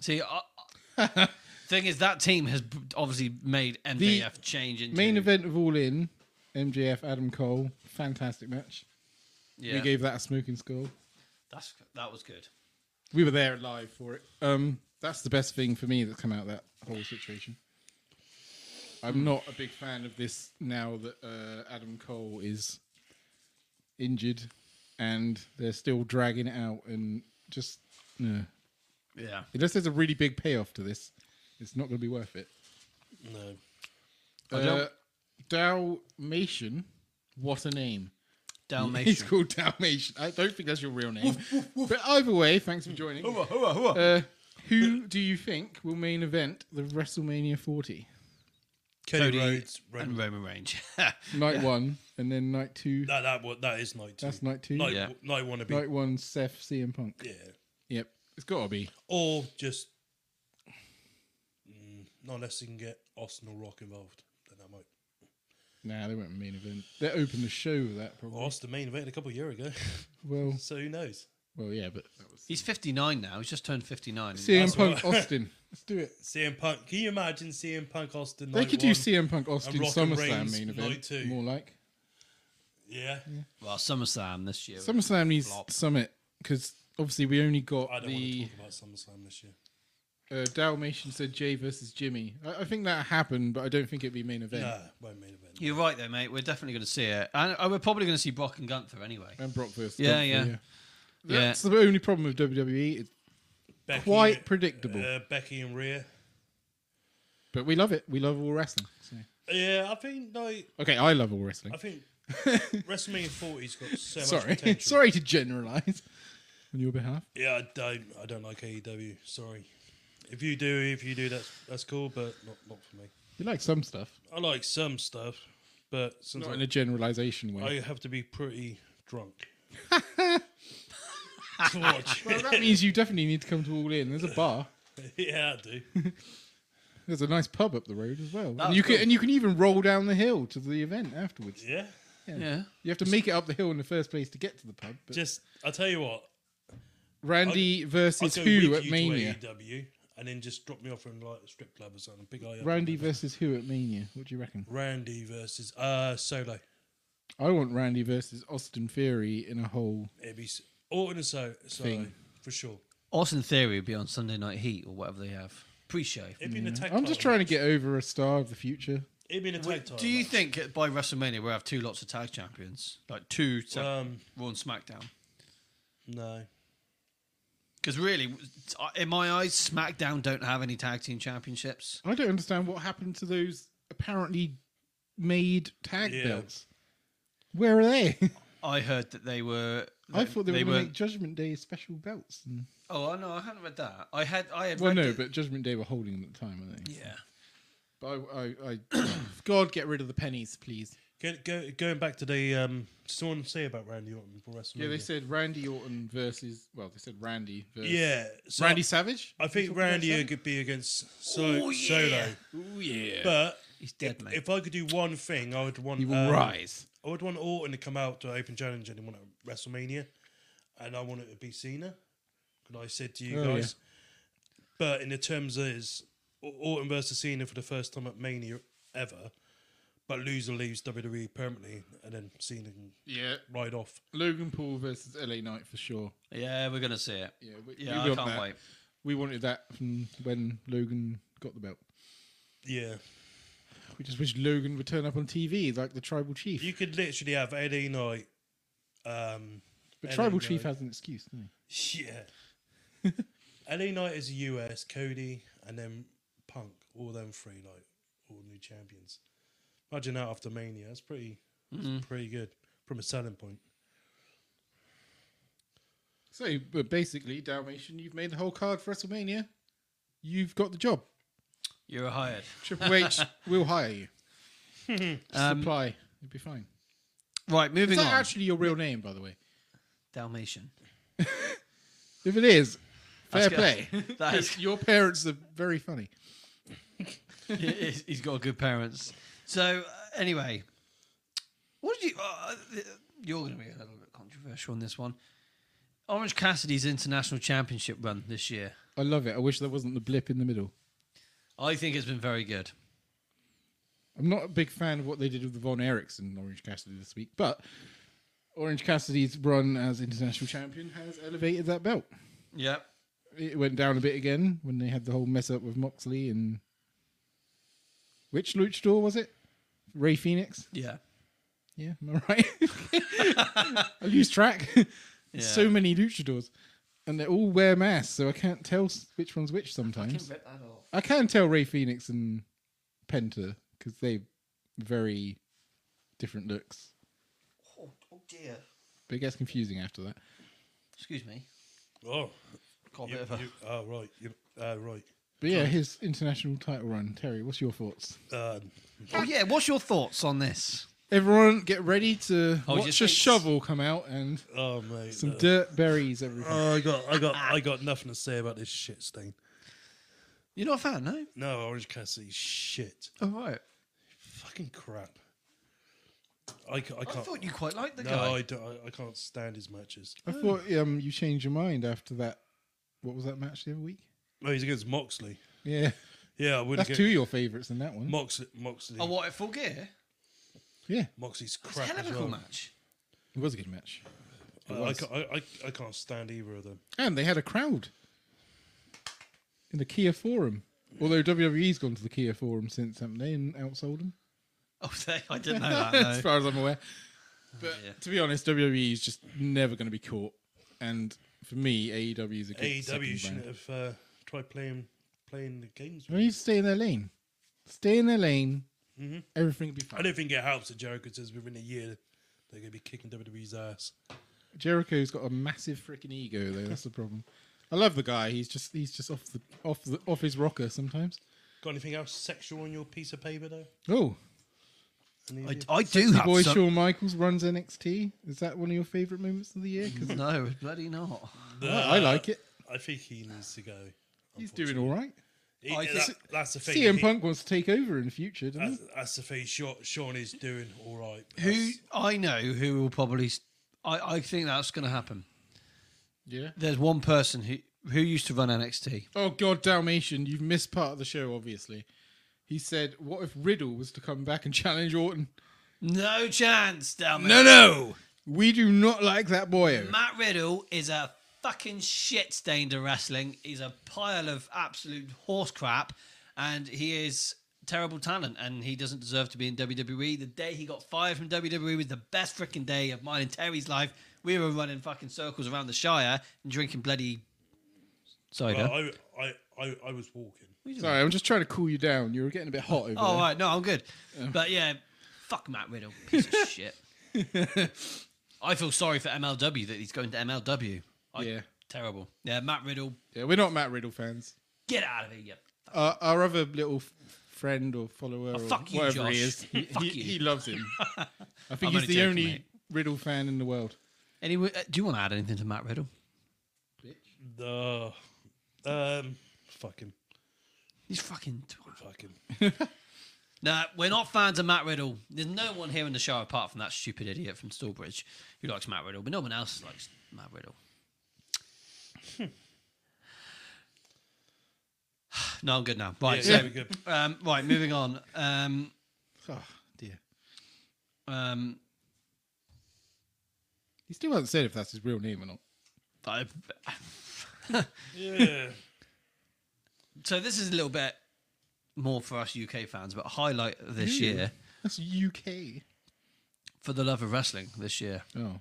Speaker 1: See, I, I- thing is, that team has b- obviously made MJF change into
Speaker 2: Main event of All In, MJF, Adam Cole, fantastic match.
Speaker 1: Yeah,
Speaker 2: We gave that a smoking skull.
Speaker 1: that's that was good.
Speaker 2: We were there live for it. Um, that's the best thing for me that's come out of that whole situation. I'm not a big fan of this now that uh, Adam Cole is injured, and they're still dragging it out and just yeah.
Speaker 1: Yeah.
Speaker 2: unless there's a really big payoff to this, it's not going to be worth it.
Speaker 3: no.
Speaker 2: Uh, Dalmatian, what a name! He's
Speaker 1: Dalmatian.
Speaker 2: called Dalmatian. I don't think that's your real name. But either way, thanks for joining. Uh, who do you think will main event the WrestleMania 40?
Speaker 3: Cody,
Speaker 1: Cody
Speaker 3: Rhodes,
Speaker 1: and
Speaker 3: Roman.
Speaker 1: Roman Reigns.
Speaker 2: Night one, and then night two.
Speaker 3: That that what that is night two.
Speaker 2: That's night two.
Speaker 3: Night,
Speaker 1: Yeah.
Speaker 3: w- night one to be.
Speaker 2: Night one, Seth, CM Punk.
Speaker 3: Yeah,
Speaker 2: Yep, it's got to be.
Speaker 3: or just mm, not unless you can get Austin or Rock involved, then that might.
Speaker 2: Nah, they weren't main event. They opened the show with that probably.
Speaker 3: Well, that's the main event a couple of years ago.
Speaker 2: Well,
Speaker 3: so who knows?
Speaker 2: well, yeah, but that was
Speaker 1: He's 59 now. He's just turned 59.
Speaker 2: CM Punk
Speaker 3: That's what-
Speaker 2: Austin. Let's do it.
Speaker 3: CM Punk. Can you imagine CM Punk Austin?
Speaker 2: They
Speaker 3: night
Speaker 2: could
Speaker 3: one?
Speaker 2: do CM Punk Austin
Speaker 3: Rock and
Speaker 2: SummerSlam
Speaker 3: Reigns
Speaker 2: main
Speaker 3: night
Speaker 2: event.
Speaker 3: two.
Speaker 2: More like
Speaker 3: Yeah.
Speaker 1: Well, SummerSlam this year.
Speaker 2: SummerSlam needs
Speaker 1: Flop.
Speaker 2: Summit because obviously we only got
Speaker 3: I don't
Speaker 2: the
Speaker 3: want to talk about SummerSlam this year.
Speaker 2: uh, Dalmatian said Jay versus Jimmy. I, I think that happened, but I don't think it'd be main event.
Speaker 3: No, won't main event.
Speaker 1: You're right, though, mate. We're definitely going to see it. And uh, we're probably going to see Brock and Gunther anyway.
Speaker 2: And Brock versus
Speaker 1: Yeah,
Speaker 2: Gunther,
Speaker 1: yeah. Yeah.
Speaker 2: That's the only problem with E, WWE. It's
Speaker 3: Becky,
Speaker 2: quite predictable.
Speaker 3: Uh, Becky and Rhea.
Speaker 2: But we love it. We love all wrestling. So.
Speaker 3: Yeah, I think like
Speaker 2: Okay, I love all wrestling.
Speaker 3: I think WrestleMania 40's got so much
Speaker 2: Sorry,
Speaker 3: potential.
Speaker 2: sorry to generalize on your behalf.
Speaker 3: Yeah, I don't. I don't like AEW. Sorry. If you do, if you do, that's that's cool, but not not for me.
Speaker 2: You like some stuff,
Speaker 3: I like some stuff, but
Speaker 2: not in a
Speaker 3: sometimes
Speaker 2: generalization
Speaker 3: I
Speaker 2: way.
Speaker 3: have to be pretty drunk to watch.
Speaker 2: Well, that means you definitely need to come to All In. There's a bar.
Speaker 3: yeah, I do.
Speaker 2: There's a nice pub up the road as well,
Speaker 1: That's
Speaker 2: and you can
Speaker 1: cool.
Speaker 2: and you can even roll down the hill to the event afterwards.
Speaker 3: Yeah.
Speaker 1: Yeah.
Speaker 2: You have to make it up the hill in the first place to get to the pub. But
Speaker 3: Just I tell you what,
Speaker 2: Randy
Speaker 3: I'll
Speaker 2: versus
Speaker 3: go
Speaker 2: who
Speaker 3: with
Speaker 2: at
Speaker 3: you
Speaker 2: Mania?
Speaker 3: to AEW and then just drop me off in like a strip club or something. Big eye up.
Speaker 2: Randy versus who at Mania? What do you reckon?
Speaker 3: Randy versus uh Solo.
Speaker 2: I want Randy versus Austin Theory in a whole.
Speaker 3: It'd be s- Orton and so Solo
Speaker 2: Thing.
Speaker 3: for sure.
Speaker 1: Austin Theory would be on Sunday Night Heat or whatever they have. Pre show.
Speaker 3: It'd be in a tag.
Speaker 2: I'm just
Speaker 3: title
Speaker 2: trying to get
Speaker 3: match.
Speaker 2: over a star of the future.
Speaker 3: It'd be in a tag title.
Speaker 1: Do you
Speaker 3: match.
Speaker 1: think that by WrestleMania we'll have two lots of tag champions? Like two tag-
Speaker 3: Um,
Speaker 1: Raw and SmackDown?
Speaker 3: no.
Speaker 1: Because really, in my eyes, SmackDown don't have any tag team championships.
Speaker 2: I don't understand what happened to those apparently made tag
Speaker 3: Yeah.
Speaker 2: belts. Where are they?
Speaker 1: I heard that they were.
Speaker 2: I thought they, were going to
Speaker 1: weren't-
Speaker 2: make Judgment Day special belts. And...
Speaker 1: Oh, I know. I hadn't read that. I had. I had.
Speaker 2: Well,
Speaker 1: read
Speaker 2: no,
Speaker 1: it-
Speaker 2: but Judgment Day were holding them at the time, were they?
Speaker 1: yeah.
Speaker 2: But I, I, I God, get rid of the pennies, please.
Speaker 3: Go, go, going back to the um, someone say about Randy Orton for WrestleMania.
Speaker 2: Yeah, they said Randy Orton versus. Well, they said Randy versus.
Speaker 3: Yeah, so
Speaker 2: Randy Savage.
Speaker 3: I think Randy could be against so- Solo,
Speaker 2: Oh yeah.
Speaker 3: but
Speaker 1: He's dead, mate.
Speaker 3: if I could do one thing, I would want
Speaker 2: he will
Speaker 3: um,
Speaker 2: rise.
Speaker 3: I would want Orton to come out to Open Challenge and win at WrestleMania, and I want it to be Cena. And I said to you
Speaker 2: Oh, yeah.
Speaker 3: guys, but in the terms is Or- Orton versus Cena for the first time at Mania ever, but loser leaves WWE permanently, and then Cena can
Speaker 2: Yeah,
Speaker 3: ride off.
Speaker 2: Logan Paul versus LA Knight for sure.
Speaker 1: yeah, we're gonna see it.
Speaker 2: Yeah, we,
Speaker 1: Yeah,
Speaker 2: we
Speaker 1: I
Speaker 2: want
Speaker 1: can't
Speaker 2: that.
Speaker 1: wait.
Speaker 2: We wanted that from when Logan got the belt.
Speaker 3: Yeah.
Speaker 2: We just wish Logan would turn up on TV like the Tribal Chief.
Speaker 3: You could literally have Eddie Knight. Um,
Speaker 2: but
Speaker 3: LA
Speaker 2: Tribal
Speaker 3: Knight.
Speaker 2: Chief has an excuse. Doesn't
Speaker 3: Yeah. LA Knight is US, Cody, and then Punk. All them three, like, all new champions. Imagine that after Mania. That's pretty, that's pretty good from a selling point.
Speaker 2: he? So, but basically, Dalmatian, you've made the whole card for WrestleMania. You've got the job.
Speaker 1: You're hired.
Speaker 2: Triple H will hire you. Just
Speaker 1: Um,
Speaker 2: apply. You'll be fine.
Speaker 1: Right,
Speaker 2: Is
Speaker 1: moving on.
Speaker 2: that actually your real name, by the way?
Speaker 1: Dalmatian.
Speaker 2: If it is, fair
Speaker 1: That's
Speaker 2: play.
Speaker 1: good. That is.
Speaker 2: your parents are very funny.
Speaker 1: he's- he's got good parents. So uh, anyway, what did you? Uh, uh, you're going to be a little bit controversial on this one. Orange Cassidy's international championship run this year.
Speaker 2: I love it. I wish there wasn't the blip in the middle.
Speaker 1: I think it's been very good.
Speaker 2: I'm not a big fan of what they did with the Von Erickson and Orange Cassidy this week, but Orange Cassidy's run as international champion has elevated that belt.
Speaker 1: Yeah.
Speaker 2: It went down a bit again when they had the whole mess up with Moxley and which luchador was it? Ray Phoenix.
Speaker 1: Yeah.
Speaker 2: Yeah, am I right? I lose track. So
Speaker 1: Yeah.
Speaker 2: many luchadors, and they all wear masks, so I can't tell s- which one's which sometimes. I can tell Ray Phoenix and Penta because they very different looks.
Speaker 1: Oh, oh dear.
Speaker 2: But it gets confusing after that.
Speaker 1: Excuse me.
Speaker 3: Oh,
Speaker 1: Got a
Speaker 3: you,
Speaker 1: bit of a-
Speaker 3: you, oh right. You, uh, right.
Speaker 2: But yeah, his international title run. Terry, what's your thoughts?
Speaker 3: Um,
Speaker 1: Oh yeah. What's your thoughts on this?
Speaker 2: Everyone, get ready to
Speaker 1: Oh,
Speaker 2: watch a
Speaker 1: just thanks.
Speaker 2: shovel come out and
Speaker 3: oh, mate.
Speaker 2: some
Speaker 3: uh,
Speaker 2: dirt berries. Everything.
Speaker 3: oh, I got, I got, I got nothing to say about this shit stain.
Speaker 1: You're not a fan, no?
Speaker 3: No, Orange Cassidy, shit,
Speaker 1: Oh right.
Speaker 3: fucking crap. I, ca- I
Speaker 1: I
Speaker 3: can't.
Speaker 1: thought you quite liked the
Speaker 3: no,
Speaker 1: guy.
Speaker 3: I, don't, I, I can't stand his matches.
Speaker 2: I thought um, you changed your mind after that. What was that match the other week?
Speaker 3: No, Oh, he's against Moxley.
Speaker 2: Yeah,
Speaker 3: Yeah, I
Speaker 2: that's
Speaker 3: wouldn't get
Speaker 2: two of your favourites in that one.
Speaker 3: Moxley. Moxley.
Speaker 1: Oh, what at Full Gear?
Speaker 2: yeah,
Speaker 3: Moxley's
Speaker 1: It's a
Speaker 3: crap
Speaker 1: hell of
Speaker 3: as
Speaker 1: a
Speaker 3: well.
Speaker 1: cool match.
Speaker 2: it was a good match.
Speaker 3: I, I,
Speaker 2: was.
Speaker 3: ca- I, I, I can't stand either of them.
Speaker 2: And they had a crowd in the Kia Forum. Although WWE's gone to the Kia Forum since, haven't they, and outsold them?
Speaker 1: Oh, they, I didn't know that.
Speaker 2: as
Speaker 1: No.
Speaker 2: far as I'm aware. But
Speaker 1: yeah.
Speaker 2: to be honest, WWE is just never going to be caught. And for me, AEW is a E good
Speaker 3: AEW
Speaker 2: second
Speaker 3: E shouldn't
Speaker 2: brand.
Speaker 3: have uh, tried playing playing the games.
Speaker 2: They need to stay in their lane. Stay in their lane. Everything will be
Speaker 3: I
Speaker 2: fine.
Speaker 3: don't think it helps that Jericho says within a year they're going to be kicking WWE's ass.
Speaker 2: Jericho's got a massive freaking ego, though. That's the problem. I love the guy. He's just he's just off the off the off his rocker sometimes.
Speaker 3: Got anything else sexual on your piece of paper though?
Speaker 2: Oh,
Speaker 3: Any
Speaker 1: I,
Speaker 3: idea?
Speaker 1: I do have
Speaker 2: boy
Speaker 1: some.
Speaker 2: Shawn Michaels runs NXT. Is that one of your favorite moments of the year? 'Cause
Speaker 1: No, it's bloody not.
Speaker 3: The-
Speaker 2: I, I like it.
Speaker 3: I think he needs to go.
Speaker 2: He's doing all right.
Speaker 3: He-
Speaker 1: I
Speaker 3: that-
Speaker 1: think-
Speaker 3: that's the thing.
Speaker 2: CM
Speaker 3: he-
Speaker 2: Punk wants to take over in the future, doesn't
Speaker 3: That's,
Speaker 2: he?
Speaker 3: that's the thing. Sean, Sean is doing all right.
Speaker 1: Who
Speaker 3: That's-
Speaker 1: I know who will probably. s- I, I think that's going to happen.
Speaker 2: Yeah.
Speaker 1: There's one person who who used to run NXT.
Speaker 2: Oh God, Dalmatian, you've missed part of the show. Obviously, he said, "What if Riddle was to come back and challenge Orton?"
Speaker 1: No chance, damn it.
Speaker 2: no, we do not like that boy.
Speaker 1: Matt Riddle is a fucking shit stain to wrestling. He's a pile of absolute horse crap, and he is terrible talent, and he doesn't deserve to be in WWE. The day he got fired from WWE was the best freaking day of mine and Terry's life. We were running fucking circles around the Shire and drinking bloody cider.
Speaker 3: Well, I, I, I, I was walking.
Speaker 2: Sorry, I'm just trying to cool you down. You were getting a bit hot over
Speaker 1: oh,
Speaker 2: there.
Speaker 1: right, no, I'm good. But yeah, fuck Matt Riddle, piece of shit. I feel sorry for MLW that he's going to MLW. I-
Speaker 2: Yeah,
Speaker 1: Terrible. Yeah, Matt Riddle,
Speaker 2: yeah, we're not Matt Riddle fans.
Speaker 1: get out of here. you
Speaker 2: Uh, our other little f- friend or follower, or
Speaker 1: Oh, fuck you,
Speaker 2: whatever
Speaker 1: Josh.
Speaker 2: he is, he,
Speaker 1: Fuck
Speaker 2: he,
Speaker 1: you.
Speaker 2: he loves him. I think
Speaker 1: I'm
Speaker 2: he's
Speaker 1: only
Speaker 2: the
Speaker 1: joking,
Speaker 2: only
Speaker 1: mate.
Speaker 2: Riddle fan in the world.
Speaker 1: Anyway, uh, do you want to add anything to Matt Riddle?
Speaker 3: The um, fucking,
Speaker 1: He's fucking.
Speaker 3: fucking.
Speaker 1: No, we're not fans of Matt Riddle. There's no one here in the show apart from that stupid idiot from Stallbridge who likes Matt Riddle, but no one else likes Matt Riddle. no, I'm good now. Right,
Speaker 3: Yeah,
Speaker 1: so,
Speaker 3: we good.
Speaker 1: um, right, moving on. Um,
Speaker 2: Oh dear,
Speaker 1: um,
Speaker 2: he still hasn't said if that's his real name or not.
Speaker 1: I,
Speaker 3: Yeah.
Speaker 1: so this is a little bit more for us UK fans, but highlight of this
Speaker 2: Ooh.
Speaker 1: year
Speaker 2: That's UK.
Speaker 1: for the love of wrestling this year.
Speaker 2: Oh,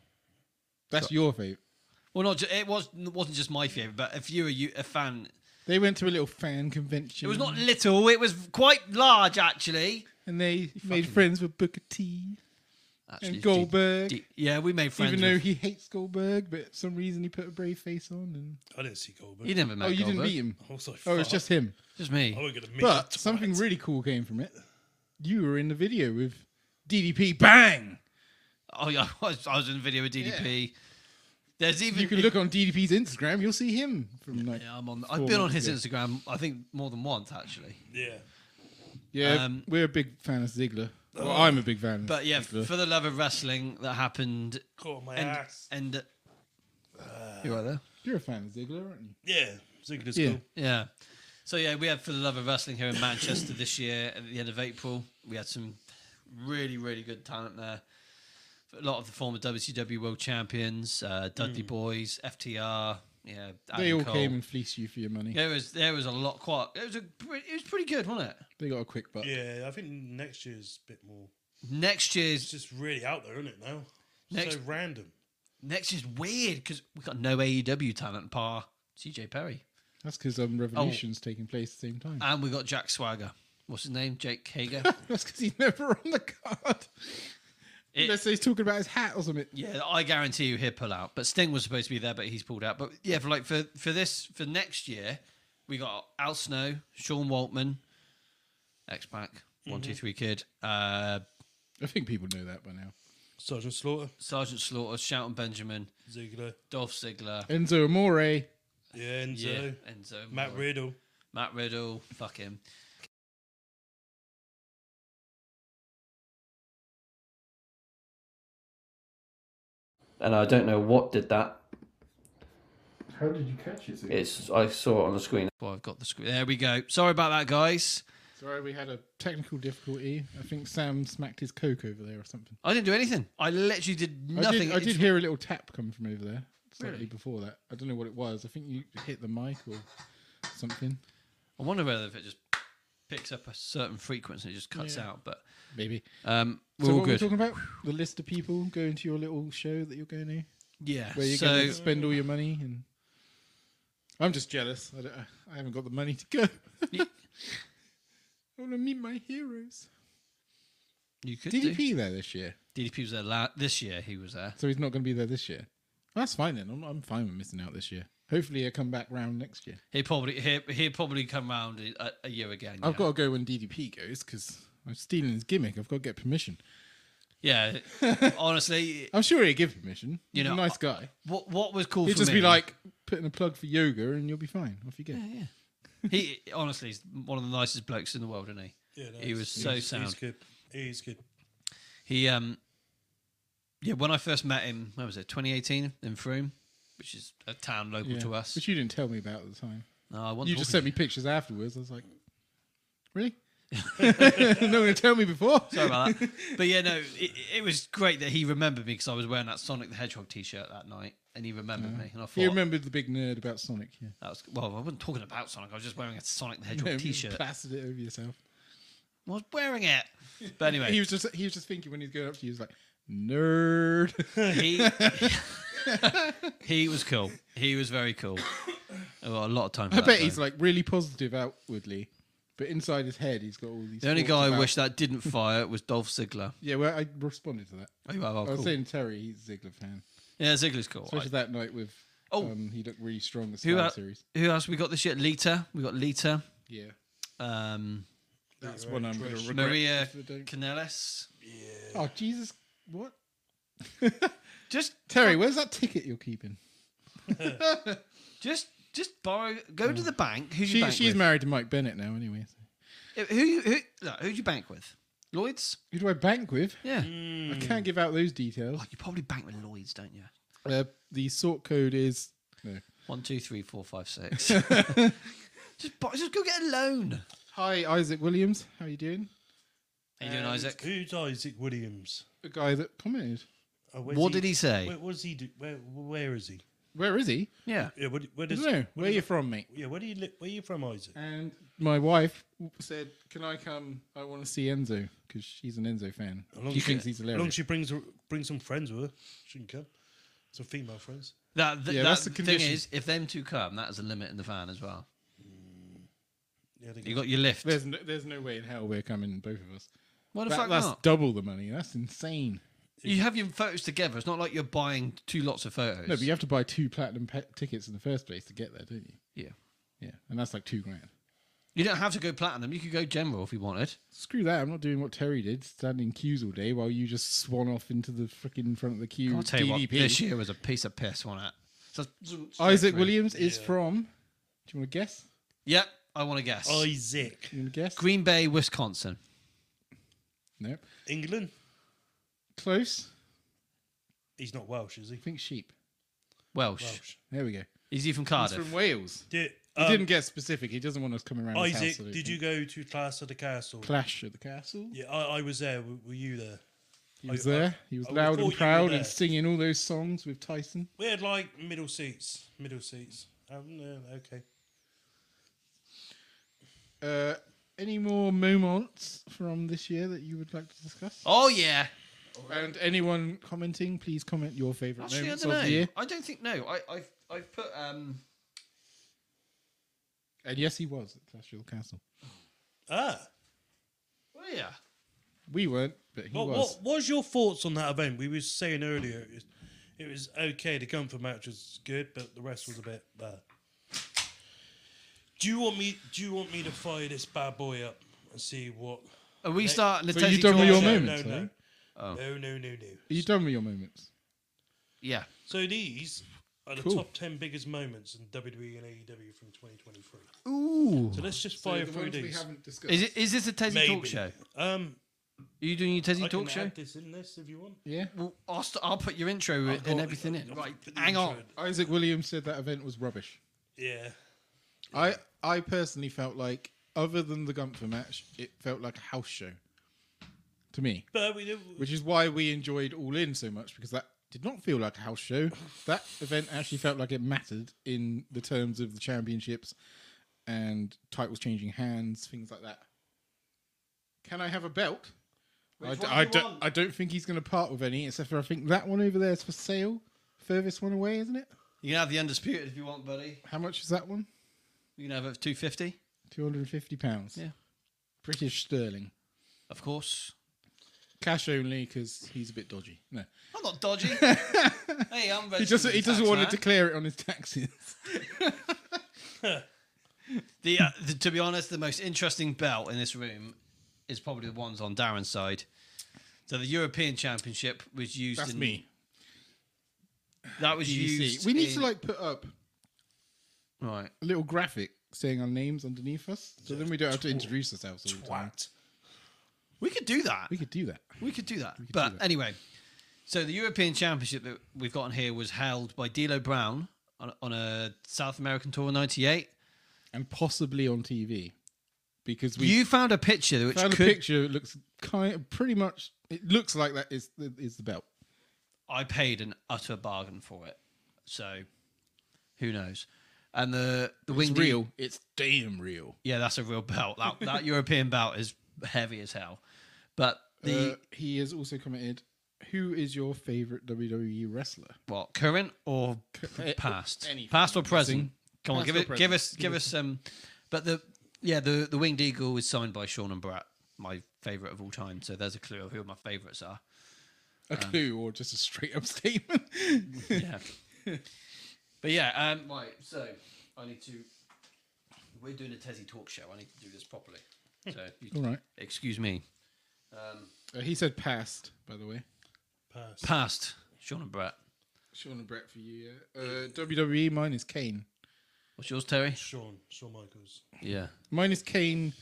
Speaker 2: that's your favorite.
Speaker 1: Well, not ju- it was it wasn't just my favorite, but if you're a, U- a fan,
Speaker 2: They went to a little fan convention.
Speaker 1: it was not little; it was quite large, actually.
Speaker 2: and they made friends with Booker T
Speaker 1: Actually,
Speaker 2: and
Speaker 1: deep-
Speaker 2: Goldberg.
Speaker 1: deep- yeah, we made friends.
Speaker 2: even though
Speaker 1: with-
Speaker 2: he hates Goldberg, but for some reason he put a brave face on. And
Speaker 3: I didn't see Goldberg.
Speaker 1: you never met.
Speaker 2: oh, you
Speaker 1: Goldberg.
Speaker 2: didn't meet him.
Speaker 3: I was like,
Speaker 2: Oh, it's
Speaker 3: fuck,
Speaker 2: just him.
Speaker 1: Just
Speaker 3: I
Speaker 1: me.
Speaker 3: was gonna meet
Speaker 2: But
Speaker 3: that
Speaker 2: something
Speaker 3: twat.
Speaker 2: really cool came from it. You were in the video with DDP. Bang!
Speaker 1: Oh, yeah, I was, I was in a video with DDP. There's even
Speaker 2: You can look on DDP's Instagram. You'll see him from like
Speaker 1: Yeah, I'm on.
Speaker 2: four
Speaker 1: I've been on
Speaker 2: months
Speaker 1: his
Speaker 2: ago.
Speaker 1: Instagram. I think more than once actually.
Speaker 3: Yeah.
Speaker 2: Yeah,
Speaker 1: Um, Oh.
Speaker 2: we're a big fan of Ziggler. Well, I'm a big fan.
Speaker 1: But
Speaker 2: of
Speaker 1: yeah,
Speaker 2: Ziggler.
Speaker 1: for the love of wrestling, that happened.
Speaker 3: Caught on my
Speaker 1: And
Speaker 3: ass.
Speaker 1: and
Speaker 2: Uh,
Speaker 1: you right there.
Speaker 2: you're a fan of Ziggler, aren't you?
Speaker 3: yeah. Ziggler's
Speaker 2: Yeah.
Speaker 3: cool.
Speaker 1: Yeah. So yeah, we had for the love of wrestling here in Manchester this year at the end of April. We had some really, really good talent there. A lot of the former WCW world champions, uh, Dudley Boys, FTR. Yeah, Adam
Speaker 2: Hmm. They all
Speaker 1: Cole.
Speaker 2: came and fleeced you for your money.
Speaker 1: There was there was a lot. Quite it was a pre- it was pretty good, wasn't it?
Speaker 2: They got a quick buck.
Speaker 3: Yeah, I think next year's a bit more.
Speaker 1: Next
Speaker 3: It's
Speaker 1: year's
Speaker 3: just really out there, isn't it? Now,
Speaker 1: Next-
Speaker 3: so random.
Speaker 1: next year's weird because we got no AEW talent par CJ Perry,
Speaker 2: That's because um, Revolution's
Speaker 1: Oh.
Speaker 2: taking place at the same time.
Speaker 1: and we got Jack Swagger. What's his name? Jake Hager.
Speaker 2: That's because he's never on the card.
Speaker 1: It-
Speaker 2: Unless he's talking about his hat or something.
Speaker 1: Yeah, I guarantee you he'll pull out. But Sting was supposed to be there, but he's pulled out. But yeah, for like for for this for next year, we got Al Snow, Sean Waltman, X Pac, One Two Three Kid, uh,
Speaker 2: I think people know that by now.
Speaker 3: Sergeant Slaughter,
Speaker 1: Sergeant Slaughter, Shelton Benjamin,
Speaker 3: Ziggler,
Speaker 1: Dolph Ziggler,
Speaker 2: Enzo Amore.
Speaker 3: yeah, Enzo,
Speaker 1: yeah, Enzo,
Speaker 3: Matt
Speaker 1: Moore,
Speaker 3: Riddle.
Speaker 1: Matt Riddle, fuck him.
Speaker 6: and I don't know what did that.
Speaker 7: How did you catch it? Ian?
Speaker 6: It's I saw it on the screen.
Speaker 1: Well, I've got the screen. There we go. Sorry about that, guys.
Speaker 2: Sorry, we had a technical difficulty. I think Sam smacked his coke over there or something.
Speaker 1: I didn't do anything. I literally did nothing.
Speaker 2: I did, I did
Speaker 1: It's-
Speaker 2: hear a little tap come from over there slightly
Speaker 1: Really?
Speaker 2: before that. I don't know what it was. I think you hit the mic or something.
Speaker 1: I wonder whether if it just picks up a certain frequency and it just cuts out. But
Speaker 2: Maybe.
Speaker 1: um, we're
Speaker 2: so
Speaker 1: all
Speaker 2: what
Speaker 1: good.
Speaker 2: are we talking about? The list of people going to your little show that you're going to,
Speaker 1: yeah.
Speaker 2: where you're
Speaker 1: so
Speaker 2: going to spend all your money. And I'm just jealous. I, don't, I haven't got the money to go. I want to meet my heroes.
Speaker 1: you could
Speaker 2: DDP
Speaker 1: do.
Speaker 2: there this year,
Speaker 1: DDP was there la- this year. He was there.
Speaker 2: so he's not going to be there this year. That's fine then. I'm, I'm fine with missing out this year. Hopefully, I come back round next year.
Speaker 1: He probably he he probably come round a, a year again.
Speaker 2: I've
Speaker 1: yeah.
Speaker 2: got to go when DDP goes because I'm stealing his gimmick. I've got to get permission.
Speaker 1: yeah. honestly,
Speaker 2: I'm sure he'd give permission.
Speaker 1: You
Speaker 2: He's
Speaker 1: know,
Speaker 2: a nice guy.
Speaker 1: what what was cool
Speaker 2: He'd
Speaker 1: for
Speaker 2: just
Speaker 1: me,
Speaker 2: be like putting a plug for yoga, and you'll be fine. Off you go.
Speaker 1: he honestly is one of the nicest blokes in the world, isn't he?
Speaker 3: Yeah, no,
Speaker 1: He
Speaker 3: he's-
Speaker 1: was so
Speaker 3: he's- He's
Speaker 1: sound.
Speaker 3: good. He's good.
Speaker 1: He um yeah, when I first met him, when was it, twenty eighteen in Froome, which is a town local
Speaker 2: Yeah.
Speaker 1: to us.
Speaker 2: which you didn't tell me about at the time.
Speaker 1: no, I wasn't
Speaker 2: You just
Speaker 1: talking
Speaker 2: sent
Speaker 1: to
Speaker 2: me pictures afterwards. I was like, really? no one to tell me before.
Speaker 1: Sorry about that. But yeah, no, it, it was great that he remembered me because I was wearing that Sonic the Hedgehog T-shirt that night, and he remembered me. And I thought
Speaker 2: You remembered the big nerd about Sonic, yeah?
Speaker 1: that was well. I wasn't talking about Sonic. I was just wearing a Sonic the
Speaker 2: You
Speaker 1: Hedgehog T-shirt. I
Speaker 2: plastered it over yourself.
Speaker 1: was wearing it. But anyway,
Speaker 2: He was just he was just thinking when he was going up to you, he was like, nerd.
Speaker 1: he he was cool. He was very cool. Well, a lot of time. For
Speaker 2: I
Speaker 1: that
Speaker 2: bet
Speaker 1: guy.
Speaker 2: he's like really positive outwardly, but inside his head, he's got all these.
Speaker 1: the only
Speaker 2: thoughts
Speaker 1: guy I
Speaker 2: about-
Speaker 1: wish that didn't fire was Dolph Ziggler.
Speaker 2: Yeah, well, I responded to that.
Speaker 1: Oh, you are, oh,
Speaker 2: I was
Speaker 1: cool.
Speaker 2: saying Terry, he's a Ziggler fan,
Speaker 1: yeah, Ziggler's cool.
Speaker 2: especially
Speaker 1: I-
Speaker 2: that night with.
Speaker 1: Oh.
Speaker 2: um, he looked really strong. The
Speaker 1: Who
Speaker 2: Sky
Speaker 1: el-
Speaker 2: series.
Speaker 1: Who else we got this year? Lita. We got Lita.
Speaker 2: Yeah,
Speaker 1: Um,
Speaker 2: that's one I'm going to regret.
Speaker 1: Maria
Speaker 2: if I don't-
Speaker 1: Canellis.
Speaker 2: Oh Jesus! What?
Speaker 1: Just
Speaker 2: Terry, where's that ticket you're keeping?
Speaker 1: Just just borrow. Go to the bank. Who's
Speaker 2: Mm. She,
Speaker 1: your bank
Speaker 2: she's
Speaker 1: with?
Speaker 2: married to Mike Bennett now, anyway. so-
Speaker 1: who you- who no, who'd you bank with? Lloyd's.
Speaker 2: Who do I bank with?
Speaker 1: Yeah.
Speaker 2: I can't give out those details.
Speaker 1: Oh, you probably bank with Lloyd's, don't you?
Speaker 2: Uh, the sort code is no.
Speaker 1: One, two, three, four, five, six. just bo- just go get a loan.
Speaker 2: Hi, Isaac Williams. How you doing?
Speaker 1: How you doing,
Speaker 2: Um,
Speaker 3: And
Speaker 1: Isaac?
Speaker 3: Who's Isaac Williams?
Speaker 2: The guy that commented.
Speaker 3: Oh, where's
Speaker 1: What did he say?
Speaker 3: Where, what does he do? Where, where is he?
Speaker 2: Where is he?
Speaker 1: Yeah.
Speaker 3: Yeah, what, where
Speaker 2: I
Speaker 3: does,
Speaker 2: don't know. Where
Speaker 3: does-
Speaker 2: you from, mate?
Speaker 3: Yeah, where do you li- where you from, Isaac?
Speaker 2: And my wife said, "Can I come? I want to see Enzo because she's an Enzo fan.
Speaker 3: As long as
Speaker 2: she
Speaker 3: she-
Speaker 2: thinks he's
Speaker 3: As long as
Speaker 2: hilarious."
Speaker 3: she brings brings some friends with her, she can come. Some female friends.
Speaker 1: That, th-
Speaker 2: Yeah,
Speaker 1: that
Speaker 2: that's the
Speaker 1: thing
Speaker 2: condition.
Speaker 1: is, if them two come, that is a limit in the van as well.
Speaker 3: Yeah, they
Speaker 1: You got your lift.
Speaker 2: There's no, there's no way in hell we're coming, both of us.
Speaker 1: Why the
Speaker 2: That-
Speaker 1: fuck
Speaker 2: that's
Speaker 1: not?
Speaker 2: double the money. That's insane.
Speaker 1: You have your photos together. It's not like you're buying two lots of photos.
Speaker 2: No, but you have to buy two platinum pe- tickets in the first place to get there, don't you?
Speaker 1: yeah.
Speaker 2: Yeah, and that's like two grand.
Speaker 1: You don't have to go platinum. You could go general if you wanted.
Speaker 2: Screw that! I'm not doing what Terry did, standing queues all day while you just swan off into the freaking front of the queue.
Speaker 1: I'll tell you what,
Speaker 2: DDP.
Speaker 1: this year was a piece of piss, wasn't it? So,
Speaker 2: Isaac Williams is from. Do you want to guess?
Speaker 1: Yep, I want to guess.
Speaker 3: got Isaac.
Speaker 2: You want to guess?
Speaker 1: Green Bay, Wisconsin.
Speaker 2: No.
Speaker 3: England.
Speaker 2: Close.
Speaker 3: He's not Welsh, is he?
Speaker 2: I think sheep.
Speaker 1: Welsh.
Speaker 3: Welsh.
Speaker 2: There we go.
Speaker 1: Is he from
Speaker 2: He's
Speaker 1: Cardiff?
Speaker 2: from Wales.
Speaker 3: Did,
Speaker 2: He
Speaker 3: um,
Speaker 2: didn't get specific. He doesn't want us coming around. his house, I
Speaker 3: Isaac,
Speaker 2: don't
Speaker 3: did you
Speaker 2: think.
Speaker 3: go to Class of the Castle?
Speaker 2: clash at the castle?
Speaker 3: yeah, I, I was there. W- Were you there?
Speaker 2: He was
Speaker 3: I- I-
Speaker 2: there. He was
Speaker 3: I
Speaker 2: loud
Speaker 3: thought you
Speaker 2: and
Speaker 3: were
Speaker 2: proud
Speaker 3: there.
Speaker 2: and singing all those songs with Tyson.
Speaker 3: We had like middle seats. Middle seats. Um, yeah, okay.
Speaker 2: Uh, any more moments from this year that you would like to discuss?
Speaker 1: oh yeah.
Speaker 2: And anyone commenting, please comment your favourite
Speaker 1: Actually, I
Speaker 2: moments
Speaker 1: don't
Speaker 2: of the year.
Speaker 1: know. I don't think no. I, I've I've put um.
Speaker 2: And yes, he was at Clash of the Castle.
Speaker 3: Ah,
Speaker 1: Well, yeah.
Speaker 2: We weren't, but he
Speaker 3: what,
Speaker 2: was.
Speaker 3: what was your thoughts on that event? We were saying earlier, it was, it was okay. The Gunther match was good, but the rest was a bit. Uh, do you want me? Do you want me to fire this bad boy up and see what?
Speaker 1: Are we starting the
Speaker 2: So
Speaker 1: Tassie
Speaker 2: you done with
Speaker 1: Talk
Speaker 2: your
Speaker 1: show?
Speaker 3: no,
Speaker 2: moments,
Speaker 3: no,
Speaker 2: eh?
Speaker 3: no.
Speaker 1: Oh.
Speaker 3: no, no, no, no.
Speaker 2: Are you done with your moments?
Speaker 1: Yeah.
Speaker 3: So these are the
Speaker 2: Cool.
Speaker 3: top ten biggest moments in WWE and AEW from 2023.
Speaker 1: Ooh.
Speaker 3: So let's just fire through these.
Speaker 2: discussed.
Speaker 1: Is it is this a Tassie
Speaker 3: Maybe.
Speaker 1: Talk show?
Speaker 3: Um,
Speaker 1: Are you doing your Teddy
Speaker 3: I
Speaker 1: Talk
Speaker 3: can
Speaker 1: show?
Speaker 3: add this in this if you want.
Speaker 2: Yeah.
Speaker 1: Well, I'll, st- I'll put your intro
Speaker 3: I've got-
Speaker 1: and everything in.
Speaker 3: I've
Speaker 1: Right,
Speaker 3: put the
Speaker 1: hang
Speaker 3: intro
Speaker 1: on.
Speaker 3: in.
Speaker 2: Isaac Williams said that event was rubbish.
Speaker 3: Yeah.
Speaker 2: I I personally felt like, other than the Gunther match, it felt like a house show to me,
Speaker 3: But we do.
Speaker 2: which is why we enjoyed All In so much because that did not feel like a house show. That event actually felt like it mattered in the terms of the championships and titles changing hands, things like that. Can I have a belt? I, d- I don't. I don't think he's going to part with any, except for I think that one over there is for sale. Furthest one away, isn't it?
Speaker 1: You can have the Undisputed if you want, buddy.
Speaker 2: How much is that one?
Speaker 1: You can have it for 250,
Speaker 2: Two hundred and fifty pounds.
Speaker 1: Yeah.
Speaker 2: British sterling.
Speaker 1: of course.
Speaker 2: Cash only because he's a bit dodgy. No,
Speaker 1: I'm not dodgy. hey, I'm
Speaker 2: he doesn't. He doesn't want to declare it on his taxes.
Speaker 1: The, uh, the, to be honest, the most interesting belt in this room is probably the ones on Darren's side. So the European Championship was used
Speaker 2: That's
Speaker 1: in
Speaker 2: me.
Speaker 1: That was
Speaker 2: You see.
Speaker 1: used.
Speaker 2: We need
Speaker 1: in-
Speaker 2: to like put up
Speaker 1: right.
Speaker 2: a little graphic saying our names underneath us, so then we don't have to introduce ourselves all the time.
Speaker 3: Twat.
Speaker 1: We could do that.
Speaker 2: We could do that.
Speaker 1: We could do that. but
Speaker 2: do that.
Speaker 1: anyway, so the European Championship that we've got on here was held by D'Lo Brown on, on a South American tour in '98.
Speaker 2: And possibly on TV, because we
Speaker 1: You found a picture which
Speaker 2: found
Speaker 1: could.
Speaker 2: a picture. It looks kind of pretty much. It looks like that is is the belt.
Speaker 1: I paid an utter bargain for it, so who knows? And the the
Speaker 2: It's
Speaker 1: winged eagle-
Speaker 2: real. It's damn real.
Speaker 1: Yeah, that's a real belt. That that European belt is heavy as hell. But the
Speaker 2: Uh, he has also commented, "Who is your favorite WWE wrestler?"
Speaker 1: what current or p-
Speaker 2: uh,
Speaker 1: past,
Speaker 2: anything.
Speaker 1: past or present?
Speaker 2: Nothing.
Speaker 1: Come on,
Speaker 2: Past
Speaker 1: give
Speaker 2: or
Speaker 1: it, give
Speaker 2: present.
Speaker 1: us, give us some. But the yeah, the the winged eagle is signed by Sean and Brat, my favorite of all time. So there's a clue of who my favorites are.
Speaker 2: A clue or just a straight up statement?
Speaker 1: Yeah. but yeah, um, right. So I need to. We're doing a Tezzy talk show. I need to do this properly. So you,
Speaker 2: All right.
Speaker 1: excuse me.
Speaker 2: Uh, he said past, by the way.
Speaker 3: Pass.
Speaker 1: Past Sean and Brat.
Speaker 2: Sean and Brett for you. Yeah. Uh, WWE. Mine is Kane.
Speaker 1: What's yours, Terry?
Speaker 3: Sean. Shawn Michaels.
Speaker 1: Yeah.
Speaker 2: Mine is Kane,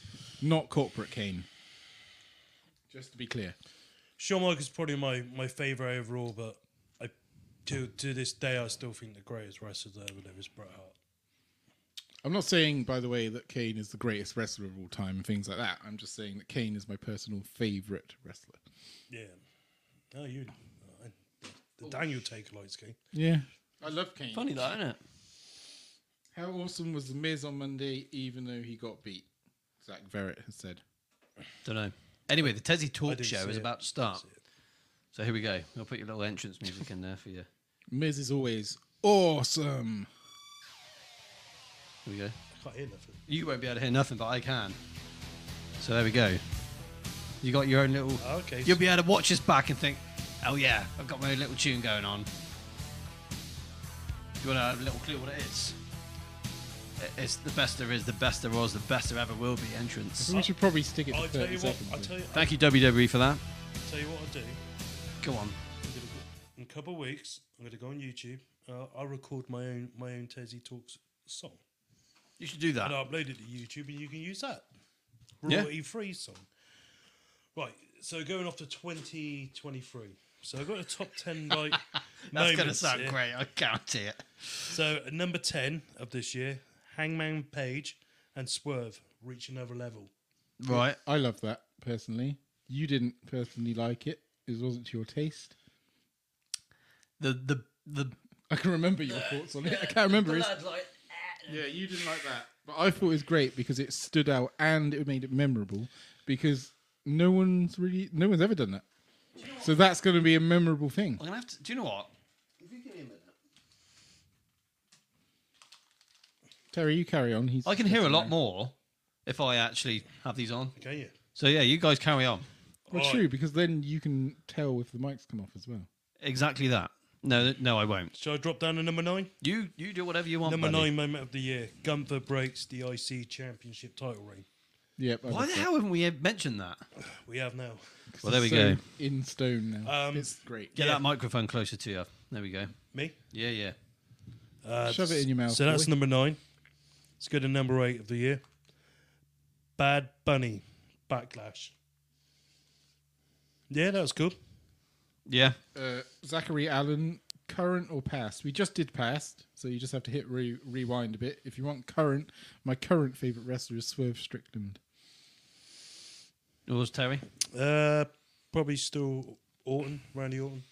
Speaker 2: not corporate Kane. Just to be clear.
Speaker 3: Shawn Michaels is probably my, my favourite overall, but I to to this day I still think the greatest wrestler that ever lived is Bret Hart.
Speaker 2: I'm not saying, by the way, that Kane is the greatest wrestler of all time and things like that. I'm just saying that Kane is my personal favorite wrestler.
Speaker 3: Yeah. Oh, you. I- the Daniel take likes Kane.
Speaker 2: Yeah. I love Kane.
Speaker 1: Funny that, isn't it?
Speaker 2: How awesome was The Miz on Monday, even though he got beat? Zach Verrett has said.
Speaker 1: Don't know. Anyway, the Tezzy Talk
Speaker 3: didn't
Speaker 1: Show
Speaker 3: see
Speaker 1: is
Speaker 3: it.
Speaker 1: about to start. So here we go. I'll put your little entrance music in there for you.
Speaker 2: Miz is always awesome.
Speaker 1: Here we go.
Speaker 3: I can't hear nothing.
Speaker 1: You won't be able to hear nothing, but I can. So there we go. You got your own little.
Speaker 3: Oh, okay.
Speaker 1: You'll be able to watch this back and think, oh yeah, I've got my own little tune going on. You want to have a little clue what it is? It- It's the best there is, the best there was, the best there ever will be entrance.
Speaker 2: We should probably stick it to
Speaker 3: I'll
Speaker 2: 30
Speaker 3: tell you what.
Speaker 2: seconds.
Speaker 3: I'll tell you. I'll
Speaker 1: Thank you, WWE, for that.
Speaker 3: tell you what I do.
Speaker 1: Go on.
Speaker 3: I'm gonna go- in a couple of weeks, I'm going to go on YouTube. Uh, I'll record my own my own Tezzy Talks song.
Speaker 1: You should do
Speaker 3: And
Speaker 1: that.
Speaker 3: I upload it to YouTube, and you can use that
Speaker 1: Yeah.
Speaker 3: royalty free song. Right. So going off to 2023. So I've got a top 10 like.
Speaker 1: That's going to
Speaker 3: moments
Speaker 1: sound
Speaker 3: here.
Speaker 1: great, I guarantee it.
Speaker 3: So at number 10 of this year, Hangman Page and Swerve reach another level.
Speaker 1: Right.
Speaker 2: I love that personally. You didn't personally like it. It wasn't to your taste.
Speaker 1: The, the, the
Speaker 2: I can remember your thoughts on it. I can't remember. his- yeah, you didn't like that, but I thought it was great because it stood out and it made it memorable. Because no one's really, no one's ever done that. So that's going to be a memorable thing.
Speaker 1: I'm gonna have to. Do you know what? If you give me a minute,
Speaker 2: Terry, you carry on. He's
Speaker 1: I can hear a lot more if I actually have these on.
Speaker 3: Can you?
Speaker 1: So yeah, you guys carry on.
Speaker 2: Well, true, because then you can tell if the mics come off as well.
Speaker 1: Exactly that. No, no, I won't.
Speaker 3: Shall I drop down to number nine?
Speaker 1: You you do whatever you want.
Speaker 3: Number
Speaker 1: buddy.
Speaker 3: nine moment of the year. Gunther breaks the IC Championship title reign.
Speaker 2: Yep. I
Speaker 1: Why
Speaker 2: love
Speaker 1: the
Speaker 2: that.
Speaker 1: hell haven't we mentioned that?
Speaker 3: We have now.
Speaker 2: 'Cause
Speaker 1: Well, there
Speaker 2: it's
Speaker 1: we
Speaker 2: so
Speaker 1: go.
Speaker 2: In stone now.
Speaker 3: Um,
Speaker 2: it's great.
Speaker 1: Get
Speaker 3: Yeah.
Speaker 1: that microphone closer to you. There we go.
Speaker 3: Me?
Speaker 1: Yeah, yeah.
Speaker 3: Uh,
Speaker 2: Shove it in your mouth.
Speaker 3: So that's
Speaker 2: boy.
Speaker 3: number nine. Let's go to number eight of the year. Bad Bunny Backlash. Yeah, that was cool.
Speaker 1: Yeah.
Speaker 2: Uh, Zachary Allen, current or past? We just did past, so you just have to hit re- rewind a bit. If you want current, my current favorite wrestler is Swerve Strickland.
Speaker 1: It was Terry.
Speaker 3: Uh, probably still Orton, Randy Orton.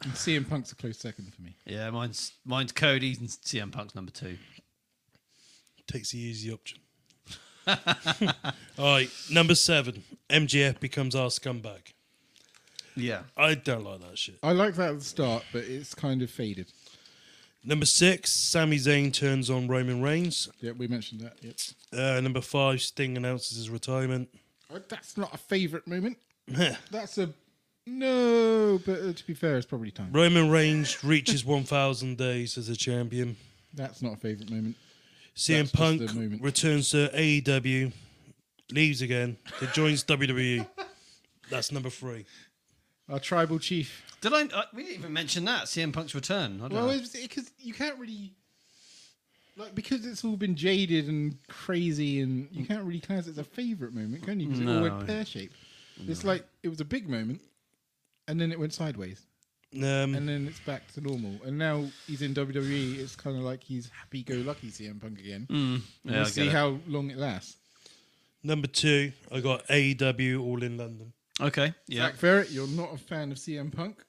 Speaker 2: And CM Punk's a close second for me.
Speaker 1: Yeah, mine's mine's Cody and CM Punk's number two.
Speaker 3: Takes the easy option. All right, number seven. MGF becomes our scumbag.
Speaker 1: Yeah.
Speaker 3: I don't like that shit.
Speaker 2: I like that at the start, but it's kind of faded.
Speaker 3: Number six, Sami Zayn turns on Roman Reigns.
Speaker 2: Yeah, we mentioned that. Yep.
Speaker 3: Uh, number five, Sting announces his retirement.
Speaker 2: Uh, That's not a favorite moment. That's a no, but uh, to be fair, it's probably time.
Speaker 3: Roman Reigns reaches 1,000 days as a champion.
Speaker 2: That's not a favorite moment. That's
Speaker 3: CM
Speaker 2: just
Speaker 3: Punk
Speaker 2: the moment.
Speaker 3: returns to AEW, leaves again, then joins WWE. That's number three.
Speaker 2: Our tribal chief.
Speaker 1: Did I? Uh, we didn't even mention that CM Punk's return. I don't
Speaker 2: Well,
Speaker 1: know.
Speaker 2: it's because you can't really like because it's all been jaded and crazy, and you can't really class it as a favorite moment, can you? Because it all
Speaker 1: No.
Speaker 2: went pear shaped. It's like it was a big moment, and then it went sideways, and
Speaker 3: Um,
Speaker 2: then it's back to normal. And now he's in WWE. It's kind of like he's happy go lucky CM Punk again.
Speaker 1: Mm. yeah, I
Speaker 2: we'll
Speaker 1: get
Speaker 2: see
Speaker 1: it.
Speaker 2: how long it lasts.
Speaker 3: number two, I got AEW All in London.
Speaker 1: okay. Yeah.
Speaker 2: Zach Ferret, you're not a fan of CM Punk.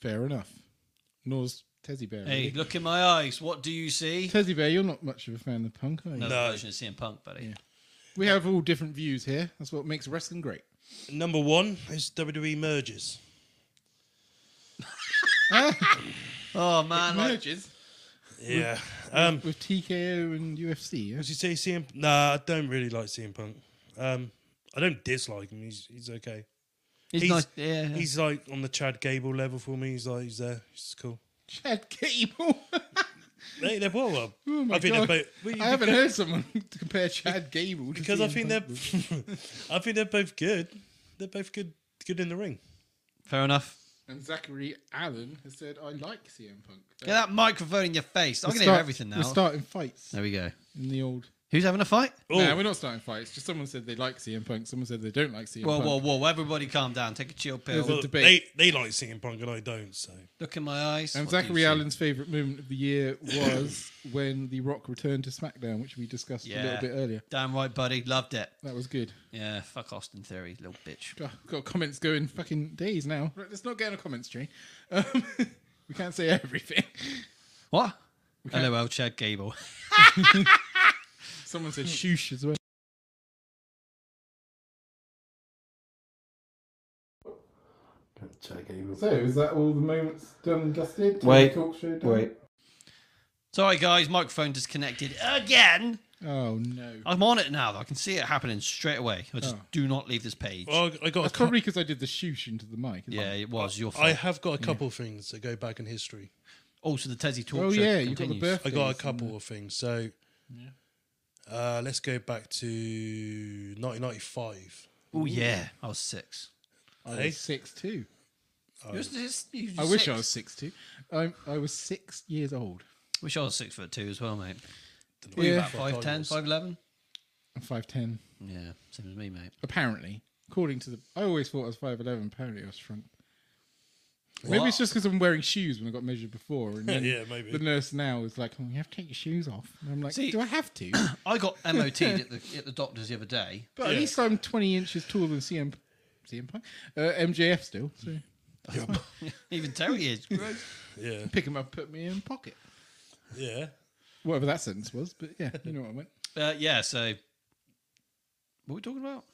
Speaker 2: Fair enough. Nor's Tezzy Bear.
Speaker 1: Hey,
Speaker 2: really.
Speaker 1: look in my eyes. What do you see?
Speaker 2: Tezzy Bear, you're not much of a fan of Punk, are you?
Speaker 1: Another
Speaker 3: No.
Speaker 1: version of CM Punk, buddy.
Speaker 2: We have all different views here. That's what makes wrestling great.
Speaker 3: Number one is E WWE merges.
Speaker 1: Oh man, like,
Speaker 2: Merges
Speaker 3: Yeah. Um,
Speaker 2: with TKO and UFC. yeah?
Speaker 3: As you say, CM. Nah, I don't really like CM Punk. Um, I don't dislike him. He's he's okay.
Speaker 1: he's,
Speaker 3: he's-
Speaker 1: nice. Yeah.
Speaker 3: He's like on the Chad Gable level for me. He's like he's there. He's cool.
Speaker 2: Chad Gable.
Speaker 3: They, they're well. well.
Speaker 2: Oh my
Speaker 3: I think
Speaker 2: God.
Speaker 3: they're both. well,
Speaker 2: I haven't heard someone compare Chad Gable to
Speaker 3: because I
Speaker 2: CM
Speaker 3: think they're.
Speaker 2: Punk.
Speaker 3: I think they're both good. They're both good. Good in the ring.
Speaker 1: Fair enough.
Speaker 2: And Zachary Allen has said, "I like CM Punk."
Speaker 1: Get that microphone in your face. I'm
Speaker 2: We're
Speaker 1: gonna
Speaker 2: start-
Speaker 1: hear everything now.
Speaker 2: We're starting fights
Speaker 1: There we go.
Speaker 2: in the old.
Speaker 1: Who's having a fight?
Speaker 3: Oh,
Speaker 2: No, we're not starting fights. Just someone said they like CM Punk. Someone said they don't like CM
Speaker 1: Whoa,
Speaker 2: Punk.
Speaker 1: whoa, whoa! Everybody, calm down. Take a chill pill.
Speaker 2: There's a
Speaker 3: well,
Speaker 2: debate.
Speaker 3: They they like CM Punk and I don't. So
Speaker 1: Look in my eyes.
Speaker 2: And
Speaker 1: What do you
Speaker 2: Zachary
Speaker 1: see?
Speaker 2: Allen's favourite moment of the year was when The Rock returned to SmackDown, which we discussed a
Speaker 1: Yeah.
Speaker 2: little bit earlier.
Speaker 1: Damn right, buddy. Loved it.
Speaker 2: That was good.
Speaker 1: Yeah. Fuck Austin Theory, little bitch.
Speaker 2: God, got comments going fucking days now. Right, let's not get on a comments tree. Um, we can't say everything.
Speaker 1: What? LOL, Chad Gable.
Speaker 2: Someone said shoosh as well.
Speaker 7: Don't check Gable.
Speaker 2: So, is that all the moments done and dusted?
Speaker 6: Wait,
Speaker 2: Talk show done?
Speaker 6: Wait.
Speaker 1: Sorry, guys. Microphone disconnected again.
Speaker 2: Oh, no.
Speaker 1: I'm on it now. though. I can see it happening straight away. I just
Speaker 2: Oh.
Speaker 1: do not leave this page.
Speaker 3: well, I got a
Speaker 2: That's
Speaker 3: cou-
Speaker 2: probably because I did the shoosh into the mic. isn't
Speaker 1: yeah,
Speaker 2: it?
Speaker 1: it was your fault.
Speaker 3: I have got a couple of things that go back in history.
Speaker 1: also, the Tezzy talk
Speaker 2: Oh,
Speaker 1: show
Speaker 2: yeah, you got the
Speaker 1: continues.
Speaker 2: birthday.
Speaker 3: I got a couple of things. So, uh, let's go back to 1995.
Speaker 1: Oh yeah, I was six.
Speaker 3: eh?
Speaker 2: Six two.
Speaker 1: You was- you was- you was
Speaker 2: I wish I
Speaker 1: six.
Speaker 2: was six two. Um, I was six years old.
Speaker 1: Wish I was six foot two as well, mate.
Speaker 3: Don't know
Speaker 1: Were you
Speaker 2: Yeah.
Speaker 1: about
Speaker 3: what I
Speaker 1: five ten,
Speaker 3: was.
Speaker 1: five eleven?
Speaker 2: I'm five ten.
Speaker 1: Yeah, same as me, mate.
Speaker 2: Apparently, according to the, I always thought I was five eleven. Apparently, I was shrunk. Maybe it's just because I'm wearing shoes when I got measured before, and then
Speaker 3: Yeah, maybe.
Speaker 2: the nurse now is like, "Oh, you have to take your shoes off." And I'm like,
Speaker 1: See-
Speaker 2: "Do I have to?"
Speaker 1: I got MOT'd at the at the doctor's the other day.
Speaker 2: But at
Speaker 3: Yeah.
Speaker 2: least I'm 20 inches taller than CM, CM Punk, uh, MJF still. So
Speaker 1: Even Terry is. Gross.
Speaker 3: Yeah,
Speaker 2: pick him up, put me in pocket.
Speaker 3: yeah.
Speaker 2: Whatever that sentence was, but yeah, you know what I meant.
Speaker 1: Uh, yeah, so what are we talking about?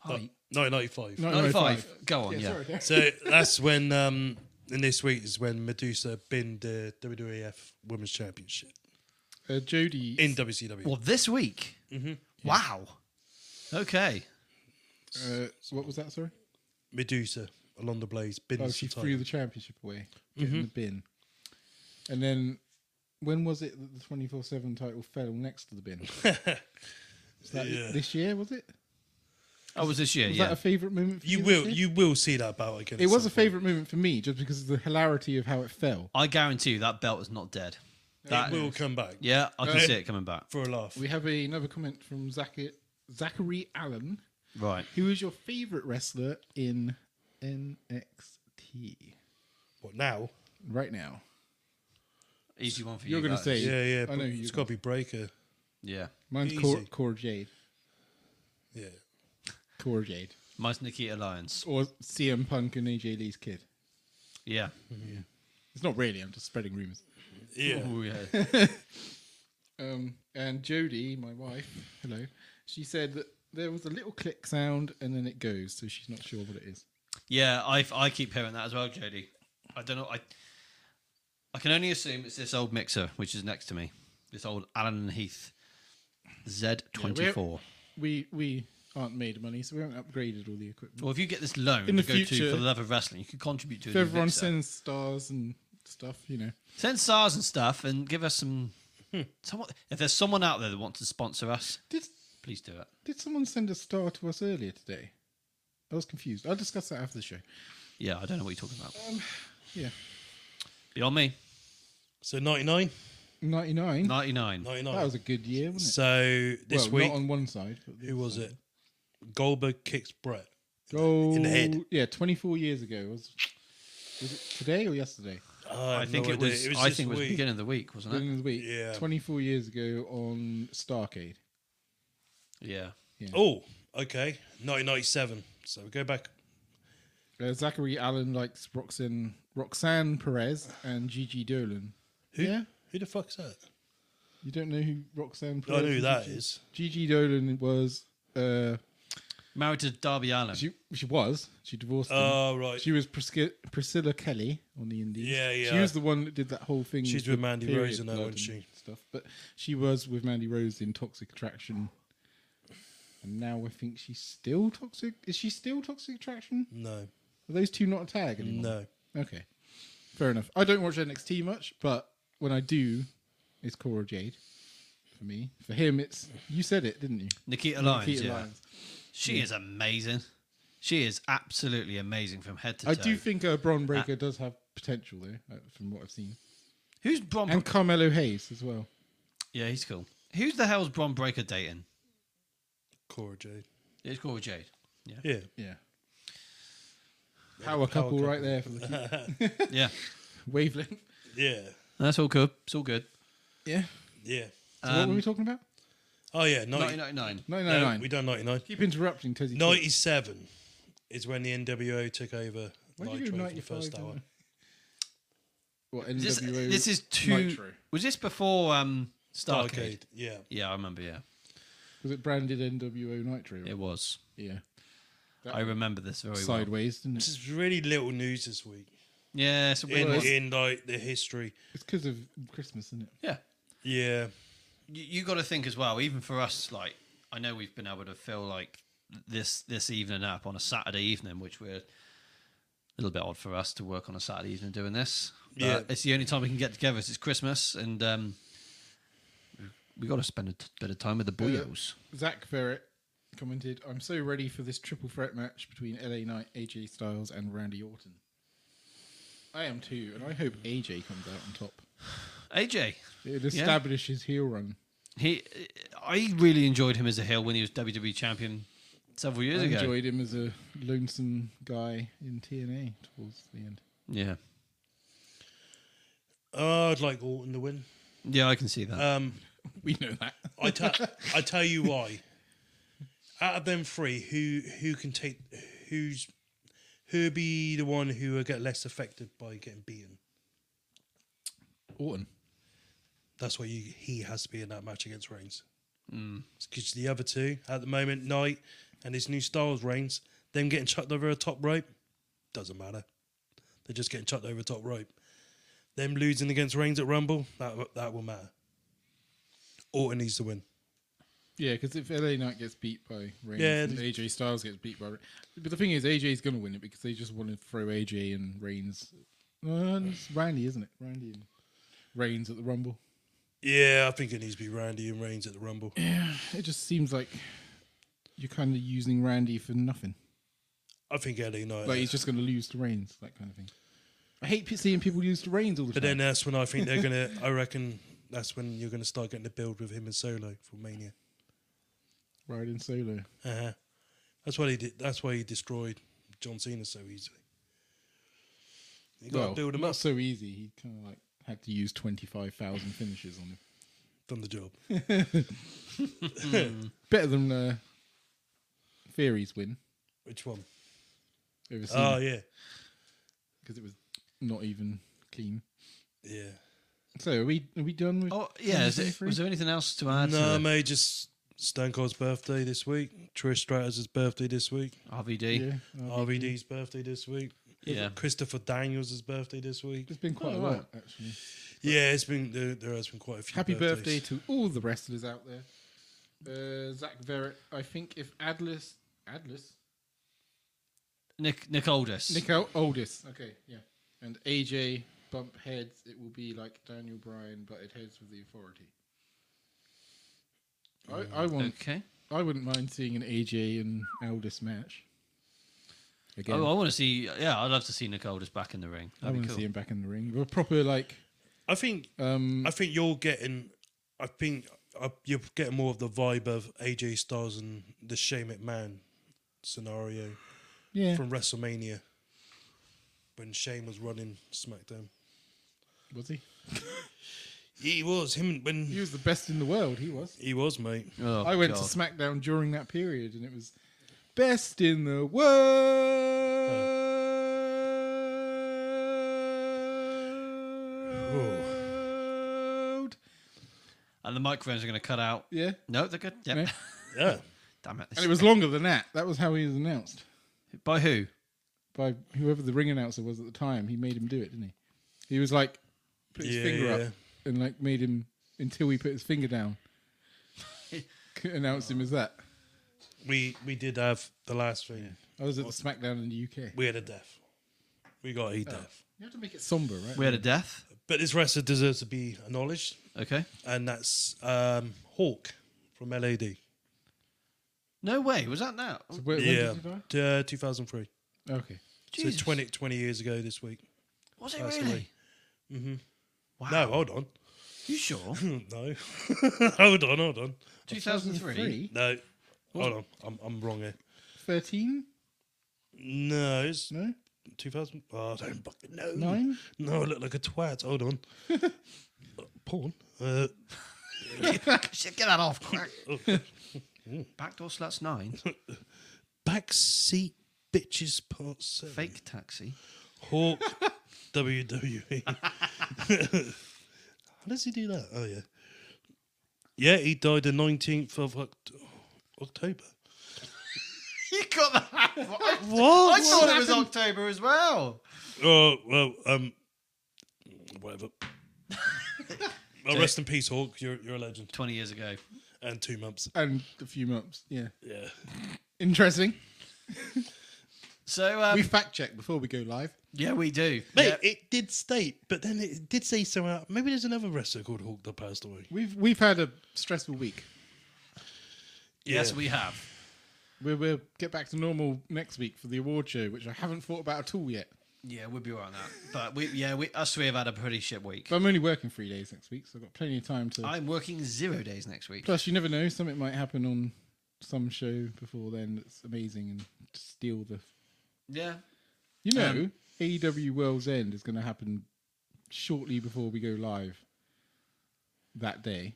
Speaker 1: Height.
Speaker 3: 1995.
Speaker 2: No,
Speaker 1: Ninety five.
Speaker 2: 95.
Speaker 1: Go on, yeah.
Speaker 2: Yeah, sorry, Derek.
Speaker 3: So that's when, um, and this week is when Medusa binned the WWF Women's Championship
Speaker 2: Uh, Jody.
Speaker 3: in WCW.
Speaker 1: Well, this week.
Speaker 2: Mm-hmm.
Speaker 1: Wow. Okay.
Speaker 2: uh, what was that? Sorry.
Speaker 3: Medusa, along the blaze, binned
Speaker 2: Oh,
Speaker 3: the
Speaker 2: she
Speaker 3: title.
Speaker 2: threw the championship away, put it
Speaker 3: Mm-hmm.
Speaker 2: in the bin, and then when was it that the twenty four seven title fell next to the bin? Was that
Speaker 3: Yeah.
Speaker 2: This year was it?
Speaker 1: Oh, was this year?
Speaker 2: Was
Speaker 1: yeah.
Speaker 2: that a favourite moment? For
Speaker 3: you
Speaker 2: this
Speaker 3: will,
Speaker 2: year?
Speaker 3: you will see that bout again.
Speaker 2: It
Speaker 3: at
Speaker 2: was
Speaker 3: some
Speaker 2: a favourite moment for me just because of the hilarity of how it fell.
Speaker 1: I guarantee you that belt is not dead.
Speaker 3: point.
Speaker 1: That,
Speaker 3: It will come back
Speaker 1: yeah, I can
Speaker 2: Uh,
Speaker 1: see it coming back.
Speaker 3: for a laugh.
Speaker 2: We have a, another comment from Zach- Zachary Allen.
Speaker 1: Right.
Speaker 2: Who is your favorite wrestler in NXT
Speaker 3: What now?
Speaker 2: right now?
Speaker 1: Easy one for
Speaker 2: You're
Speaker 1: you.
Speaker 2: gonna
Speaker 1: guys.
Speaker 2: say-
Speaker 3: Yeah, yeah.
Speaker 2: I
Speaker 3: I
Speaker 2: know
Speaker 3: know
Speaker 2: who you
Speaker 3: it's got to be Breaker.
Speaker 1: Yeah.
Speaker 2: Mine's Cor,
Speaker 3: Easy.
Speaker 2: Cor Jade.
Speaker 3: Yeah.
Speaker 2: Cor Jade.
Speaker 1: Mine's Nikita Lyons.
Speaker 2: Or CM Punk and AJ Lee's kid.
Speaker 1: Yeah.
Speaker 2: It's not really, I'm just spreading rumors.
Speaker 3: Yeah.
Speaker 1: Ooh, yeah.
Speaker 2: Um, and Jodie, my wife, hello, she said that there was a little click sound and then it goes, so she's not sure what it is.
Speaker 1: yeah. I I keep hearing that as well, Jody. I don't know. I I can only assume it's this old mixer which is next to me. This old Alan Heath Z24.
Speaker 2: We we aren't made of money, so we haven't upgraded all the equipment.
Speaker 3: Oh,
Speaker 1: Well, if you get this loan
Speaker 2: In the
Speaker 1: to go
Speaker 2: future-
Speaker 1: to for the love of wrestling, you could contribute to
Speaker 2: If
Speaker 1: a new
Speaker 2: everyone
Speaker 1: mixer.
Speaker 2: sends stars and stuff, you know.
Speaker 1: Send SARS and stuff and give us some.
Speaker 2: Hmm.
Speaker 1: Someone, if there's someone out there that wants to sponsor us,
Speaker 2: Did
Speaker 1: please do it.
Speaker 2: did someone send a star to us earlier today? I was confused. I'll discuss that after the show.
Speaker 1: Yeah, I don't know what you're talking about.
Speaker 2: Um, Yeah.
Speaker 1: Beyond me,
Speaker 3: So 99?
Speaker 2: 99.
Speaker 1: 99.
Speaker 3: 99.
Speaker 2: That was a good year, wasn't
Speaker 3: so
Speaker 2: it?
Speaker 3: this
Speaker 2: well,
Speaker 3: week,
Speaker 2: not on one side. But the
Speaker 3: who
Speaker 2: other
Speaker 3: was
Speaker 2: side.
Speaker 3: it? Goldberg kicks Brett.
Speaker 2: Goal,
Speaker 3: in the head.
Speaker 2: Yeah, 24 years ago. Was, was it today or yesterday?
Speaker 3: I,
Speaker 1: I
Speaker 3: have
Speaker 1: think
Speaker 3: no
Speaker 1: it
Speaker 3: idea.
Speaker 1: was. I
Speaker 3: this
Speaker 1: think it was the
Speaker 3: week.
Speaker 1: beginning of the week, wasn't it?
Speaker 2: Beginning of the week.
Speaker 3: Yeah.
Speaker 2: 24 years ago on Starcade.
Speaker 1: Yeah.
Speaker 3: Oh, okay. 1997. So we go back.
Speaker 2: Uh, Zachary Allen likes Roxanne, Roxanne Perez and Gigi Dolan.
Speaker 3: Who?
Speaker 2: Yeah.
Speaker 3: Who the fuck's that?
Speaker 2: You don't know who Roxanne
Speaker 3: I
Speaker 2: Perez
Speaker 3: know who
Speaker 2: and
Speaker 3: that
Speaker 2: Gigi-
Speaker 3: is.
Speaker 2: Gigi Dolan was. Uh,
Speaker 1: Married to Darby Allen.
Speaker 2: she she was. She divorced him.
Speaker 3: Oh, right.
Speaker 2: she was Prisca- Priscilla Kelly on the Indies.
Speaker 3: Yeah,
Speaker 2: She
Speaker 3: yeah.
Speaker 2: was the one that did that whole thing.
Speaker 3: She's with
Speaker 2: the
Speaker 3: Mandy
Speaker 2: period
Speaker 3: Rose in that,
Speaker 2: blood
Speaker 3: wasn't
Speaker 2: and
Speaker 3: she?
Speaker 2: Stuff, but she was with Mandy Rose in Toxic Attraction, and now I think she's still toxic. Is she still Toxic Attraction?
Speaker 3: no.
Speaker 2: Are those two not a tag anymore?
Speaker 3: No.
Speaker 2: No. Okay, fair enough. I don't watch NXT much, but when I do, it's Cora Jade. For me, for him, it's you said it, didn't you?
Speaker 1: Nikita Lyons.
Speaker 2: Nikita
Speaker 1: yeah.
Speaker 2: Lyons.
Speaker 1: She is amazing. She is absolutely amazing from head to toe.
Speaker 2: I do think uh, Braun Breaker does have potential though, uh, from what I've seen,
Speaker 1: Who's Bron?
Speaker 2: and Carmelo Hayes as well.
Speaker 1: yeah, he's cool. Who's the hell's Bron Breaker dating?
Speaker 3: Cora Jade.
Speaker 1: It's Corey Jade. Yeah.
Speaker 3: Yeah.
Speaker 2: Yeah. Power, couple, right there for the
Speaker 1: Yeah.
Speaker 2: wavelength.
Speaker 3: Yeah.
Speaker 1: That's all good. It's all good.
Speaker 2: Yeah.
Speaker 3: Yeah.
Speaker 2: So what were we talking about?
Speaker 3: Oh, yeah. 90,
Speaker 1: 1999.
Speaker 3: no,
Speaker 2: 999.
Speaker 3: we done 99.
Speaker 2: Keep interrupting, Tezzy.
Speaker 3: 97 is when the NWO took over
Speaker 2: Why did you go
Speaker 3: Nitro for the
Speaker 2: 95?
Speaker 3: first hour.
Speaker 2: don't I? What, NWO?
Speaker 1: This, this is two.
Speaker 2: Nitro.
Speaker 1: Was this before um, Starcade?
Speaker 3: Starcade. Yeah.
Speaker 1: Yeah, I remember. Yeah,
Speaker 2: Was it branded NWO Nitro?
Speaker 1: it was.
Speaker 2: Yeah.
Speaker 1: I remember this very well.
Speaker 2: Sideways, didn't
Speaker 3: This
Speaker 2: it?
Speaker 3: is really little news this week
Speaker 1: Yeah, it's a weird
Speaker 3: in,
Speaker 1: one.
Speaker 3: in like the history.
Speaker 2: It's because of Christmas, isn't it?
Speaker 1: Yeah,
Speaker 3: Yeah.
Speaker 1: you, you got to think as well. Even for us, like I know we've been able to fill like this this evening up on a Saturday evening, which we're a little bit odd for us to work on a Saturday evening doing this. But
Speaker 3: Yeah.
Speaker 1: it's the only time we can get together. It's Christmas, and um, we got to spend a t- bit of time with the boyos.
Speaker 2: Zach Verrett commented, I'm so ready for this triple threat match between LA Knight, AJ Styles, and Randy Orton. I am too, and I hope AJ comes out on top.
Speaker 1: AJ,
Speaker 2: It establishes heel run.
Speaker 1: he, I really enjoyed him as a heel when he was WWE champion several years
Speaker 2: I
Speaker 1: ago.
Speaker 2: enjoyed him as a lonesome guy in TNA towards the end.
Speaker 1: Yeah.
Speaker 3: Oh, I'd like Orton to win.
Speaker 1: Yeah, I can see that.
Speaker 3: Um,
Speaker 2: We know that.
Speaker 3: I te- I tell you why. Out of them three, who who can take who's who be the one who will get less affected by getting beaten?
Speaker 2: Orton.
Speaker 3: That's why you, he has to be in that match against Reigns. Because the other two at the moment, Knight and his new Styles Reigns, them getting chucked over a top rope doesn't matter. They're just getting chucked over a top rope. Them losing against Reigns at Rumble that that will matter. Orton needs to win.
Speaker 2: Yeah, because if LA Knight gets beat by Reigns
Speaker 3: Yeah,
Speaker 2: and
Speaker 3: it
Speaker 2: AJ Styles gets beat by Reigns. But the thing is, AJ's going to win it because they just want to throw AJ and Reigns. Uh, it's Randy, isn't it? Randy and Reigns at the Rumble.
Speaker 3: Yeah, I think it needs to be Randy and Reigns at the Rumble.
Speaker 2: It just seems like you're kind of using Randy for nothing.
Speaker 3: I think LA Knight.
Speaker 2: Like he's just going to lose to Reigns, that kind of thing. I hate pe- seeing people lose to Reigns all the
Speaker 3: but
Speaker 2: time.
Speaker 3: then that's when I think they're gonna. I reckon that's when you're gonna start getting the build with him and Solo for Mania.
Speaker 2: Riding solo.
Speaker 3: Uh-huh. That's why he did. That's why he destroyed John Cena so easily. You got
Speaker 2: well,
Speaker 3: to build him
Speaker 2: not
Speaker 3: up.
Speaker 2: so easy. He kind of like had to use twenty five thousand finishes on him.
Speaker 3: Done the job.
Speaker 2: Better than uh, Theory's win
Speaker 3: Which one?
Speaker 2: over Cena
Speaker 3: Oh yeah,
Speaker 2: because it was not even clean.
Speaker 3: yeah.
Speaker 2: So are we are we done with?
Speaker 1: Oh yeah, is it,
Speaker 2: 2023?
Speaker 1: was there anything else to add?
Speaker 3: No,
Speaker 1: to the
Speaker 3: mate, just Stone Cold's birthday this week. Trish Stratus' birthday this week.
Speaker 1: RVD.
Speaker 2: yeah, uh,
Speaker 3: RVD's birthday this week.
Speaker 1: Yeah.
Speaker 3: Christopher Daniels' birthday this week.
Speaker 2: it's been quite a
Speaker 1: Oh,
Speaker 2: lot actually.
Speaker 3: Yeah, it's been there, there has been quite a few.
Speaker 2: Happy birthday
Speaker 3: birthdays.
Speaker 2: to all the wrestlers out there. Uh, Zach Verrett, I think if Adlis, Adlis,
Speaker 1: Nick Nick Aldis.
Speaker 2: Nico Oldis, okay, yeah, and AJ bump heads, it will be like Daniel Bryan, but it heads with the authority. I, I want,
Speaker 1: Mm, Okay.
Speaker 2: I wouldn't mind seeing an AJ and Aldis match. Again,
Speaker 1: Oh, I want to see. Yeah, I'd love to see Nick Aldis back in the ring.
Speaker 2: I
Speaker 1: That'd
Speaker 2: want
Speaker 1: be
Speaker 2: to
Speaker 1: cool.
Speaker 2: see him back in the ring. We're proper like,
Speaker 3: I think
Speaker 2: um,
Speaker 3: I think you're getting. I think uh, you're getting more of the vibe of AJ Styles and the Shame It Man scenario
Speaker 2: yeah,
Speaker 3: from WrestleMania when Shane was running SmackDown.
Speaker 2: was he?
Speaker 3: He was him when
Speaker 2: He was the best in the world. He was.
Speaker 3: he was mate.
Speaker 1: Oh,
Speaker 2: I went
Speaker 1: God.
Speaker 2: to SmackDown during that period, and it was best in the world.
Speaker 1: and the microphones are going to cut out.
Speaker 2: Yeah,
Speaker 1: No, they're good. Yeah.
Speaker 2: No.
Speaker 3: Yeah,
Speaker 1: Damn it.
Speaker 2: and it was longer than that. That was how he was announced
Speaker 1: By who?
Speaker 2: by whoever the ring announcer was at the time. He made him do it, didn't he? He was like put his
Speaker 3: Yeah,
Speaker 2: finger
Speaker 3: yeah.
Speaker 2: up and like made him until he put his finger down. announced him as that.
Speaker 3: we we did have the last thing.
Speaker 2: I was at the SmackDown in the UK.
Speaker 3: We had a death. We got a death.
Speaker 2: You have to make it somber, right?
Speaker 1: We had a death.
Speaker 3: But this wrestler deserves to be acknowledged,
Speaker 1: Okay.
Speaker 3: and that's um, Hawk from LAD.
Speaker 1: No way. Was that now?
Speaker 2: So where- when
Speaker 3: yeah,
Speaker 2: did he die?
Speaker 3: uh, 2003.
Speaker 2: Okay.
Speaker 1: Jesus.
Speaker 3: So 20, 20 years ago this week.
Speaker 1: Was it
Speaker 3: passed
Speaker 1: really?
Speaker 3: away.
Speaker 1: Wow.
Speaker 3: No, hold on.
Speaker 1: You sure?
Speaker 3: no. hold on, hold on.
Speaker 1: 2003.
Speaker 3: No. Hold on. I'm, I'm wrong here.
Speaker 2: 13?
Speaker 3: No, it's
Speaker 2: No?
Speaker 3: 2000. Oh, I don't fucking know.
Speaker 2: Nine?
Speaker 3: No, I look like a twat. Hold on. Porn? Uh,
Speaker 1: Shit, get that off quick. Backdoor sluts nine.
Speaker 3: backseat bitches part seven.
Speaker 1: Fake taxi.
Speaker 3: Hawk WWE. How does he do that? Oh yeah, yeah. He died the nineteenth of Oct- October.
Speaker 1: You got that. I,
Speaker 3: What?
Speaker 1: I thought it was October as well.
Speaker 3: Oh well, um, whatever. well, rest in peace, Hawk. You're you're a legend.
Speaker 1: 20 years ago.
Speaker 3: And two months.
Speaker 2: And a few months. Yeah.
Speaker 3: Yeah.
Speaker 2: Interesting.
Speaker 1: So, um,
Speaker 2: We fact check before we go live.
Speaker 1: yeah, we do.
Speaker 3: Mate,
Speaker 1: Yeah.
Speaker 3: it did state, but then it did say somewhere. Maybe there's another wrestler called Hawk that passed away.
Speaker 2: We've we've had a stressful week.
Speaker 1: Yes,
Speaker 3: Yeah.
Speaker 1: we have.
Speaker 2: We'll, we'll get back to normal next week for the award show, which I haven't thought about at all yet.
Speaker 1: Yeah, we'd be all right on that. But we, yeah, we us three have had a pretty shit week.
Speaker 2: But I'm only working three days next week, so I've got plenty of time to.
Speaker 1: I'm working zero days next week.
Speaker 2: Plus, you never know; something might happen on some show before then that's amazing and steal the.
Speaker 1: Yeah.
Speaker 2: You know, AEW World's End is going to happen shortly before we go live. That day,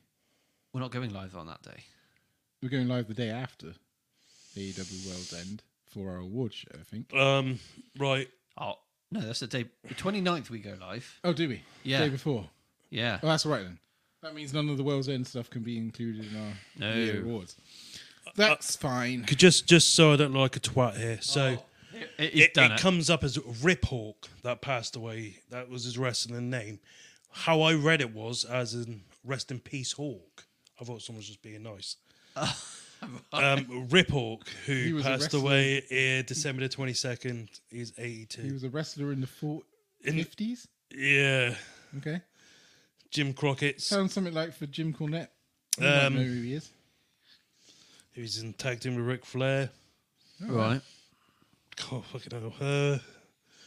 Speaker 1: We're not going live on that day.
Speaker 2: We're going live the day after AEW World's End for our award show, I think.
Speaker 3: Um, right.
Speaker 1: Oh, no, that's the day. The 29th we go live.
Speaker 2: Oh, do we?
Speaker 1: Yeah.
Speaker 2: Day before.
Speaker 1: Yeah.
Speaker 2: Oh, that's all right then. That means none of the World's End stuff can be included in our
Speaker 1: No.
Speaker 2: year awards. That's fine.
Speaker 3: Could Just just so I don't look like a twat here. So.
Speaker 2: Oh,
Speaker 1: It, he's
Speaker 3: it,
Speaker 1: done
Speaker 3: it
Speaker 1: it.
Speaker 3: comes up as Rip Hawk that passed away. That was his wrestling name. How I read it was as in rest in peace Hawk. I thought someone was just being nice. um, Rip Hawk,
Speaker 2: He
Speaker 3: who
Speaker 2: was a
Speaker 3: passed
Speaker 2: wrestler.
Speaker 3: away in December the twenty second, he's eighty
Speaker 2: He
Speaker 3: two.
Speaker 2: was a wrestler in the four-
Speaker 3: In-
Speaker 2: 50s.
Speaker 3: Yeah,
Speaker 2: Okay.
Speaker 3: Jim Crockett's.
Speaker 2: Sounds something like for Jim Cornette. You
Speaker 3: Um,
Speaker 2: might know who he is.
Speaker 3: He was in tag team with Ric Flair.
Speaker 1: Right.
Speaker 3: God, fucking hell. Uh,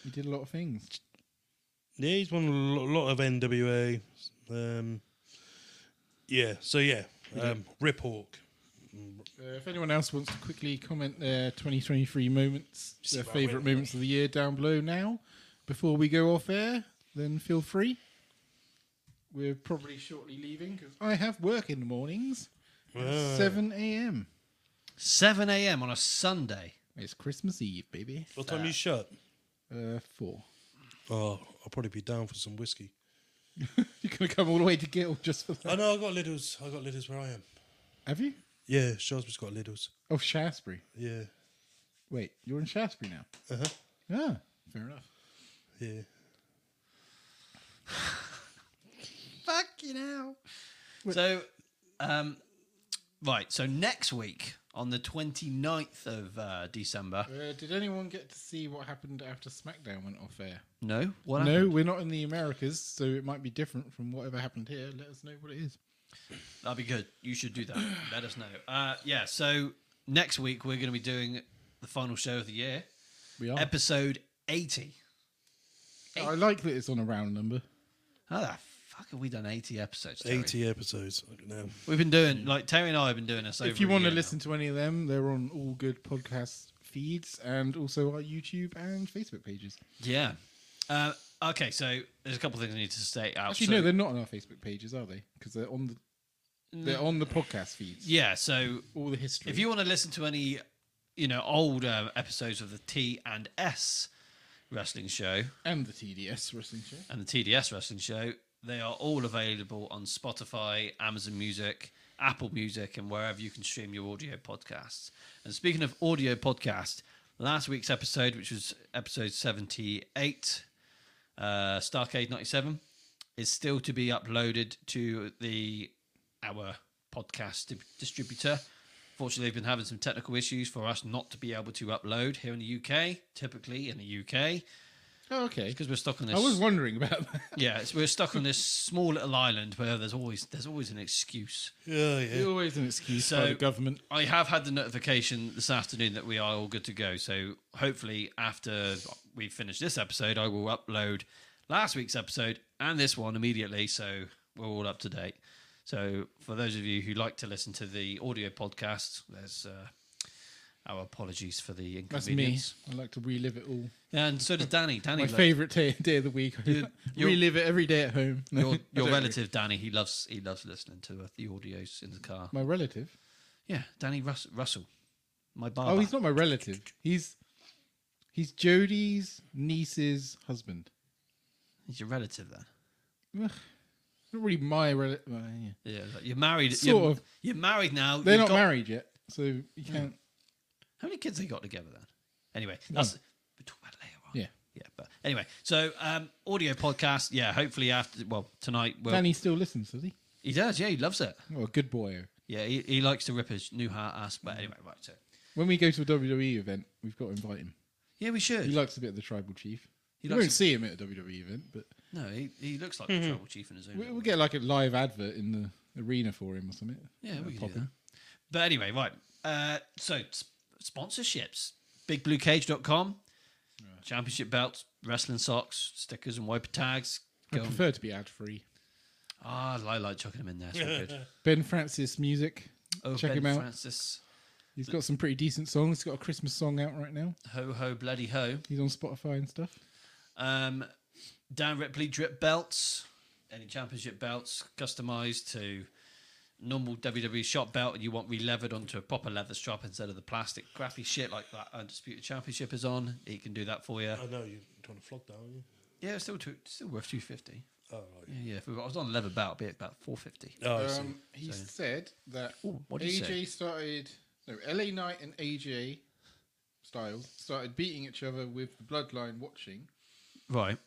Speaker 2: He did a lot of things.
Speaker 3: yeah, he's won a lo- lot of NWA. Um, yeah, so yeah, um, Rip Hawk
Speaker 2: Uh, if anyone else wants to quickly comment their 2023 moments,
Speaker 3: Just
Speaker 2: their
Speaker 3: about
Speaker 2: favourite
Speaker 3: win.
Speaker 2: moments of the year down below now, before we go off air, then feel free. We're probably shortly leaving because I have work in the mornings at 7 a.m.
Speaker 1: 7 a.m. on a Sunday.
Speaker 2: It's Christmas Eve, baby.
Speaker 3: What time you shut?
Speaker 2: Uh, four.
Speaker 3: Oh, I'll probably be down for some whiskey.
Speaker 2: You're going to come all the way to Gill just for that.
Speaker 3: I know I got Liddles. I got Liddles where I am.
Speaker 2: Have you?
Speaker 3: Yeah, Shaftesbury's got Liddles.
Speaker 2: Oh, Shaftesbury.
Speaker 3: Yeah,
Speaker 2: Wait, you're in Shaftesbury now?
Speaker 3: uh-huh.
Speaker 2: Yeah, fair enough.
Speaker 3: yeah.
Speaker 1: Fuck you now. So, um, right. So next week on the 29th of uh, December.
Speaker 2: Uh, did anyone get to see what happened after SmackDown went off air?
Speaker 1: No. What?
Speaker 2: no,
Speaker 1: happened?
Speaker 2: we're not in the Americas, so it might be different from whatever happened here. Let us know what it is.
Speaker 1: That'd be good. You should do that. Let us know. Uh, yeah. So next week we're going to be doing the final show of the year,
Speaker 2: We are.
Speaker 1: episode 80.
Speaker 2: I like that it's on a round number.
Speaker 1: How the fuck have we done 80 episodes? Terry?
Speaker 3: 80 episodes. Fucking hell.
Speaker 1: We've been doing like Terry and I have been doing this. Over
Speaker 2: if you
Speaker 1: want to
Speaker 2: listen to any of them, they're on all good podcast feeds and also our YouTube and Facebook pages.
Speaker 1: yeah. Uh, okay. So there's a couple of things I need to say out.
Speaker 2: Actually,
Speaker 1: So-
Speaker 2: no, they're not on our Facebook pages, are they? Because they're on the they're on the podcast feeds.
Speaker 1: yeah. So
Speaker 2: All the history.
Speaker 1: If you want to listen to any, you know, old uh, episodes of the T and S wrestling show
Speaker 2: and the TDS wrestling show.
Speaker 1: and the TDS wrestling show, they are all available on Spotify, Amazon Music, Apple Music, and wherever you can stream your audio podcasts. And speaking of audio podcasts, last week's episode, which was episode 78, uh, Starcade 97, is still to be uploaded to the our podcast di- distributor. Fortunately, they've been having some technical issues for us not to be able to upload here in the UK. Typically in the UK,
Speaker 2: Oh, okay.
Speaker 1: because we're stuck on this.
Speaker 2: I was wondering about that.
Speaker 1: Yeah, it's, we're stuck on this small little island where there's always there's always an excuse.
Speaker 3: Yeah,
Speaker 2: It's
Speaker 3: yeah.
Speaker 2: always an excuse by
Speaker 1: So-
Speaker 2: the government.
Speaker 1: I have had the notification this afternoon that we are all good to go. So hopefully, after we finish this episode, I will upload last week's episode and this one immediately, so we're all up to date. So for those of you who like to listen to the audio podcast, there's uh, our apologies for the
Speaker 2: That's me.
Speaker 1: inconvenience.
Speaker 2: I like to relive it all.
Speaker 1: And so does Danny. Danny,
Speaker 2: My
Speaker 1: lo-
Speaker 2: favorite day, day of the week.
Speaker 1: You- you-
Speaker 2: relive it every day at home. No, I
Speaker 1: your, your
Speaker 2: don't
Speaker 1: relative Danny, he loves he loves listening to uh, the audios in the car.
Speaker 2: really. My relative.
Speaker 1: Yeah, Danny Rus- Russell, my barber.
Speaker 2: Oh, he's not my relative. He's he's Jodie's niece's husband.
Speaker 1: He's your relative then.
Speaker 2: Ugh, Not really my relative. yeah.
Speaker 1: Yeah, like, you're married.
Speaker 2: Sort
Speaker 1: you're,
Speaker 2: of.
Speaker 1: You're married now.
Speaker 2: They're
Speaker 1: you've
Speaker 2: not
Speaker 1: got-
Speaker 2: married yet, so you can't.
Speaker 1: How many kids they got together then? Anyway, that's we talk about it later on.
Speaker 2: Yeah.
Speaker 1: yeah. But anyway, so um, audio podcast. Yeah, hopefully after well tonight. Well,
Speaker 2: Danny still listens, does he?
Speaker 1: he does. Yeah, he loves it.
Speaker 2: Oh, good boy.
Speaker 1: Yeah, he, he likes to rip his new heart ass. But anyway, right. So
Speaker 2: When we go to a WWE event, we've got to invite him.
Speaker 1: yeah, we should.
Speaker 2: He likes a bit of the tribal chief.
Speaker 1: He
Speaker 2: you
Speaker 1: likes
Speaker 2: won't
Speaker 1: to-
Speaker 2: see him at a WWE event, but
Speaker 1: no, he, he looks like a trouble chief in his own.
Speaker 2: we,
Speaker 1: little
Speaker 2: we'll
Speaker 1: way.
Speaker 2: get like a live advert in the arena for him or something.
Speaker 1: Yeah,
Speaker 2: Uh,
Speaker 1: we can
Speaker 2: pop
Speaker 1: do
Speaker 2: him.
Speaker 1: that. But anyway, right. Uh, so s- sponsorships: bigbluecage.com, championship belts, wrestling socks, stickers, and wiper tags.
Speaker 2: I
Speaker 1: Go
Speaker 2: prefer to be ad free.
Speaker 1: ah, I like chucking them in there. So good.
Speaker 2: Ben Francis music.
Speaker 1: Oh,
Speaker 2: Check
Speaker 1: ben
Speaker 2: him out.
Speaker 1: Francis,
Speaker 2: He's got some pretty decent songs. He's got a Christmas song out right now.
Speaker 1: ho ho bloody ho.
Speaker 2: He's on Spotify and stuff.
Speaker 1: Um, Dan Ripley drip belts, any championship belts customized to normal WWE shop belt, and you want re-levered onto a proper leather strap instead of the plastic crappy shit like that Undisputed Championship is on. He can do that for you.
Speaker 3: I know you're trying to flog that, aren't you?
Speaker 1: Yeah, it's still two, it's still worth two fifty.
Speaker 3: Oh, right.
Speaker 1: Yeah, yeah. If we were- I was on leather belt, it'd be about four fifty.
Speaker 3: Oh, I see.
Speaker 2: Um, he said that
Speaker 1: Ooh, what did he
Speaker 2: AJ
Speaker 1: say?
Speaker 2: started. No, LA Knight and AJ Styles started beating each other with the Bloodline watching,
Speaker 1: Right.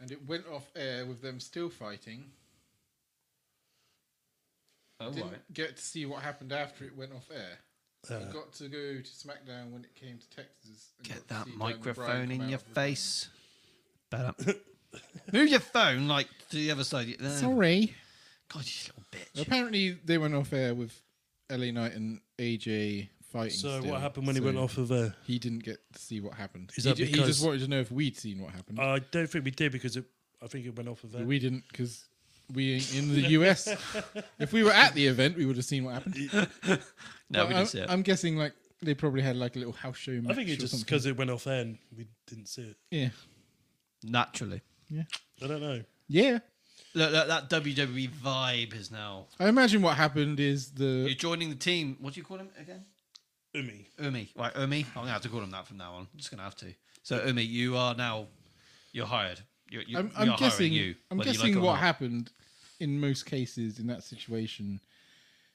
Speaker 2: and it went off air with them still fighting.
Speaker 1: Oh,
Speaker 2: Didn't get to see what happened after it went off air. I got to go to SmackDown when it came to Texas. and
Speaker 1: Uh. Get
Speaker 2: got to
Speaker 1: that
Speaker 2: see Daniel Bryan
Speaker 1: microphone
Speaker 2: come
Speaker 1: in
Speaker 2: out
Speaker 1: your
Speaker 2: of retirement.
Speaker 1: face. Better. Move your phone like to the other side. There.
Speaker 2: Sorry.
Speaker 1: God, you little bitch.
Speaker 2: Apparently, they went off air with LA Knight and AJ fighting.
Speaker 3: So
Speaker 2: still,
Speaker 3: what happened when he
Speaker 2: so
Speaker 3: went off of uh
Speaker 2: He didn't get to see what happened.
Speaker 3: Is
Speaker 2: he,
Speaker 3: that
Speaker 2: ju- he
Speaker 3: because- Uh,
Speaker 2: just wanted to know if we'd seen what happened.
Speaker 3: I don't think we did because it, I think it went off of there.
Speaker 2: we didn't because we ain't in the US. if we were at the event, we would have seen what happened.
Speaker 1: No,
Speaker 2: But
Speaker 1: we
Speaker 2: I'm,
Speaker 1: didn't see it.
Speaker 2: I'm guessing like they probably had like a little house show.
Speaker 3: I
Speaker 2: match
Speaker 3: think
Speaker 2: or
Speaker 3: it just
Speaker 2: something.
Speaker 3: because it went off there and we didn't see it.
Speaker 2: yeah,
Speaker 1: Naturally.
Speaker 3: I don't know.
Speaker 2: yeah.
Speaker 1: Look, look, that WWE vibe is now.
Speaker 2: I imagine what happened is
Speaker 1: You're
Speaker 2: the
Speaker 1: joining the team. What do you call him again?
Speaker 3: Umi.
Speaker 1: Umi. Right, Umi. I'm gonna have to call him that from now on. I'm just gonna have to. So Umi, you are now you're hired. You're, you
Speaker 2: I'm,
Speaker 1: we
Speaker 2: I'm
Speaker 1: are hiring
Speaker 2: guessing
Speaker 1: you.
Speaker 2: I'm
Speaker 1: whether you
Speaker 2: guessing
Speaker 1: like it or
Speaker 2: what
Speaker 1: not.
Speaker 2: happened in most cases in that situation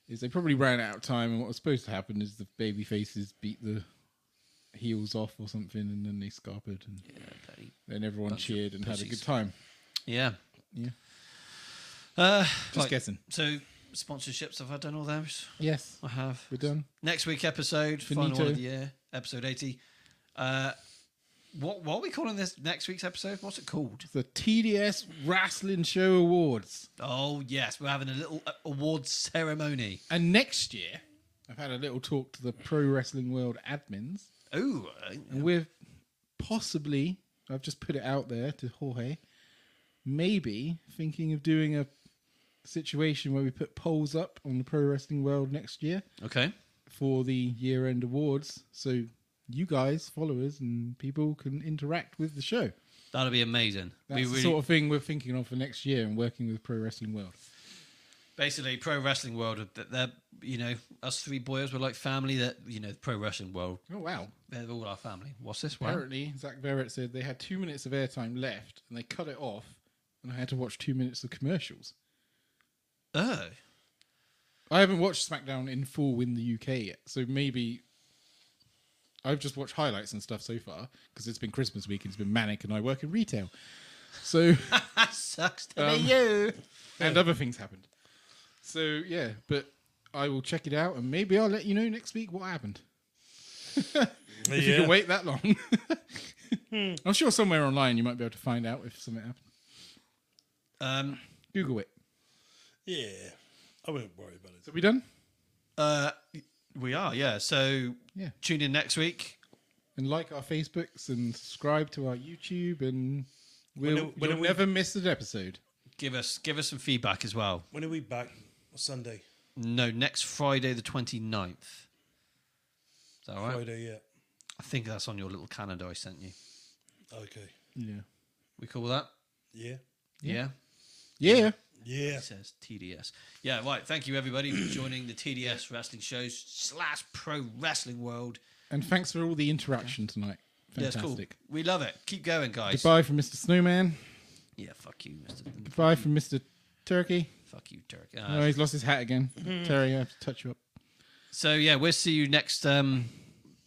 Speaker 2: is they probably ran out of time, and what was supposed to happen is the baby faces beat the heels off or something, and then they scarpered, and then everyone cheered and had a good
Speaker 1: pussies.
Speaker 2: time.
Speaker 1: Yeah.
Speaker 2: Yeah.
Speaker 1: Uh,
Speaker 2: Just
Speaker 1: right,
Speaker 2: guessing.
Speaker 1: So sponsorships. Have I done all those?
Speaker 2: Yes,
Speaker 1: I have.
Speaker 2: we're done.
Speaker 1: Next week episode, final
Speaker 2: Finito.
Speaker 1: one of the year, episode eighty. Uh, what what are we calling this next week's episode? What's it called?
Speaker 2: The TDS Wrestling Show Awards,
Speaker 1: Oh yes, we're having a little uh, awards ceremony.
Speaker 2: and next year I've had a little talk to the pro wrestling world admins.
Speaker 1: Ooh, uh,
Speaker 2: And we're possibly, I've just put it out there to Jorge, maybe thinking of doing a situation where we put polls up on the pro wrestling world next year
Speaker 1: okay.
Speaker 2: for the year end awards. So you guys, followers, and people can interact with the show.
Speaker 1: That'll be amazing.
Speaker 2: That's
Speaker 1: we
Speaker 2: the
Speaker 1: really,
Speaker 2: sort of thing we're thinking of for next year and working with pro wrestling world.
Speaker 1: basically pro wrestling world. That they're you know us three boys were like family. That you know pro wrestling world.
Speaker 2: Oh, wow.
Speaker 1: They're all our family. What's this one?
Speaker 2: Apparently, Zach Barrett said they had two minutes of airtime left and they cut it off, and I had to watch two minutes of commercials.
Speaker 1: Oh,
Speaker 2: I haven't watched SmackDown in full in the UK yet, so maybe I've just watched highlights and stuff so far because it's been Christmas week and it's been manic, and I work in retail, so
Speaker 1: that sucks to
Speaker 2: Um,
Speaker 1: be you.
Speaker 2: and other things happened. So yeah, but I will check it out, and maybe I'll let you know next week what happened. If you
Speaker 3: Yeah. Hmm.
Speaker 2: can wait that long, I'm sure somewhere online you might be able to find out if something happened.
Speaker 1: Um,
Speaker 2: Google it.
Speaker 3: Yeah. I won't worry about it.
Speaker 2: Are we done?
Speaker 1: uh, we are yeah. So
Speaker 2: Yeah.
Speaker 1: tune in next week.
Speaker 2: And like our Facebooks and subscribe to our YouTube, and we'll,
Speaker 3: When are- when
Speaker 2: you'll
Speaker 3: are we-
Speaker 2: never miss an episode.
Speaker 1: Give us give us some feedback as well.
Speaker 3: When are we back? Sunday.
Speaker 1: No, next Friday the 29th. Is that all right?
Speaker 3: Friday, yeah.
Speaker 1: I think that's on your little calendar I sent you.
Speaker 3: Okay.
Speaker 2: Yeah.
Speaker 1: We call that?
Speaker 3: Yeah.
Speaker 1: yeah?
Speaker 2: Yeah.
Speaker 3: Yeah.
Speaker 1: It says TDS. Yeah, right. Thank you, everybody, for joining the TDS Wrestling Show slash Pro Wrestling World.
Speaker 2: And thanks for all the interaction tonight.
Speaker 1: Yeah, it's cool.
Speaker 2: Fantastic.
Speaker 1: We love it. Keep going, guys.
Speaker 2: Goodbye from Mr. Snowman.
Speaker 1: Yeah, fuck you, Mr.
Speaker 2: Goodbye from Mr. Turkey.
Speaker 1: Fuck you, Turk.
Speaker 2: Oh,
Speaker 1: Uh,
Speaker 2: he's lost his hat again. Terry, I have to touch you up.
Speaker 1: so, yeah, we'll see you next um,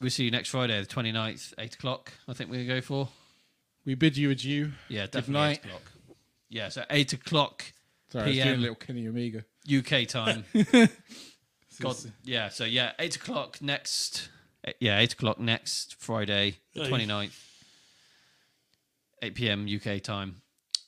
Speaker 1: we'll see you next Friday, the 29th, 8 o'clock, I think we're going to go for.
Speaker 2: We bid you adieu.
Speaker 1: Yeah, definitely
Speaker 2: night.
Speaker 1: 8 o'clock. Yeah, so 8 o'clock
Speaker 2: Sorry, I was doing
Speaker 1: PM.
Speaker 2: a little Kenny Omega.
Speaker 1: UK time. God, yeah. So yeah, eight o'clock next. eh, Yeah, eight o'clock next Friday, the
Speaker 3: Nice.
Speaker 1: 29th. 8 p.m. UK time.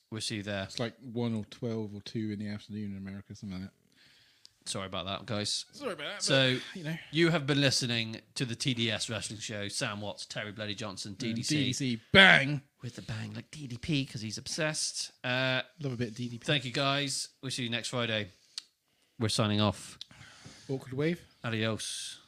Speaker 1: We'll see you there.
Speaker 2: It's like 1 or 12 or 2 in the afternoon in America, something like that.
Speaker 1: Sorry about that, guys.
Speaker 2: Sorry about that.
Speaker 1: So
Speaker 2: you know.
Speaker 1: you have been listening to the TDS Wrestling Show. Sam Watts, Terry Bloody Johnson, DDC,
Speaker 2: DDC. Bang.
Speaker 1: with the bang like DDP because he's obsessed. Uh,
Speaker 2: Love a bit of DDP.
Speaker 1: thank you guys. We'll see you next Friday. We're signing off.
Speaker 2: Awkward wave.
Speaker 1: Adios.